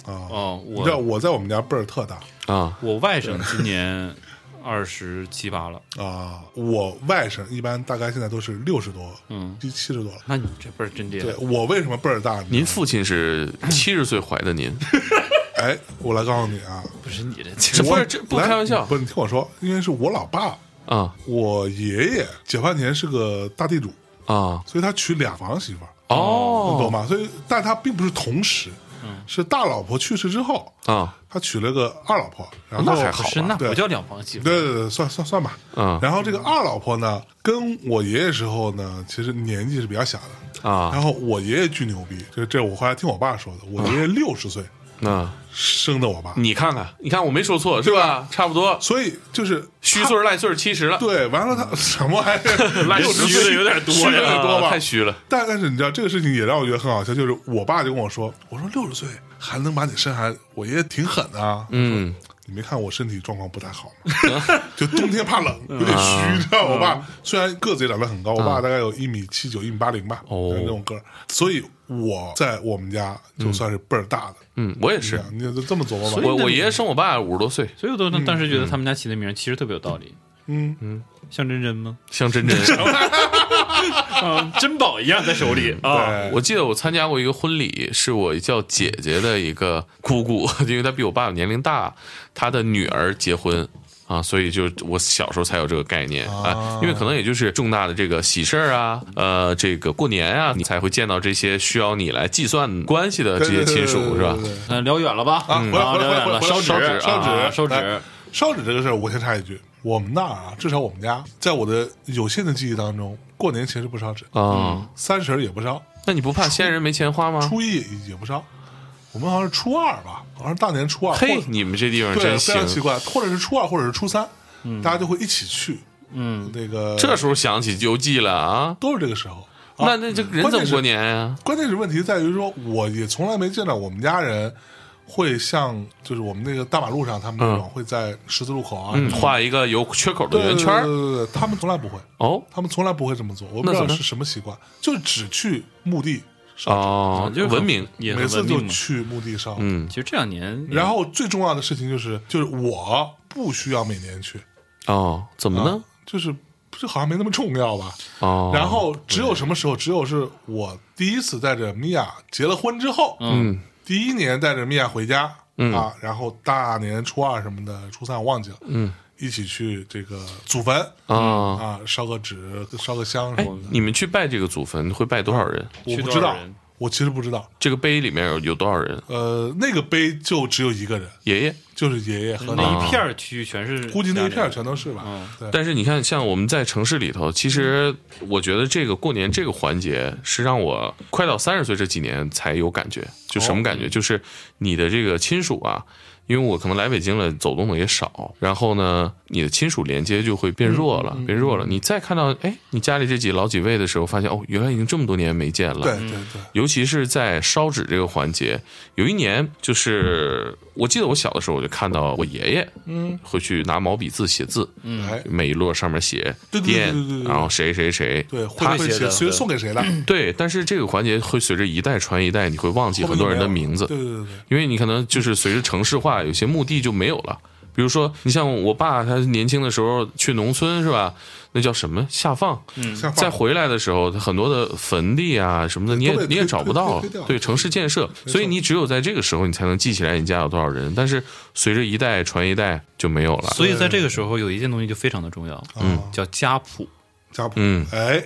啊，哦。你知道我我在我们家辈儿特大啊我外甥今年二十七八了，啊。我外甥一般大概现在都是六十多，嗯七七十多了。那你这辈儿真厉害对，我为什么辈儿大？您父亲 是七十岁怀的您，哎，我来告诉你啊，不是你这这不我是这不开玩笑不是你听我说，因为是我老爸，啊我爷爷解放前是个大地主，啊所以他娶俩房媳妇儿，你懂哦嗯吗？所以，但他并不是同时，是大老婆去世之后，啊他娶了个二老婆，然后哦那还好不是那对不叫两房媳妇对，对对，算算算吧。嗯然后这个二老婆呢，跟我爷爷时候呢，其实年纪是比较小的。啊然后我爷爷巨牛逼，这这我后来听我爸说的，我爷爷六十岁那。生的我爸，你看看， 你看我没说错是吧？差不多，所以就是 虚岁儿赖岁儿七十了，对，完了他什么 玩意儿，赖六十虚的岁有点多虚的有点呀，多吧太？虚了。但但是你知道这个事情也让我觉得很好笑，就是我爸就跟我说，我说六十岁还能把你生孩子，我爷爷挺狠的啊。嗯，你没看我身体状况不太好 吗？就冬天怕冷，嗯有点虚，啊你知道吗我爸虽然个子也长得很高，我爸大概有一米七九、一米八零吧，哦就是那种个儿。所以我在我们家就算是倍儿大的。嗯，我也是，你就这么琢磨吧，我我爷爷生我爸五十多岁，所以我都当时觉得他们家起的名儿其实特别有道理。嗯嗯，像真真吗？像 真真。啊，珍宝一样在手里嗯啊。对，我记得我参加过一个婚礼，是我叫姐姐的一个姑姑， 因为她比我爸年龄大，她的女儿结婚。啊，所以就我小时候才有这个概念啊，因为可能也就是重大的这个喜事儿啊，呃，这个过年啊，你才会见到这些需要你来计算关系的这些亲属，是吧对？对对对对嗯，聊远了吧？啊，嗯回来啊回聊来远回来了，回来烧烧纸纸，烧啊纸烧来纸。烧纸这个事儿，我先插一句，我们那儿啊，至少我们家，在我的有限的记忆当中，过年前是不烧纸，啊，三十儿也不烧，那你不怕先人没钱花吗？初一也也不烧，我们好像是初二吧，好像是大年初二，或嘿，者你们这地方对，真非常奇行。怪，或者是初二，或者是初三，大家就会一起去，嗯，那个这时候想起游记了啊，都是这个时候。啊那那这人怎么过？年呀？关键是关键是问题在于说，我也从来没见到我们家人会像就是我们那个大马路上他们那种会在十字路口啊，嗯，画一个有缺口的对圆圈对儿对对对，他们从来不会，哦他们从来不会这么做。我不那知怎道么是什么习惯，就只去墓地烧，哦，就是文明也每很次文就明嘛。去墓地烧。嗯其实这两年，然后最重要的事情就是，就是我不需要每年去，哦，怎么呢啊？就是这好像没那么重要吧。哦，然后只有什么时候，只有是我第一次带着米娅结了婚之后，嗯，第一年带着米娅回家，嗯啊，然后大年初二什么的，初三我忘记了，嗯，一起去这个祖坟啊，啊，烧个纸，烧个香什哎么的，。你们去拜这个祖坟会拜多少人？我去不多知少道人，我其实不知道，这个碑里面有有多少人？呃，那个碑就只有一个人，爷爷。就是爷爷和那那一片儿区域全是估计那一片儿家里全都是吧。对，但是你看，像我们在城市里头，其实我觉得这个过年这个环节是让我快到三十岁这几年才有感觉。就什么感觉？就是你的这个亲属啊，因为我可能来北京了，走动的也少，然后呢，你的亲属连接就会变弱了，变弱了。你再看到哎，你家里这几老几位的时候，发现哦，原来已经这么多年没见了。对对对，尤其是在烧纸这个环节，有一年就是我记得我小的时候，我就看到我爷爷，嗯，会去拿毛笔字写字，嗯哎每一摞上面写对对对店对对对，对然后谁谁谁，对，会会写写的谁对送给谁的，对，但是这个环节会随着一代传一代，你会忘记后面很多就人的没有名字，对对对对，因为你可能就是随着城市化，有些墓地就没有了。比如说，你像我爸，他年轻的时候去农村是吧？那叫什么下放？像放再回来的时候，很多的坟地啊什么的，你也都被你也推找不推到推推掉了对，城市建设，所以你只有在这个时候，你才能记起来你家有多少人。但是随着一代传一代就没有了。所以在这个时候，有一件东西就非常的重要，啊嗯，叫家谱。家谱，嗯，哎，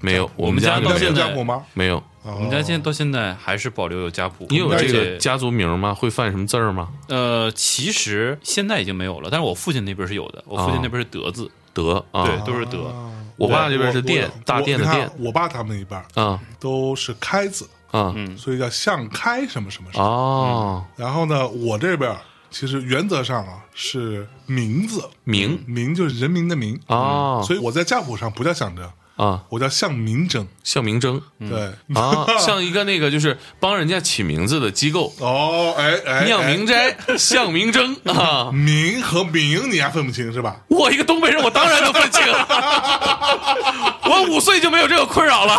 没有，我我们们家家里到你有没有现在家谱吗？没有。哦我们家现在到现在还是保留有家谱。你有而这且个家族名吗？会犯什么字儿吗？呃，其实现在已经没有了，但是我父亲那边是有的，我父亲那边是德字，德啊，对，都是德。我爸对这边是我店我，大店的我你店看我爸嗯他们那一辈儿啊都是开字，啊所以叫向开什么什么什么。哦，然后呢，我这边儿其实原则上啊是名字，名名就是人民的民，哦嗯所以我在家谱上不叫象征，啊，我叫向民征。向明征对，啊，像一个那个就是帮人家起名字的机构，哦，哎哎，酿哎明斋，向明征啊。民和民你还分不清是吧？我一个东北人，我当然能分清。我五岁就没有这个困扰了。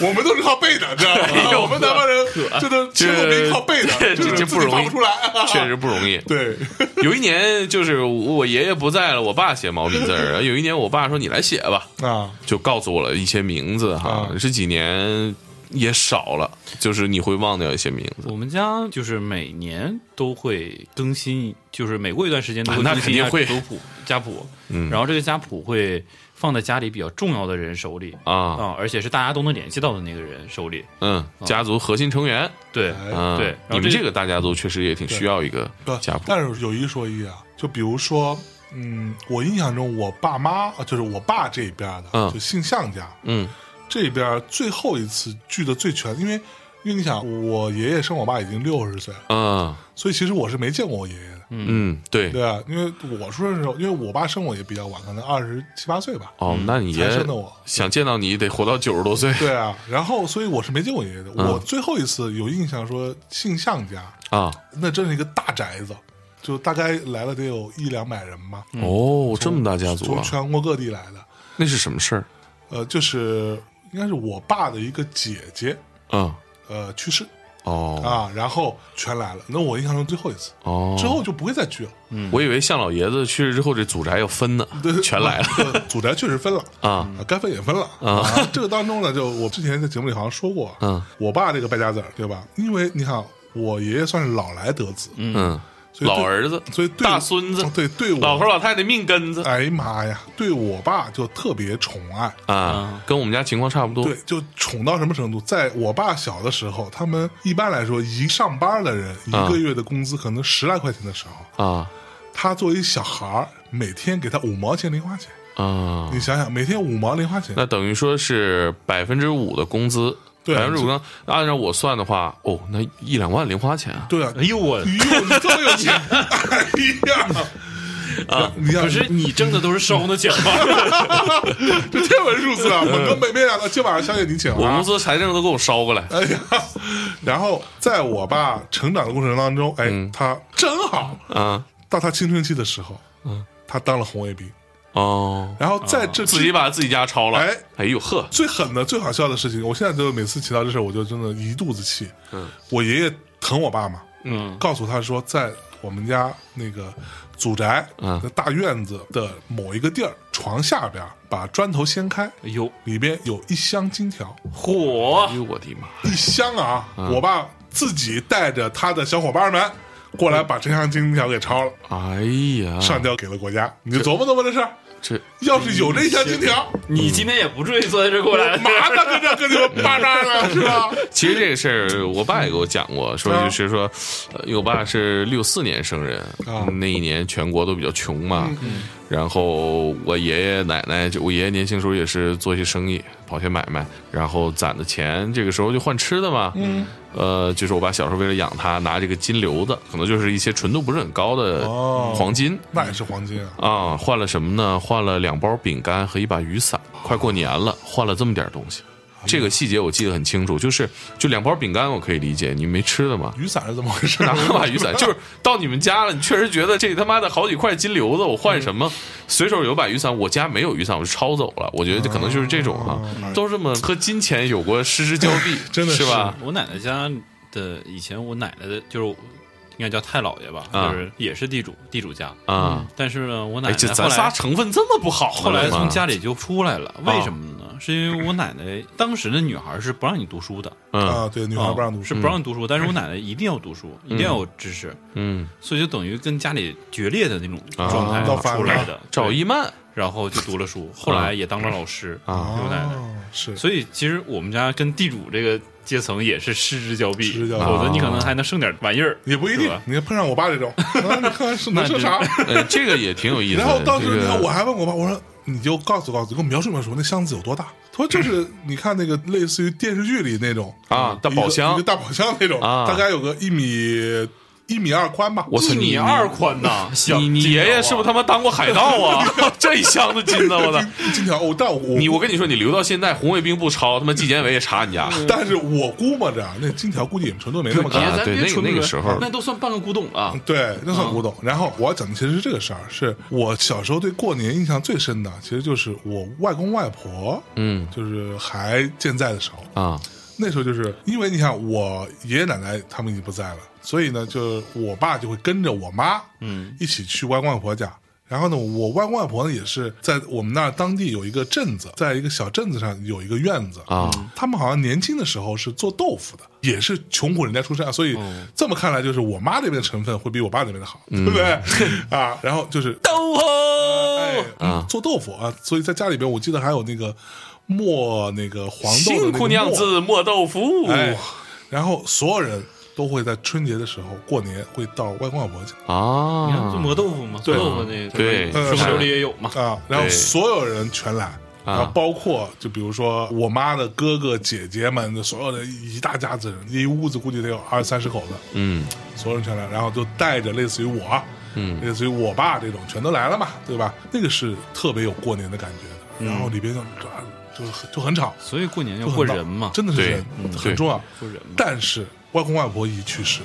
我们都是靠背的，知道哎吗？呦我们南方人这都亲口民靠背的，这就是自这这己不容易放不出来。确实不容易。对， 有一年就是我爷爷不在了，我爸写毛笔字儿。有一年我爸说：“你来写吧。啊，”就告诉我了一些名字哈。这几年也少了，就是你会忘掉一些名字。我们家就是每年都会更新，就是每过一段时间都会啊那更新一肯定下会嗯族谱家谱，然后这个家谱会放在家里比较重要的人手里啊而且是大家都能联系到的那个人手里。嗯，啊家族核心成员。对，哎嗯，对然后你们这这个大家族确实也挺需要一个不家谱。但是有一说一啊，就比如说，嗯，我印象中我爸妈，呃就是我爸这边的，嗯就姓向家嗯这边最后一次聚的最全，因为因为你想，我爷爷生我爸已经六十岁了，嗯所以其实我是没见过我爷爷的，嗯，对。对啊，因为我出生的时候，因为我爸生我也比较晚，可能二十七八岁吧，哦，那你爷嗯才生的我想见到你得活到九十多岁对啊，然后所以我是没见过爷爷嗯的。我最后一次有印象说姓向家，啊？那真是一个大宅子，就大概来了得有一两百人吧，哦，这么大家族嗯从啊？全国各地来的。那是什么事儿？呃，就是应该是我爸的一个姐姐，嗯，呃，去世哦啊，然后全来了。那我印象中最后一次，哦，之后就不会再聚了。我以为向老爷子去世之后，这祖宅要分呢 对，全来了了，祖宅确实分了。啊。啊，该分也分了啊。这个当中呢，就我之前在节目里好像说过，嗯，我爸这个败家子儿，对吧？因为你看，我爷爷算是老来得子，嗯，嗯，所以对老儿子，所以对哦大孙子，对对我老头老太太命根子哎呀妈呀，对我爸就特别宠爱，啊，跟我们家情况差不多。对，就宠到什么程度？在我爸小的时候，他们一般来说一上班的人一啊个月的工资可能十来块钱的时候，啊他作为小孩儿，每天给他五毛钱零花钱，啊，你想想，每天五毛零花钱，那等于说是百分之五的工资，对百分之五呢？按照我算的话，哦，那一两万零花钱啊。对啊，哎呦我，哎呦，你这么有钱，哎呀！啊，你看可是你挣的都是烧的钱吧？这天文数字啊，我都没没想到，今晚上小姐你请 我们啊公。司财政都给我捎过来，哎呀，然后在我爸成长的过程当中，哎，他正好啊到他青春期的时候，嗯，他当了红卫兵，哦，然后在这自己把自己家抄了哎。哎呦呵，最狠的、最好笑的事情，我现在就每次提到这事儿，我就真的一肚子气。嗯，我爷爷疼我爸嘛，嗯，告诉他说，在我们家那个祖宅嗯的大院子的某一个地儿床下边儿，把砖头掀开，哎呦，里边有一箱金条，火哎呦我的妈！一箱啊！ 嗯我爸自己带着他的小伙伴们过来把这箱金条给抄了，哎呀，上交给了国家。你就琢磨琢磨这事儿，这要是有这一条金条，嗯你今天也不至于坐在这儿过来，麻的跟这跟你们巴扎了是吧？ 其实这个事儿，我爸也给我讲过，说啊就是说，呃因为我爸是六四年生人啊，嗯那一年全国都比较穷嘛。然后我爷爷奶奶，就我爷爷年轻时候也是做一些生意，跑些买卖，然后攒的钱，这个时候就换吃的嘛。嗯。呃，就是我爸小时候为了养他，拿这个金瘤子，可能就是一些纯度不是很高的哦黄金。那也是黄金啊！啊，换了什么呢？换了两包饼干和一把雨伞。快过年了，换了这么点东西。哎这个细节我记得很清楚，就是就两包饼干，我可以理解，你没吃的嘛。雨伞是怎么回事？ 拿了嗯把雨伞，就是到你们家了，你确实觉得这他妈的好几块金瘤子，我换什么？随手有把雨伞，我家没有雨伞，我就抄走了。我觉得这可能就是这种啊，都这么和金钱有过失 之交臂，哦真的是是吧？我奶奶家的以前我奶奶的就是应该叫太姥爷吧，啊就是也是地主地主家。嗯啊，但是呢，我哎，奶奶这后咱来仨成分这么不好吗，后来吗从家里就出来了，为什么呢？是因为我奶奶当时的女孩是不让你读书的，嗯啊，对，女孩不让读是书，不让你读书，但是我奶奶一定要读书，一定要有知识，嗯，所以就等于跟家里决裂的那种状态啊闹翻出来的了。赵一曼然后就读了书，后来也当了老师啊我奶奶。哦，是所以其实我们家跟地主这个阶层也是失之交臂失之交，臂啊否则你可能还能剩点玩意儿，也不一是定吧。你碰上我爸这 种，啊你看是能说啥？呃，这个也挺有意思的。然后当时这你个看，我还问我爸，我说你就告诉告诉，给我描述描述那箱子有多大。他说就是 你看那个类似于电视剧里那种啊大宝箱一个一个大宝箱那种，啊大概有个一米一米二宽吧。我操一你米二 宽呐！小你你金条啊爷爷是不是他妈当过海盗啊？ 这一箱子金子，我操！金金条，我但我你我跟你说，你留到现在，红卫兵不抄，他妈纪检委也查你家。但是我估摸着啊，那金条估计也纯度没那么高对。啊咱别那个纯不纯那个时候那都算半个古董了。对，那算古董。然后我要讲的其实是这个事儿，是我小时候对过年印象最深的，其实就是我外公外婆，嗯就是还健在的时候，啊，那时候就是因为你看我爷爷奶奶他们已经不在了，所以呢，就我爸就会跟着我妈，嗯，一起去外公外婆家。然后呢，我外公外婆呢也是在我们那儿当地有一个镇子，在一个小镇子上有一个院子嗯啊他们好像年轻的时候是做豆腐的，也是穷苦人家出身，啊，所以哦这么看来，就是我妈那边的成分会比我爸那边的好，对不对？嗯啊，然后就是都吼哎嗯做豆腐啊，所以在家里边，我记得还有那个磨那个黄豆的那个辛苦酿磨制磨豆腐。哎，然后所有人都会在春节的时候，过年会到外公外婆家哎你看，就啊，磨豆腐嘛，做豆腐那对是手手里也有嘛。啊，然后对啊所有人全来。然后包括就比如说我妈的哥哥姐姐们，所有的一大家子人，一屋子估计得有二三十口子，嗯所有人全来，然后就带着类似于我，嗯类似于我爸这种，全都来了嘛，对吧？那个是特别有过年的感觉嗯的。然后里边就就很就很吵，所以过年要就很过闹人嘛，真的是对人嗯很重要。过人嘛但是外公外婆一去世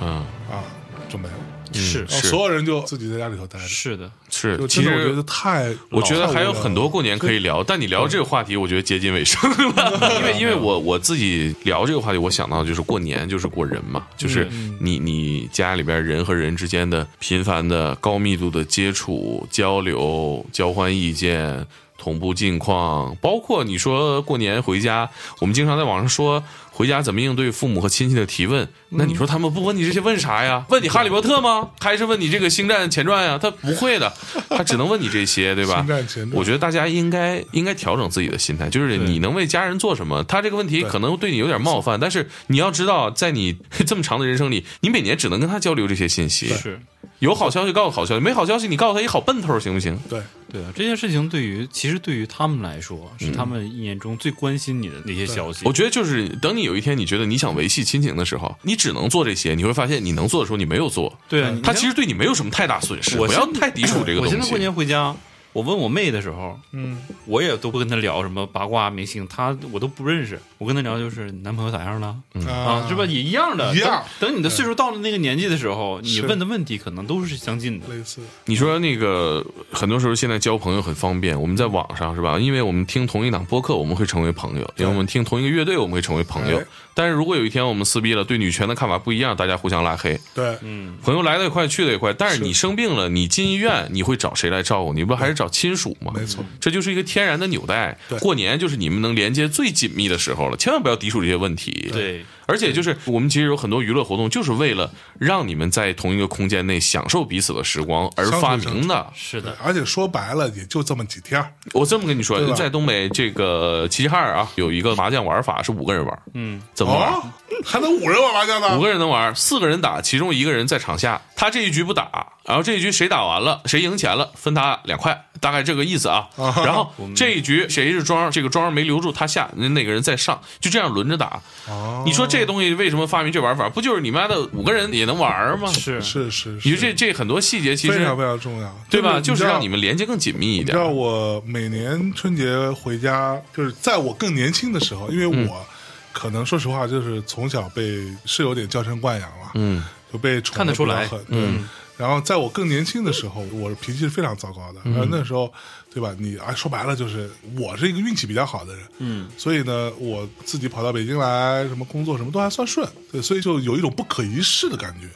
嗯，啊，就没了。是然后所有人就自己在家里头待着。嗯是的，是就，其真的我觉实得。太，我觉得太还有无聊了很多过年可以聊，但你聊这个话题，我觉得接近尾声了。 因为因为我我自己聊这个话题，我想到就是过年就是过人嘛，就是嗯你你家里边人和人之间的频繁的高密度的接触、交流、交换意见。同步近况，包括你说过年回家，我们经常在网上说回家怎么应对父母和亲戚的提问。那你说他们不问你这些问啥呀？问你《哈利波特》吗？还是问你这个《星战前传》啊呀？他不会的，他只能问你这些，对吧？星战前传我觉得大家应该应该调整自己的心态，就是你能为家人做什么。他这个问题可能对你有点冒犯，但是你要知道，在你 这么长的人生里，你每年只能跟他交流这些信息。是有好消息告诉好消息，没好消息你告诉他一好奔头行不行？对，对啊。这件事情对于其实对于他们来说，是嗯他们一年中最关心你的那些消息我。觉得就是等你有一天你觉得你想维系亲情的时候，你只能做这些，你会发现你能做的时候你没有做。对啊，你他看其实对你没有什么太大损失，我不要现太抵触这个我现东在过西。年回家，我问我妹的时候，嗯，我也都不跟她聊什么八卦明星，她我都不认识。我跟她聊就是你男朋友咋样了、嗯啊，是吧？也一样的，一样等。等你的岁数到了那个年纪的时候，你是问的问题可能都是相近的。类似你说那个很多时候现在交朋友很方便，我们在网上是吧？因为我们听同一档播客，我们会成为朋友；因为我们听同一个乐队，我们会成为朋友哎。但是如果有一天我们撕逼了，对女权的看法不一样，大家互相拉黑。对，朋友来的也快，去的也快，但是你生病了，你进医院，你会找谁来照顾你？不还是找亲属吗？没错，这就是一个天然的纽带对。过年就是你们能连接最紧密的时候了，千万不要抵触这些问题。对，而且就是我们其实有很多娱乐活动，就是为了让你们在同一个空间内享受彼此的时光而发明的。是的，而且说白了也就这么几天儿，我这么跟你说对，吧在东北这个齐齐哈尔啊，有一个麻将玩法是五个人玩，嗯，怎么玩？哦，还能五人玩麻将呢？五个人能玩，四个人打，其中一个人在场下，他这一局不打，然后这一局谁打完了，谁赢钱了，分他两块，大概这个意思啊。然后这一局谁是庄，这个庄没留住他下，那那个人再上，就这样轮着打。哦你说这东西为什么发明这玩法？不就是你妈的五个人也能玩吗？是是是你是，说这这很多细节其非实常非常重要，对吧？就是让们。你们连接更紧密一你点知。道我每年春节回家，就是在我更年轻的时候，因为我可能说实话，就是从小被是有点娇生惯养了，嗯，就被宠看得得出比较来狠，嗯。然后在我更年轻的时候，我脾气是非常糟糕的。然后那时候，对吧？你啊，说白了就是我是一个运气比较好的人，嗯，所以呢，我自己跑到北京来，什么工作什么都还算顺，对，所以就有一种不可一世的感觉，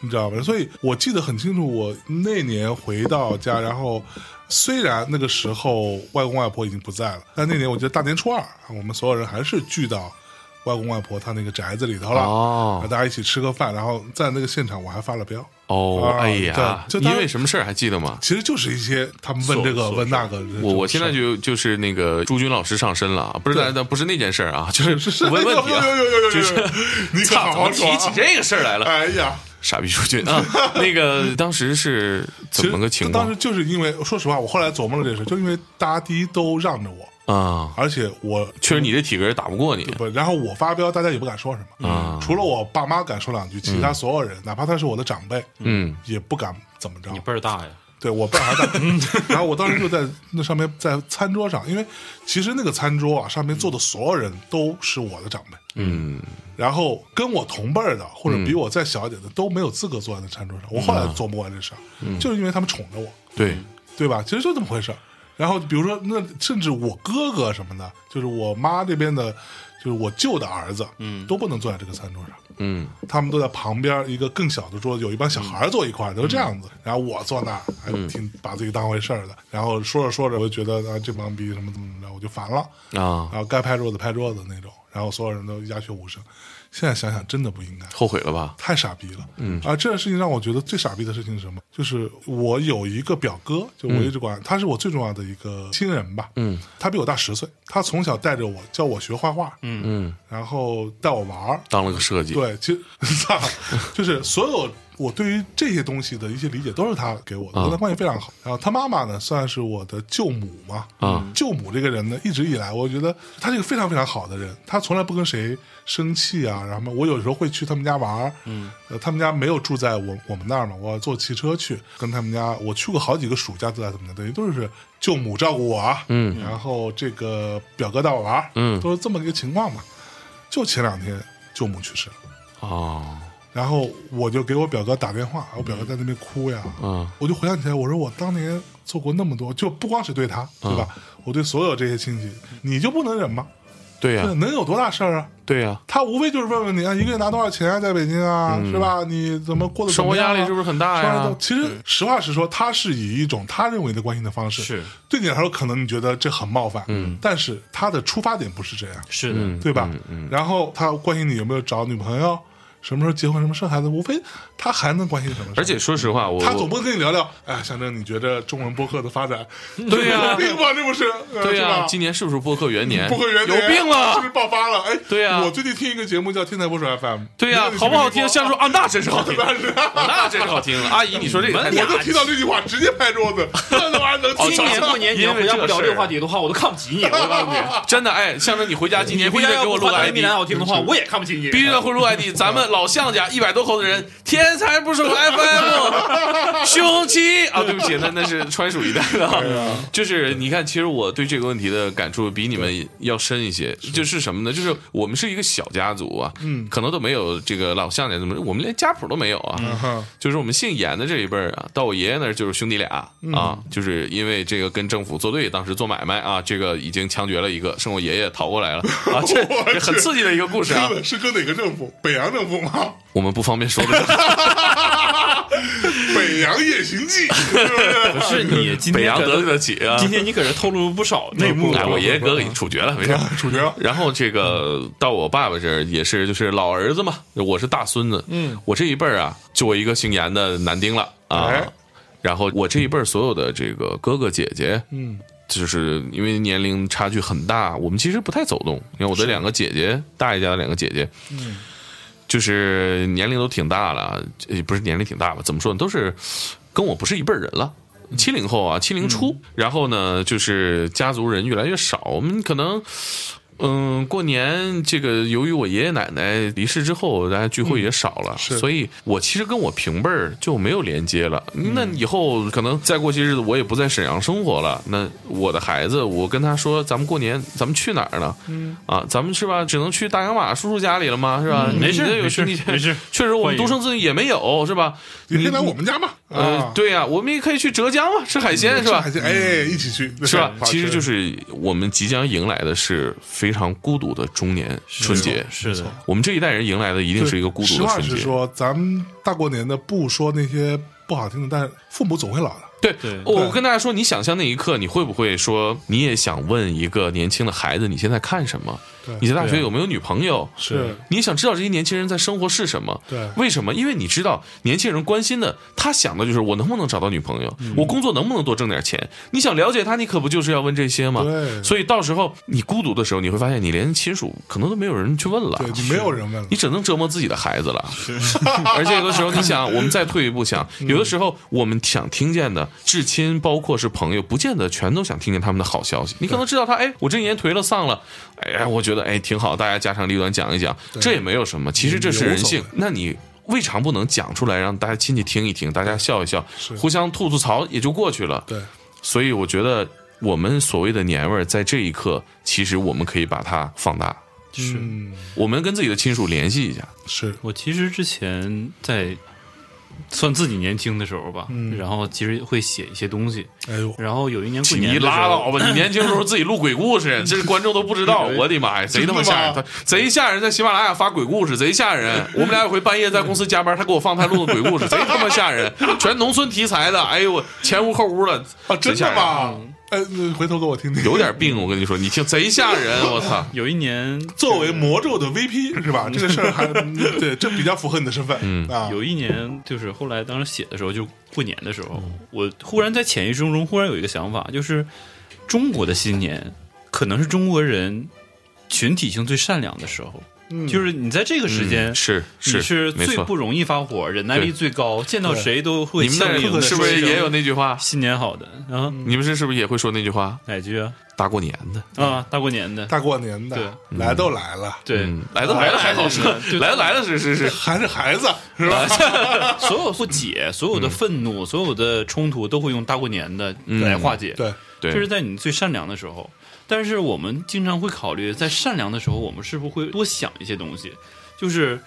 你知道吧？所以我记得很清楚，我那年回到家，然后虽然那个时候外公外婆已经不在了，但那年我记得大年初二，我们所有人还是聚到外公外婆他那个宅子里头了，哦大家一起吃个饭，然后在那个现场我还发了飙。哦，啊哎呀，对就当因为什么事儿还记得吗？其实就是一些他们问这个琐琐问那个，我我现在就就是那个朱军老师上身了啊，不是对咱咱不是那件事 儿啊，就是是是我问问题 啊有，有有有有有，就是你可 操，好怎么好提说啊起这个事儿来了？ 哎呀，傻逼朱 军啊，那个当时是怎其么实个情当况时就是因为说实话，我后来琢磨了这事，就因为大家第一都让着我，啊？而且我确实你这体格也打不过你，不，然后我发飙，大家也不敢说什么。啊除了我爸妈敢说两句，其他所有人，哪怕他是我的长辈，嗯，也不敢怎么着你。倍儿大呀，对我辈儿还大。然后我当时就在那上面，在餐桌上，因为其实那个餐桌啊，上面坐的所有人都是我的长辈。嗯，然后跟我同辈儿的，或者比我再小一点的，都没有资格坐在那餐桌上。我后来琢磨完这事儿，就是因为他们宠着我。对，对吧？其实就这么回事儿。然后比如说，那甚至我哥哥什么的，就是我妈这边的，就是我舅的儿子，嗯，都不能坐在这个餐桌上，嗯，他们都在旁边一个更小的桌子，有一帮小孩儿坐一块儿，都是这样子。然后我坐那儿，还挺把自己当回事儿的。然后说着说着，我就觉得啊，这帮逼什么怎么怎么着，我就烦了。啊，然后该拍桌子拍桌子那种，然后所有人都鸦雀无声。现在想想，真的不应该。后悔了吧？太傻逼了，嗯啊，这件事情让我觉得最傻逼的事情是什么？就是我有一个表哥，就我一直管，他是我最重要的一个亲人吧，嗯，他比我大十岁，他从小带着我，教我学画画，嗯嗯，然后带我玩儿，当了个设计，对，其实 操就是所有我对于这些东西的一些理解都是他给我的，我跟他关系非常好。然后他妈妈呢，算是我的舅母嘛。啊，舅母这个人呢，一直以来我觉得她是一个非常非常好的人，她从来不跟谁生气啊。然后我有时候会去他们家玩，嗯，呃，他们家没有住在我我们那儿嘛，我坐汽车去跟他们家，我去过好几个暑假都在他们家，等于都是舅母照顾我啊，嗯，然后这个表哥带我玩，嗯都是这么一个情况嘛。就前两天舅母去世了。哦，然后我就给我表哥打电话，我表哥在那边哭呀，嗯我就回想起来，我说我当年做过那么多，就不光是对他，嗯对吧？我对所有这些亲戚，你就不能忍吗？对呀这，能有多大事儿啊？对呀，他无非就是问问你啊，一个月拿多少钱啊，在北京啊，是吧？你怎么过得怎嗯生么活样啊、压力是不是很大生活压呀嗯力？其实实话实说，他是以一种他认为的关心的方式，是对你来说可能你觉得这很冒犯，嗯，但是他的出发点不是这样，是嗯的，对吧？然后他关心你有没有找女朋友，什么时候结婚，什么时候生孩子，无非他还能关心什么事儿？而且说实话，我他总不能跟你聊聊，哎，象征，你觉得中文播客的发展 对呀有病吧？这不是呃是对呀，吧今年是不是播客元年？播客元年有病啊是了不是。爆发了？哎，对呀我最近听一个节目叫《天才捕手 FM》，对呀、好不好听？像 说啊，那真是好听，啊但是。那真是好听了。阿姨，你说这个太我就听到这句话，直接拍桌子， 那玩意儿能今听年吗 过年你要因为回答这不了事这儿个话题的话，我都看不 起你，我告诉你，真的哎，象征你回家今年你必回须家得要给我录不个发一 ID，米兰好听的话，我也看不起你，必须得会录 ID。咱们老向家一百多口的人，天才不 是 FM，凶器哦啊！对不起，那那是川蜀一带的啊。就是你看，其实我对这个问题的感触比你们要深一些。就是什么呢？就是我们是一个小家族啊，嗯，可能都没有这个老向家怎么，我们连家谱都没有啊。 哼就是我们姓严的这一辈儿啊，到我爷爷那儿就是兄弟俩、嗯啊，就是因为这个跟政府作对，当时做买卖啊，这个已经枪决了 一个，剩我爷爷逃过来了啊，这这很刺激的一个故事啊根。本是跟哪个政府？北洋政府吗？我们不方便说的。 《北洋夜行记》是不是不 是 你今北天洋可得得起啊！今天你可是透露了 不少内幕哎，啊！我爷爷哥给处决了，没事。主角然后这个到我爸爸这儿也是，就是老儿子嘛，我是大孙子，嗯，我这一辈儿啊，就我一个姓严的男丁了啊。哎然后我这一辈儿所有的这个哥哥姐姐，嗯，就是因为年龄差距很大，我们其实不太走动。你看我的两个姐姐，大一家的两个姐姐，嗯，就是年龄都挺大了，也不是年龄挺大吧？怎么说呢？都是跟我不是一辈儿人了。七零后啊，七零初，然后呢，就是家族人越来越少，我们可能嗯，过年这个由于我爷爷奶奶离世之后，大家聚会也少了，是所以我其实跟我平辈儿就没有连接了。那以后可能再过些日子，我也不在沈阳生活了。那我的孩子，我跟他说，咱们过年咱们去哪儿呢？啊，咱们是吧？只能去大洋马叔叔家里了吗？是吧？没事你这有没事你没事确实我欢们迎独生子女也没有，是吧？也可以来我们家嘛，呃啊，，对呀、我们也可以去浙江啊，吃海鲜是吧还？是哎，一起去 是吧？其实就是是我们即将迎来的是非常孤独的中年春节，是的，我们这一代人迎来的一定是一个孤独实的话春实节。说，咱们大过年的不说那些不好听的，但是父母总会老的。对对，我跟大家说，你想象那一刻，你会不会说，你也想问一个年轻的孩子，你现在看什么对？你在大对学啊有没有女朋友？是你想知道这些年轻人在生活是什么？对为什么？因为你知道，年轻人关心的，他想的就是我能不能找到女朋友，嗯我工作能不能多挣点钱。你想了解他，你可不就是要问这些吗？对所以到时候你孤独的时候，你会发现你连亲属可能都没有人去问了。对，就没有人问了你。只能折磨自己的孩子了。 而且有的时候，你想，我们再退一步想，有的时候我们想听见的至亲，包括是朋友，不见得全都想听见他们的好消息。你可能知道他，哎，我这一年颓了丧了，哎呀，我觉得哎挺好，大家家长里短讲一讲，这也没有什么，其实这是人性无所。那你。未尝不能讲出来，让大家亲戚听一听，大家笑一笑，互相吐吐槽也就过去了。对，所以我觉得，我们所谓的年味儿，在这一刻，其实我们可以把它放大。是嗯，我们跟自己的亲属联系一下，是我其实之前在算自己年轻的时候吧，然后其实会写一些东西，哎呦，然后有一年过年你的时候拉倒吧！你年轻时候自己录鬼故事， 这观众都不知道。我的妈呀，贼他妈吓人！真的他贼吓人，在喜马拉雅发鬼故事，贼吓人。我们俩有回半夜在公司加班，他给我放他录的鬼故事，贼他妈吓人，全农村题材的。哎呦，我前屋后屋的啊，真贼吓的人吗？哎，那回头给我听听。有点病，我跟你说，你听贼吓人，我操！有一年作为魔咒的 VP 是 吧？这个事儿还嗯对，这比较符合你的身份。嗯啊，有一年就是后来当时写的时候，就过年的时候，我忽然在潜意识中忽然有一个想法，就是中国的新年可能是中国人群体性最善良的时候，就是你在这个时间、嗯是你是，没最错不。容易发火，忍耐力最高，见到谁都会你们那向儿是不是也有那句话？新年好的啊？你们是是不是也会说那句话？哪句啊？大过年的，啊，大过年的，大过年的，来都来了，对， 嗯，来都来了还好说，对来都来了是是是，还是孩子是吧？ 所有不解、所有的愤怒、所有的冲突，都会用大过年的来化解。对，对，这是在你最善良的时候。但是我们经常会考虑，在善良的时候，我们是不是会多想一些东西？就是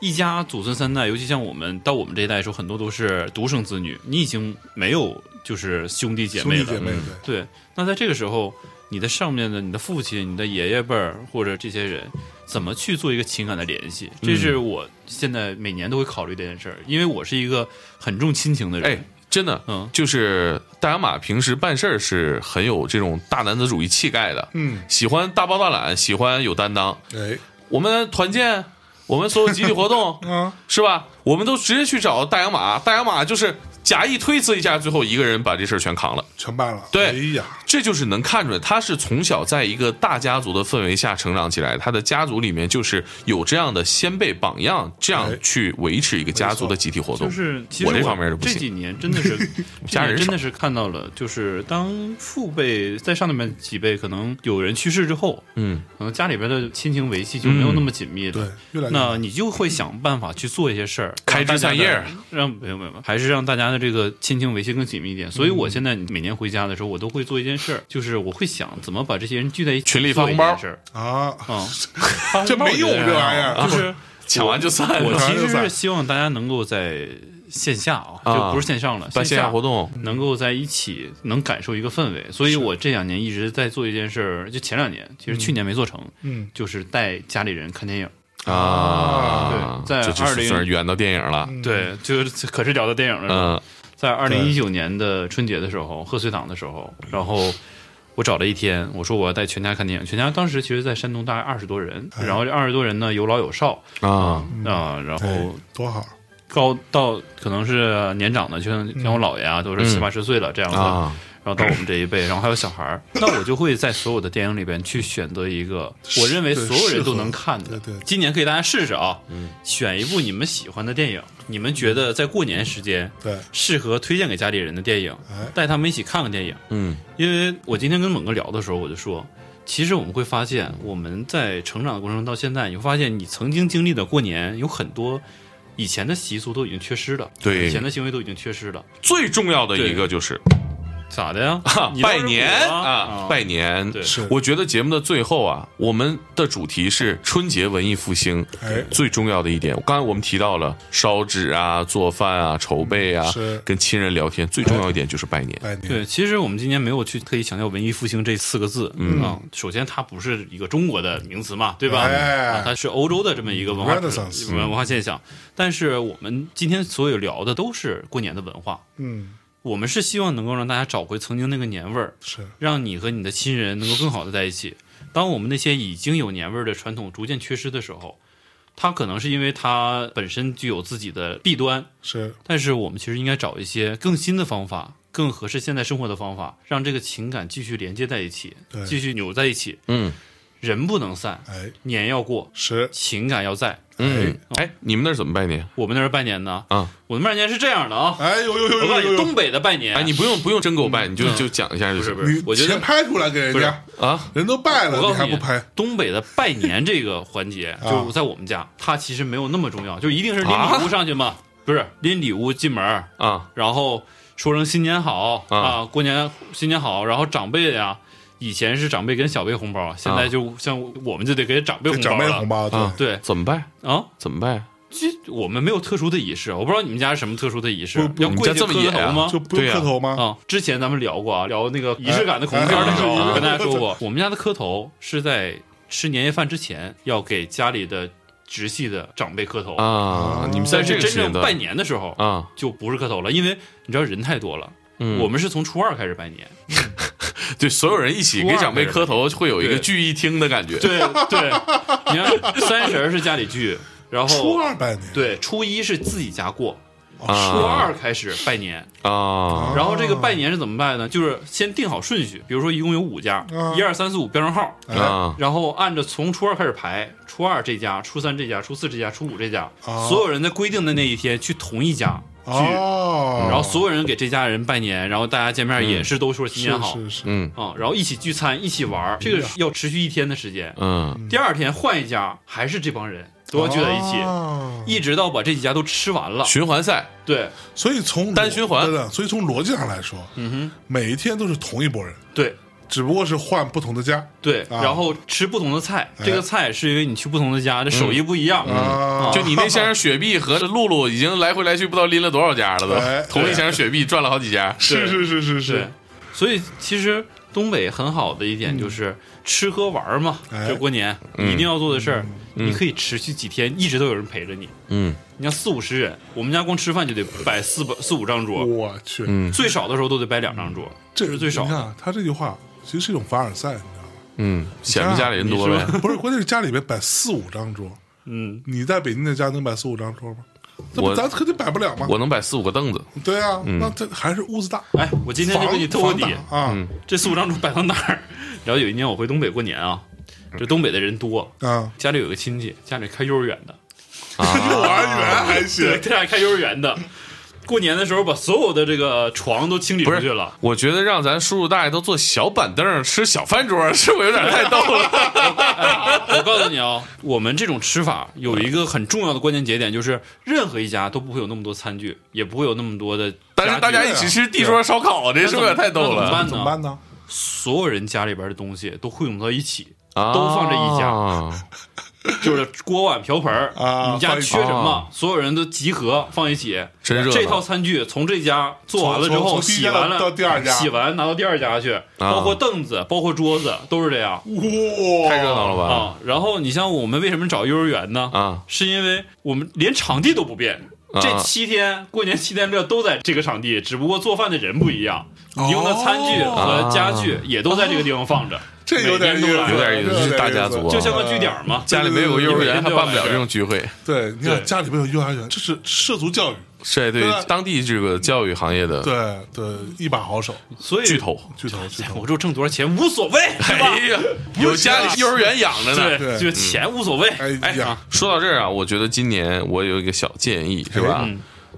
一家祖孙三代，尤其像我们到我们这一代的时候，很多都是独生子女，你已经没有就是兄弟姐兄妹弟了。姐妹对。对，那在这个时候，你的上面的你的父亲、你的爷爷辈儿或者这些人，怎么去做一个情感的联系？这是嗯我现在每年都会考虑这件事儿，因为我是一个很重亲情的人。哎，真的，嗯就是大洋马平时办事儿是很有这种大男子主义气概的，嗯，喜欢大包大揽，喜欢有担当。哎，，我们团建，我们所有集体活动嗯啊，是吧？我们都直接去找大洋马，大洋马就是假意推辞一下，最后一个人把这事儿全扛了。全办了。对哎呀，这就是能看出来，他是从小在一个大家族的氛围下成长起来，他的家族里面就是有这样的先辈榜样，这样哎去维持一个家族的集体活动。就是其实我这方面是不行这几年真 的是，这家几人年少真的是看到了，就是当父辈在上面几辈可能有人去世之后，嗯，可能家里边的亲情维系就没有那么紧密嗯了。对，越来越那你就会想办法去做一些事儿，开枝散叶让大家的，让没有没有，没有还是让大家的这个亲情维系更紧密一点。所以我现在每年回家的时候，我都会做一件事儿，就是我会想怎么把这些人聚在一起，群里发红包事儿啊，啊， 这没用这 玩意啊儿就是抢完就散了，我呃其实是希望大家能够在线下啊，啊就不是线上了，办线线下活动。动，能够在一起，能感受一个氛围，所以我这两年嗯一直在做一件事儿，就前两年，其实去年没做成，嗯，就是带家里人看电影，啊，对在这就20是算是圆到电影了，对，就是可是聊到电影了。嗯在二零一九年的春节的时候，贺岁档的时候，然后我找了一天，我说我要带全家看电影。全家当时其实，在山东大概二十多人，然后这二十多人呢，有老有少啊，啊、哎然后多好，高到可能是年长的，就像像我姥爷啊，都是七八十岁了这样子，啊然后到我们这一辈，然后还有小 孩儿，那我就会在所有的电影里边去选择一个我认为所有人都能看的对对对。今年可以大家试试啊，嗯选一部你们喜欢的电影，你们觉得在过年时间对适合推荐给家里人的电影哎，带他们一起看看电影。嗯因为我今天跟猛哥聊的时候，我就说，其实我们会发现，我们在成长的过程中到现在，你会发现你曾经经历的过年有很多以前的习俗都已经缺失了，对以前的行为都已经缺失了，最重要的一个就是？咋的呀你倒啊拜是年我啊，拜年。对是我觉得节目的最后啊，我们的主题是春节文艺复兴。哎最重要的一点，刚才我们提到了烧纸啊、做饭啊、筹备啊是，哎跟亲人聊天，最重要一点就是拜年。拜年，对，其实我们今年没有去特意强调“文艺复兴”这四个字，嗯啊，首先它不是一个中国的名词嘛，对吧？哎啊，它是欧洲的这么一个文化 Renaissance 嗯文化现象。但是我们今天所有聊的都是过年的文化，嗯，我们是希望能够让大家找回曾经那个年味儿，是让你和你的亲人能够更好的在一起。当我们那些已经有年味儿的传统逐渐缺失的时候，它可能是因为它本身具有自己的弊端，是但是我们其实应该找一些更新的方法，更合适现在生活的方法，让这个情感继续连接在一起对，继续扭在一起。嗯人不能散，哎年要过，是情感要在。嗯，哎，你们那儿怎么拜年我们那儿拜年呢，啊？我们拜年是这样的啊，哎呦呦我呦告诉呦呦你，东北的拜年，哎，你不用不用真给我拜，你就嗯就讲一下就不是行不呦，是，我你觉钱得拍出来给人家，啊。人都拜了，我告还诉不你拍？，东北的拜年这个环节，啊就是在我们家，它其实没有那么重要，就一定是拎礼物上去嘛，不是拎礼物进门儿，啊，然后说声新年好啊啊，过年新年好，然后长辈呀，以前是长辈跟小辈红包，现在就像我们就得给长辈给红长辈包红了。包，啊对怎么拜？啊，怎么拜？这我们没有特殊的仪式，我不知道你们家是什么特殊的仪式不，不要你们跪家下这么磕野头啊吗？就不用对啊磕头吗？啊，之前咱们聊过啊，聊那个仪式感的恐怖片的时候，哎哎哎我跟大家说过，我们家的磕头是在吃年夜饭之前要给家里的直系的长辈磕头，啊，你们在但这是个真时间正拜段年的时候啊，就不是磕头了，因为你知道人太多了。嗯我们是从初二开始拜年，对所有人一起给长辈磕头，会有一个聚一厅的感觉。对对，你看三十儿是家里聚，然后初二拜年，对初一是自己家过，哦啊初二开始拜年，啊，然后这个拜年是怎么拜呢？就是先定好顺序，比如说一共有五家啊，一二三四五标上号，哎啊然后按照从初二开始排，初二这家，初三这家，初四这家，初五这家，哦所有人在规定的那一天去同一家聚，哦，然后所有人给这家人拜年，然后大家见面也是都说新年好是是是，嗯啊、然后一起聚餐，一起玩儿，哎这个要持续一天的时间。嗯，第二天换一家，还是这帮人都要聚在一起，哦一直到把这几家都吃完了。循环赛对所以从单循环对的，所以从逻辑上来说，嗯哼，每一天都是同一拨人，对只不过是换不同的家对、啊然后吃不同的菜，哎嗯这个菜是因为你去不同的家，这手艺不一样。啊，就 你那 先生雪碧和露露已经来回来去不知道拎了多少家了哎都，同一先生雪碧转了好几家。是是是是对是，，所以其实东北很好的一点就是吃喝玩儿嘛，嗯哎嗯这过年一定要做的事儿，你可以持续几天，一直都有人陪着你。嗯你像四五十人，我们家光吃饭就得摆四百四五张桌，我去，嗯最少的时候都得摆两张桌，嗯这是最少你的。看他这句话其实是一种凡尔赛，你知道吗？嗯，显得家里人多呗 你。不是，关键是家里面摆四五张桌，嗯，你在北京的家能摆四五张桌吗？那不我咱肯定摆不了吗？我嗯能摆四五个凳子，对啊，那这还是屋子大。哎，我今天就给你透个房底，房大啊这四五张桌摆到哪儿？然后有一年我回东北过年啊，这东北的人多，嗯啊！家里有个亲戚，家里开幼儿园的， 啊幼儿园还行，对，家里开幼儿园的。过年的时候把所有的这个床都清理不出是去了，？我觉得让咱叔叔大爷都坐小板凳吃小饭桌，是不是有点太逗了？我告诉你啊、我们这种吃法有一个很重要的关键节点，就是任何一家都不会有那么多餐具，也不会有那么多的家具。但是大家一起吃地桌烧烤，这那是怎不么是有点太逗那了？怎怎么么办办呢？呢？所有人家里边的东西都汇总到一起，啊都放这一家啊就是锅碗瓢盆儿啊你家放一啊缺什么，所有人都集合放一起。真热闹这套餐具从这家做完了之从从后，从第一洗家完了到第二家洗完拿到第二家啊去，包括凳子，包括桌子都是这样哇，太热闹了吧？啊。然后你像我们为什么找幼儿园呢？啊，是因为我们连场地都不变。啊这七天过年七天乐都在这个场地，只不过做饭的人不一样，哦你用的餐具和啊家具也都在这个地方放着，这有点意思，每年都来有点意思这是大家族啊就像个据点嘛。家里没有个幼儿园，还办不了这种聚会。对，你看对家里边有幼儿园，这是涉足教育，是对对吧当地这个教育行业的对对，一把好手，所以哎巨头。巨头巨头我就挣多少钱无所谓，是 吧哎呀，有家里幼儿园养着呢。对，就钱无所谓。哎哎呀啊说到这儿啊，我觉得今年我有一个小建议，是吧？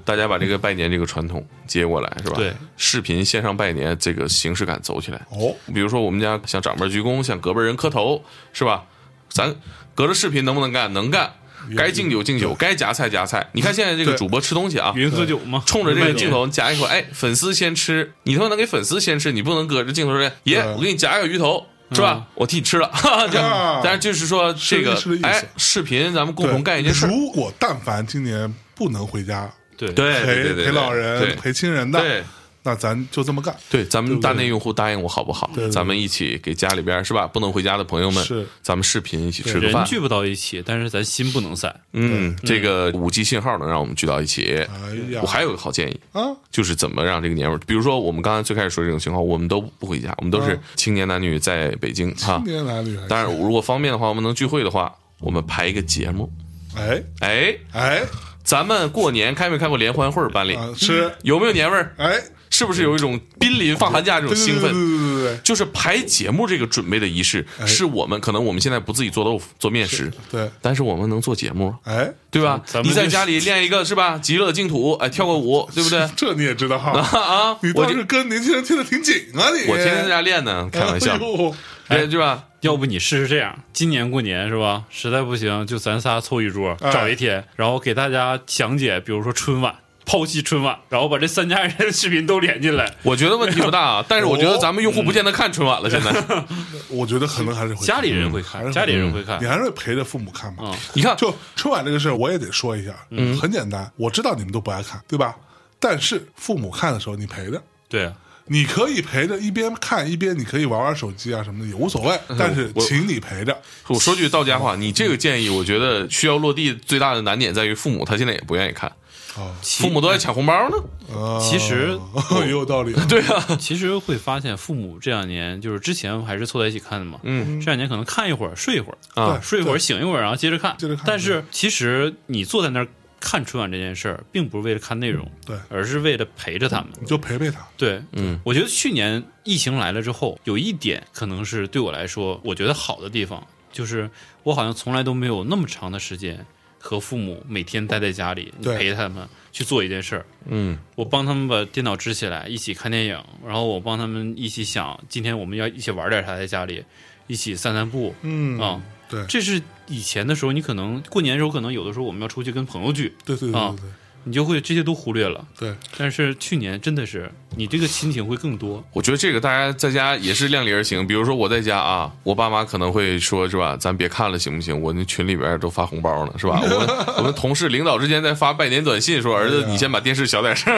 大家把这个拜年这个传统接过来，是吧？对，视频线上拜年这个形式感走起来。哦，比如说我们家向长辈鞠躬，向隔辈人磕头，是吧？咱隔着视频能不能干？能干，该敬酒敬酒，该夹菜夹菜。你看现在这个对主播吃东西啊，云喝酒嘛，冲着这个镜头，头夹一口，哎，粉丝先吃，你他妈能给粉丝先吃，你不能隔着镜头说，爷，对我给你夹个鱼头。是吧？我替你吃了，哈哈这 样啊但是就是说这个是这意，思哎，视频咱们共对同干一件事儿，如果但凡今年不能回家对对对哎对陪对，陪老对人、陪亲人的对，那咱就这么干。对，咱们对大内用户答应我好不好？对对咱们一起给家里边是吧？不能回家的朋友们，是咱们视频一起吃个人饭。聚不到一起，但是咱心不能散。嗯，这个五 G 信号能让我们聚到一起。哎呀，我还有一个好建议，啊，就是怎么让这个年味儿，比如说我们刚才最开始说这种情况，我们都不回家，我们都嗯是青年男女在北京哈青。年男女还是，当然，如果方便的话，我们能聚会的话，我们排一个节目。哎哎，哎咱们过年开没开过联欢会儿？班里啊是有没有年味儿？哎，是不是有一种濒临放寒假这种对兴奋？对对对对对就是排节目这个准备的仪式，是我们可能我们现在不自己做豆腐、做面食，对，但是我们能做节目，哎，对吧？咱们你在就家里练一个是吧？极乐净土，哎，跳个舞，对不对？这你也知道哈，啊，你我倒这是跟年轻人贴的挺紧啊，你我天天在家练呢，开玩笑哎，呦对对吧？要不你试试这样，今年过年是吧？实在不行就咱仨凑一桌，哎找一天，然后给大家讲解，比如说春晚，剖析春晚，然后把这三家人的视频都连进来，我觉得问题不大啊，但是我觉得咱们用户不见得看春晚了，现在。我觉得可能还是会 家里人会还是看，嗯家里人会看你。还是会陪着父母看嘛。你看，就春晚这个事儿，我也得说一下，嗯，很简单，我知道你们都不爱看，对吧？但是父母看的时候，你陪着，对，啊你可以陪着一边看一边，你可以玩玩手机啊什么的也无所谓，但是我请你陪着。我说句道家话，你这个建议，我觉得需要落地最大的难点在于父母，他现在也不愿意看，哦，父母都在抢红包呢。啊其实也有道理，对啊，其实会发现父母这两年就是之前还是凑在一起看的嘛，嗯，这两年可能看一会儿睡一会儿，啊对睡一会儿醒一会儿，然后接着看。接着看但是其实你坐在那儿看春晚这件事儿，并不是为了看内容，嗯对而是为了陪着他们。你就陪陪他。对，嗯，我觉得去年疫情来了之后，有一点可能是对我来说，我觉得好的地方，就是我好像从来都没有那么长的时间和父母每天待在家里，你对陪他们去做一件事儿。嗯，我帮他们把电脑支起来，一起看电影，然后我帮他们一起想，今天我们要一起玩点啥，在家里一起散散步，嗯啊、对这是以前的时候，你可能过年的时候，可能有的时候我们要出去跟朋友聚，对对啊对对你就会这些都忽略了。对，但是去年真的是你这个亲情会更多，我觉得这个大家在家也是量力而行。比如说我在家啊，我爸妈可能会说是吧，咱别看了行不行？我那群里边都发红包呢，是 吧？我们我们同事领导之间在发拜年短信，说儿子对啊你先把电视小点声。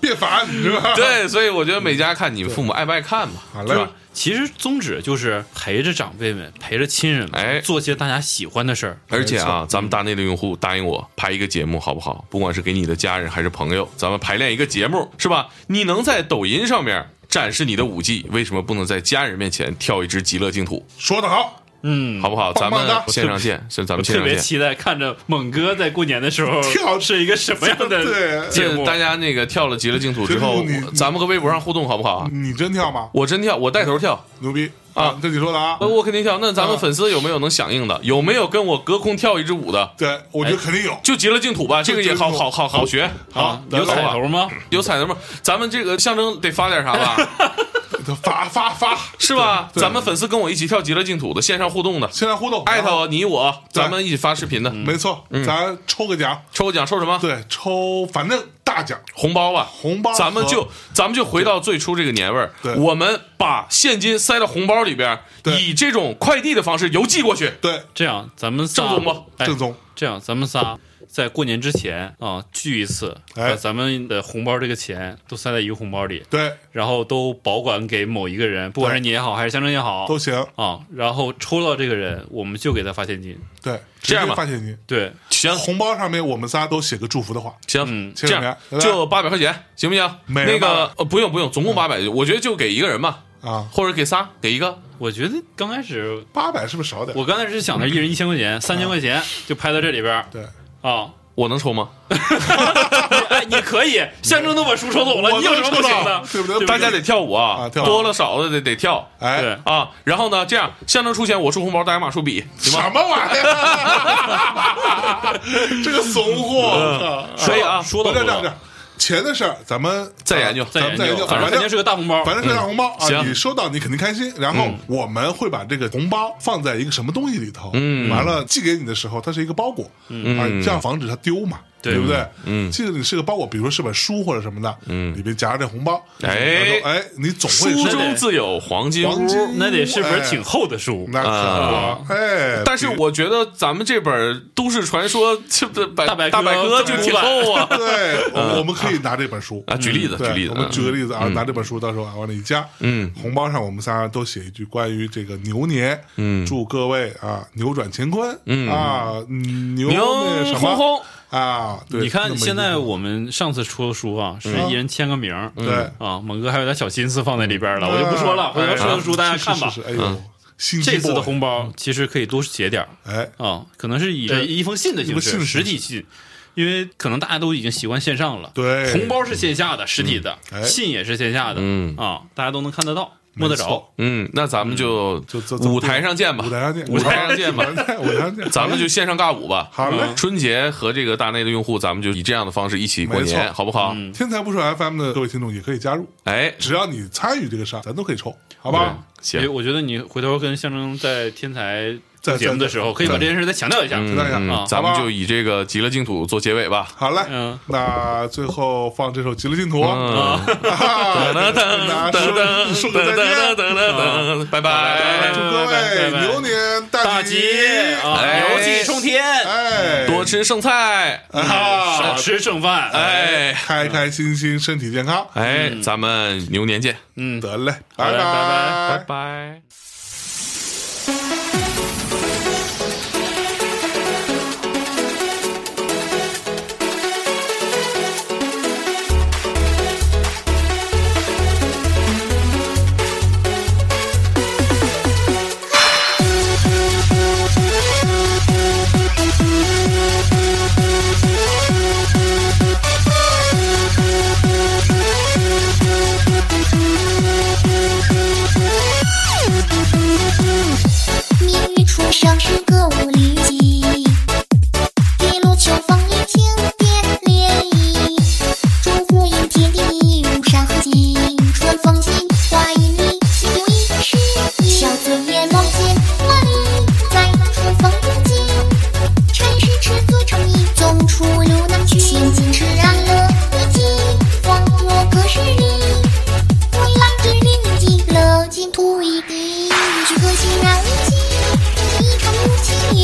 别烦你是吧？ 对，所以我觉得每家看你父母爱不爱看嘛，好是嘞吧？，其实宗旨就是陪着长辈们，陪着亲人们，哎做些大家喜欢的事儿。而且啊，咱们大内的用户答应我排一个节目，好不好？不管是给你的家人还是朋友，咱们排练一个节目，是吧？你能在抖音上面展示你的舞技，为什么不能在家人面前跳一支极乐净土？说得好，嗯，好不好？咱棒们棒的线上见，是咱我们线特上别见。期待看着猛哥在过年的时候跳是一个什么样的对节这目。大家那个跳了极乐净土之后真是你，咱们搁微博上互动好不好？你真跳吗？我真跳，我带头跳，牛逼啊这你说的啊呃？我肯定跳。那咱们啊粉丝有没有能响应的？有没有跟我隔空跳一支舞的？对，我觉得肯定有。就极乐净土吧，这个也好就好好好学。哎啊，有有彩彩头吗？有彩头吗？咱们这个象征得发点啥吧？就发发发，是吧？对对咱们粉丝跟我一起跳极乐净土的 线上互动的，线上互动，艾然后特你我，嗯咱们一起发视频的，没错，咱抽个奖，抽个奖抽什么？对，抽反正大奖，红包吧，红包咱们和就咱们就回到最初这个年味儿对，我们把现金塞到红包里边，对以这种快递的方式邮寄过去。对，这样咱们仨正宗不哎正宗，这样咱们仨在过年之前啊聚一次，哎把咱们的红包这个钱都塞在一个红包里，对，然后都保管给某一个人，不管是你也好还是象征也好，都行，啊。然后抽到这个人，我们就给他发现金。对，这样直接吧呃发现金，对，行红包上面我们仨都写个祝福的话，行，谢这谢样你们就八百块钱，行不行？每那人个呃不用不用，总共八百，嗯我觉得就给一个人吧，啊，或者给仨，给一个。我觉得刚开始八百是不是少点？我刚开始想着一人一千块钱，三千块钱就拍到这里边儿啊对，啊。我能抽吗？哎，你可以，象征都把书抽走了，我你有什么不行能抽的到？对不对大家得跳舞啊啊，跳舞多了少了得得跳对哎，啊。然后呢，这样象征出钱，我出红包，大家马出比，什行吗？么玩意儿？ 这个怂货，可以啊，说不到是这做样到这样，钱的事儿咱们再研究啊再咱们再研研究，究，哎反正肯定是个嗯大红包。反正是大红包啊，行你收到你肯定开心。然后我们会把这个红包放在一个什么东西里头，嗯完了寄给你的时候，它是一个包裹，嗯啊，这样防止它丢嘛，对对不对？嗯记得你是个包裹，比如说是本书或者什么的，嗯，里边夹着这红包，哎然后哎，你总会书收中自有黄金黄屋。金，那得是本挺哎厚的书，那可啊不，哎，但是我觉得咱们这本《都市传说》这不百大百科大百科就挺厚啊。 对，我我们可以拿这本书嗯啊，举例子，举对例子，我们举个例子啊，嗯拿这本书到时候啊往里一加，嗯，红包上我们仨都写一句关于这个牛年，嗯，祝各位啊扭转乾坤，嗯啊牛牛那什哄么哄，啊，对，你那么看一现在句我们上次出的书啊，是一人签个名儿，对，啊，猛哥还有点小心思放在里边了，我就不说了，回头出的书大家看吧啊是。是是哎嗯呦，嗯心机这次的 boy 红包其实可以多写点儿哎，啊，可能是以这一封信的形一封式，信实体信，因为可能大家都已经习惯线上了。对红包是线下的，实体的哎，信也是线下的，嗯啊，大家都能看得到，摸得没着错。嗯，那咱们就就就舞台上见吧，舞台上见，舞台上见吧舞，台上见，舞台上见，咱们就线上尬舞吧。好嘞嗯春节和这个大内的用户，咱们就以这样的方式一起过没年，错好不好？嗯哎天才不说 FM 的各位听众也可以加入，哎，嗯只要你参与这个事儿，咱都可以抽，好吧？行因为我觉得你回头跟象征在天才在做节目的时候，可以把这件事再强调一下。嗯，大家嗯啊咱们好吧就以这个极乐净土做结尾吧。好嘞，嗯那最后放这首《极乐净土》嗯，啊，噔噔噔噔那说噔说噔个再噔见，噔啊噔，拜拜拜祝。各拜拜位拜牛年大大吉吉，啊，哎牛气冲天，嗯哎，多吃剩菜，少啊，吃剩饭，哎开开心心，身体健康，哎，咱们牛年见，嗯，得嘞，好嘞拜拜拜拜。命运初上是歌舞离奇，一路秋风一轻点涟漪，祝福迎天地一如上景，春风起，花一绿，心有一诗意。小子夜梦见万里，在春风中景，禅师赤足成意，纵出流浪去，千金痴染了衣襟，荒漠隔世里。我浪之恋记，乐尽吐一地，一曲歌心燃无尽，这是一场无情。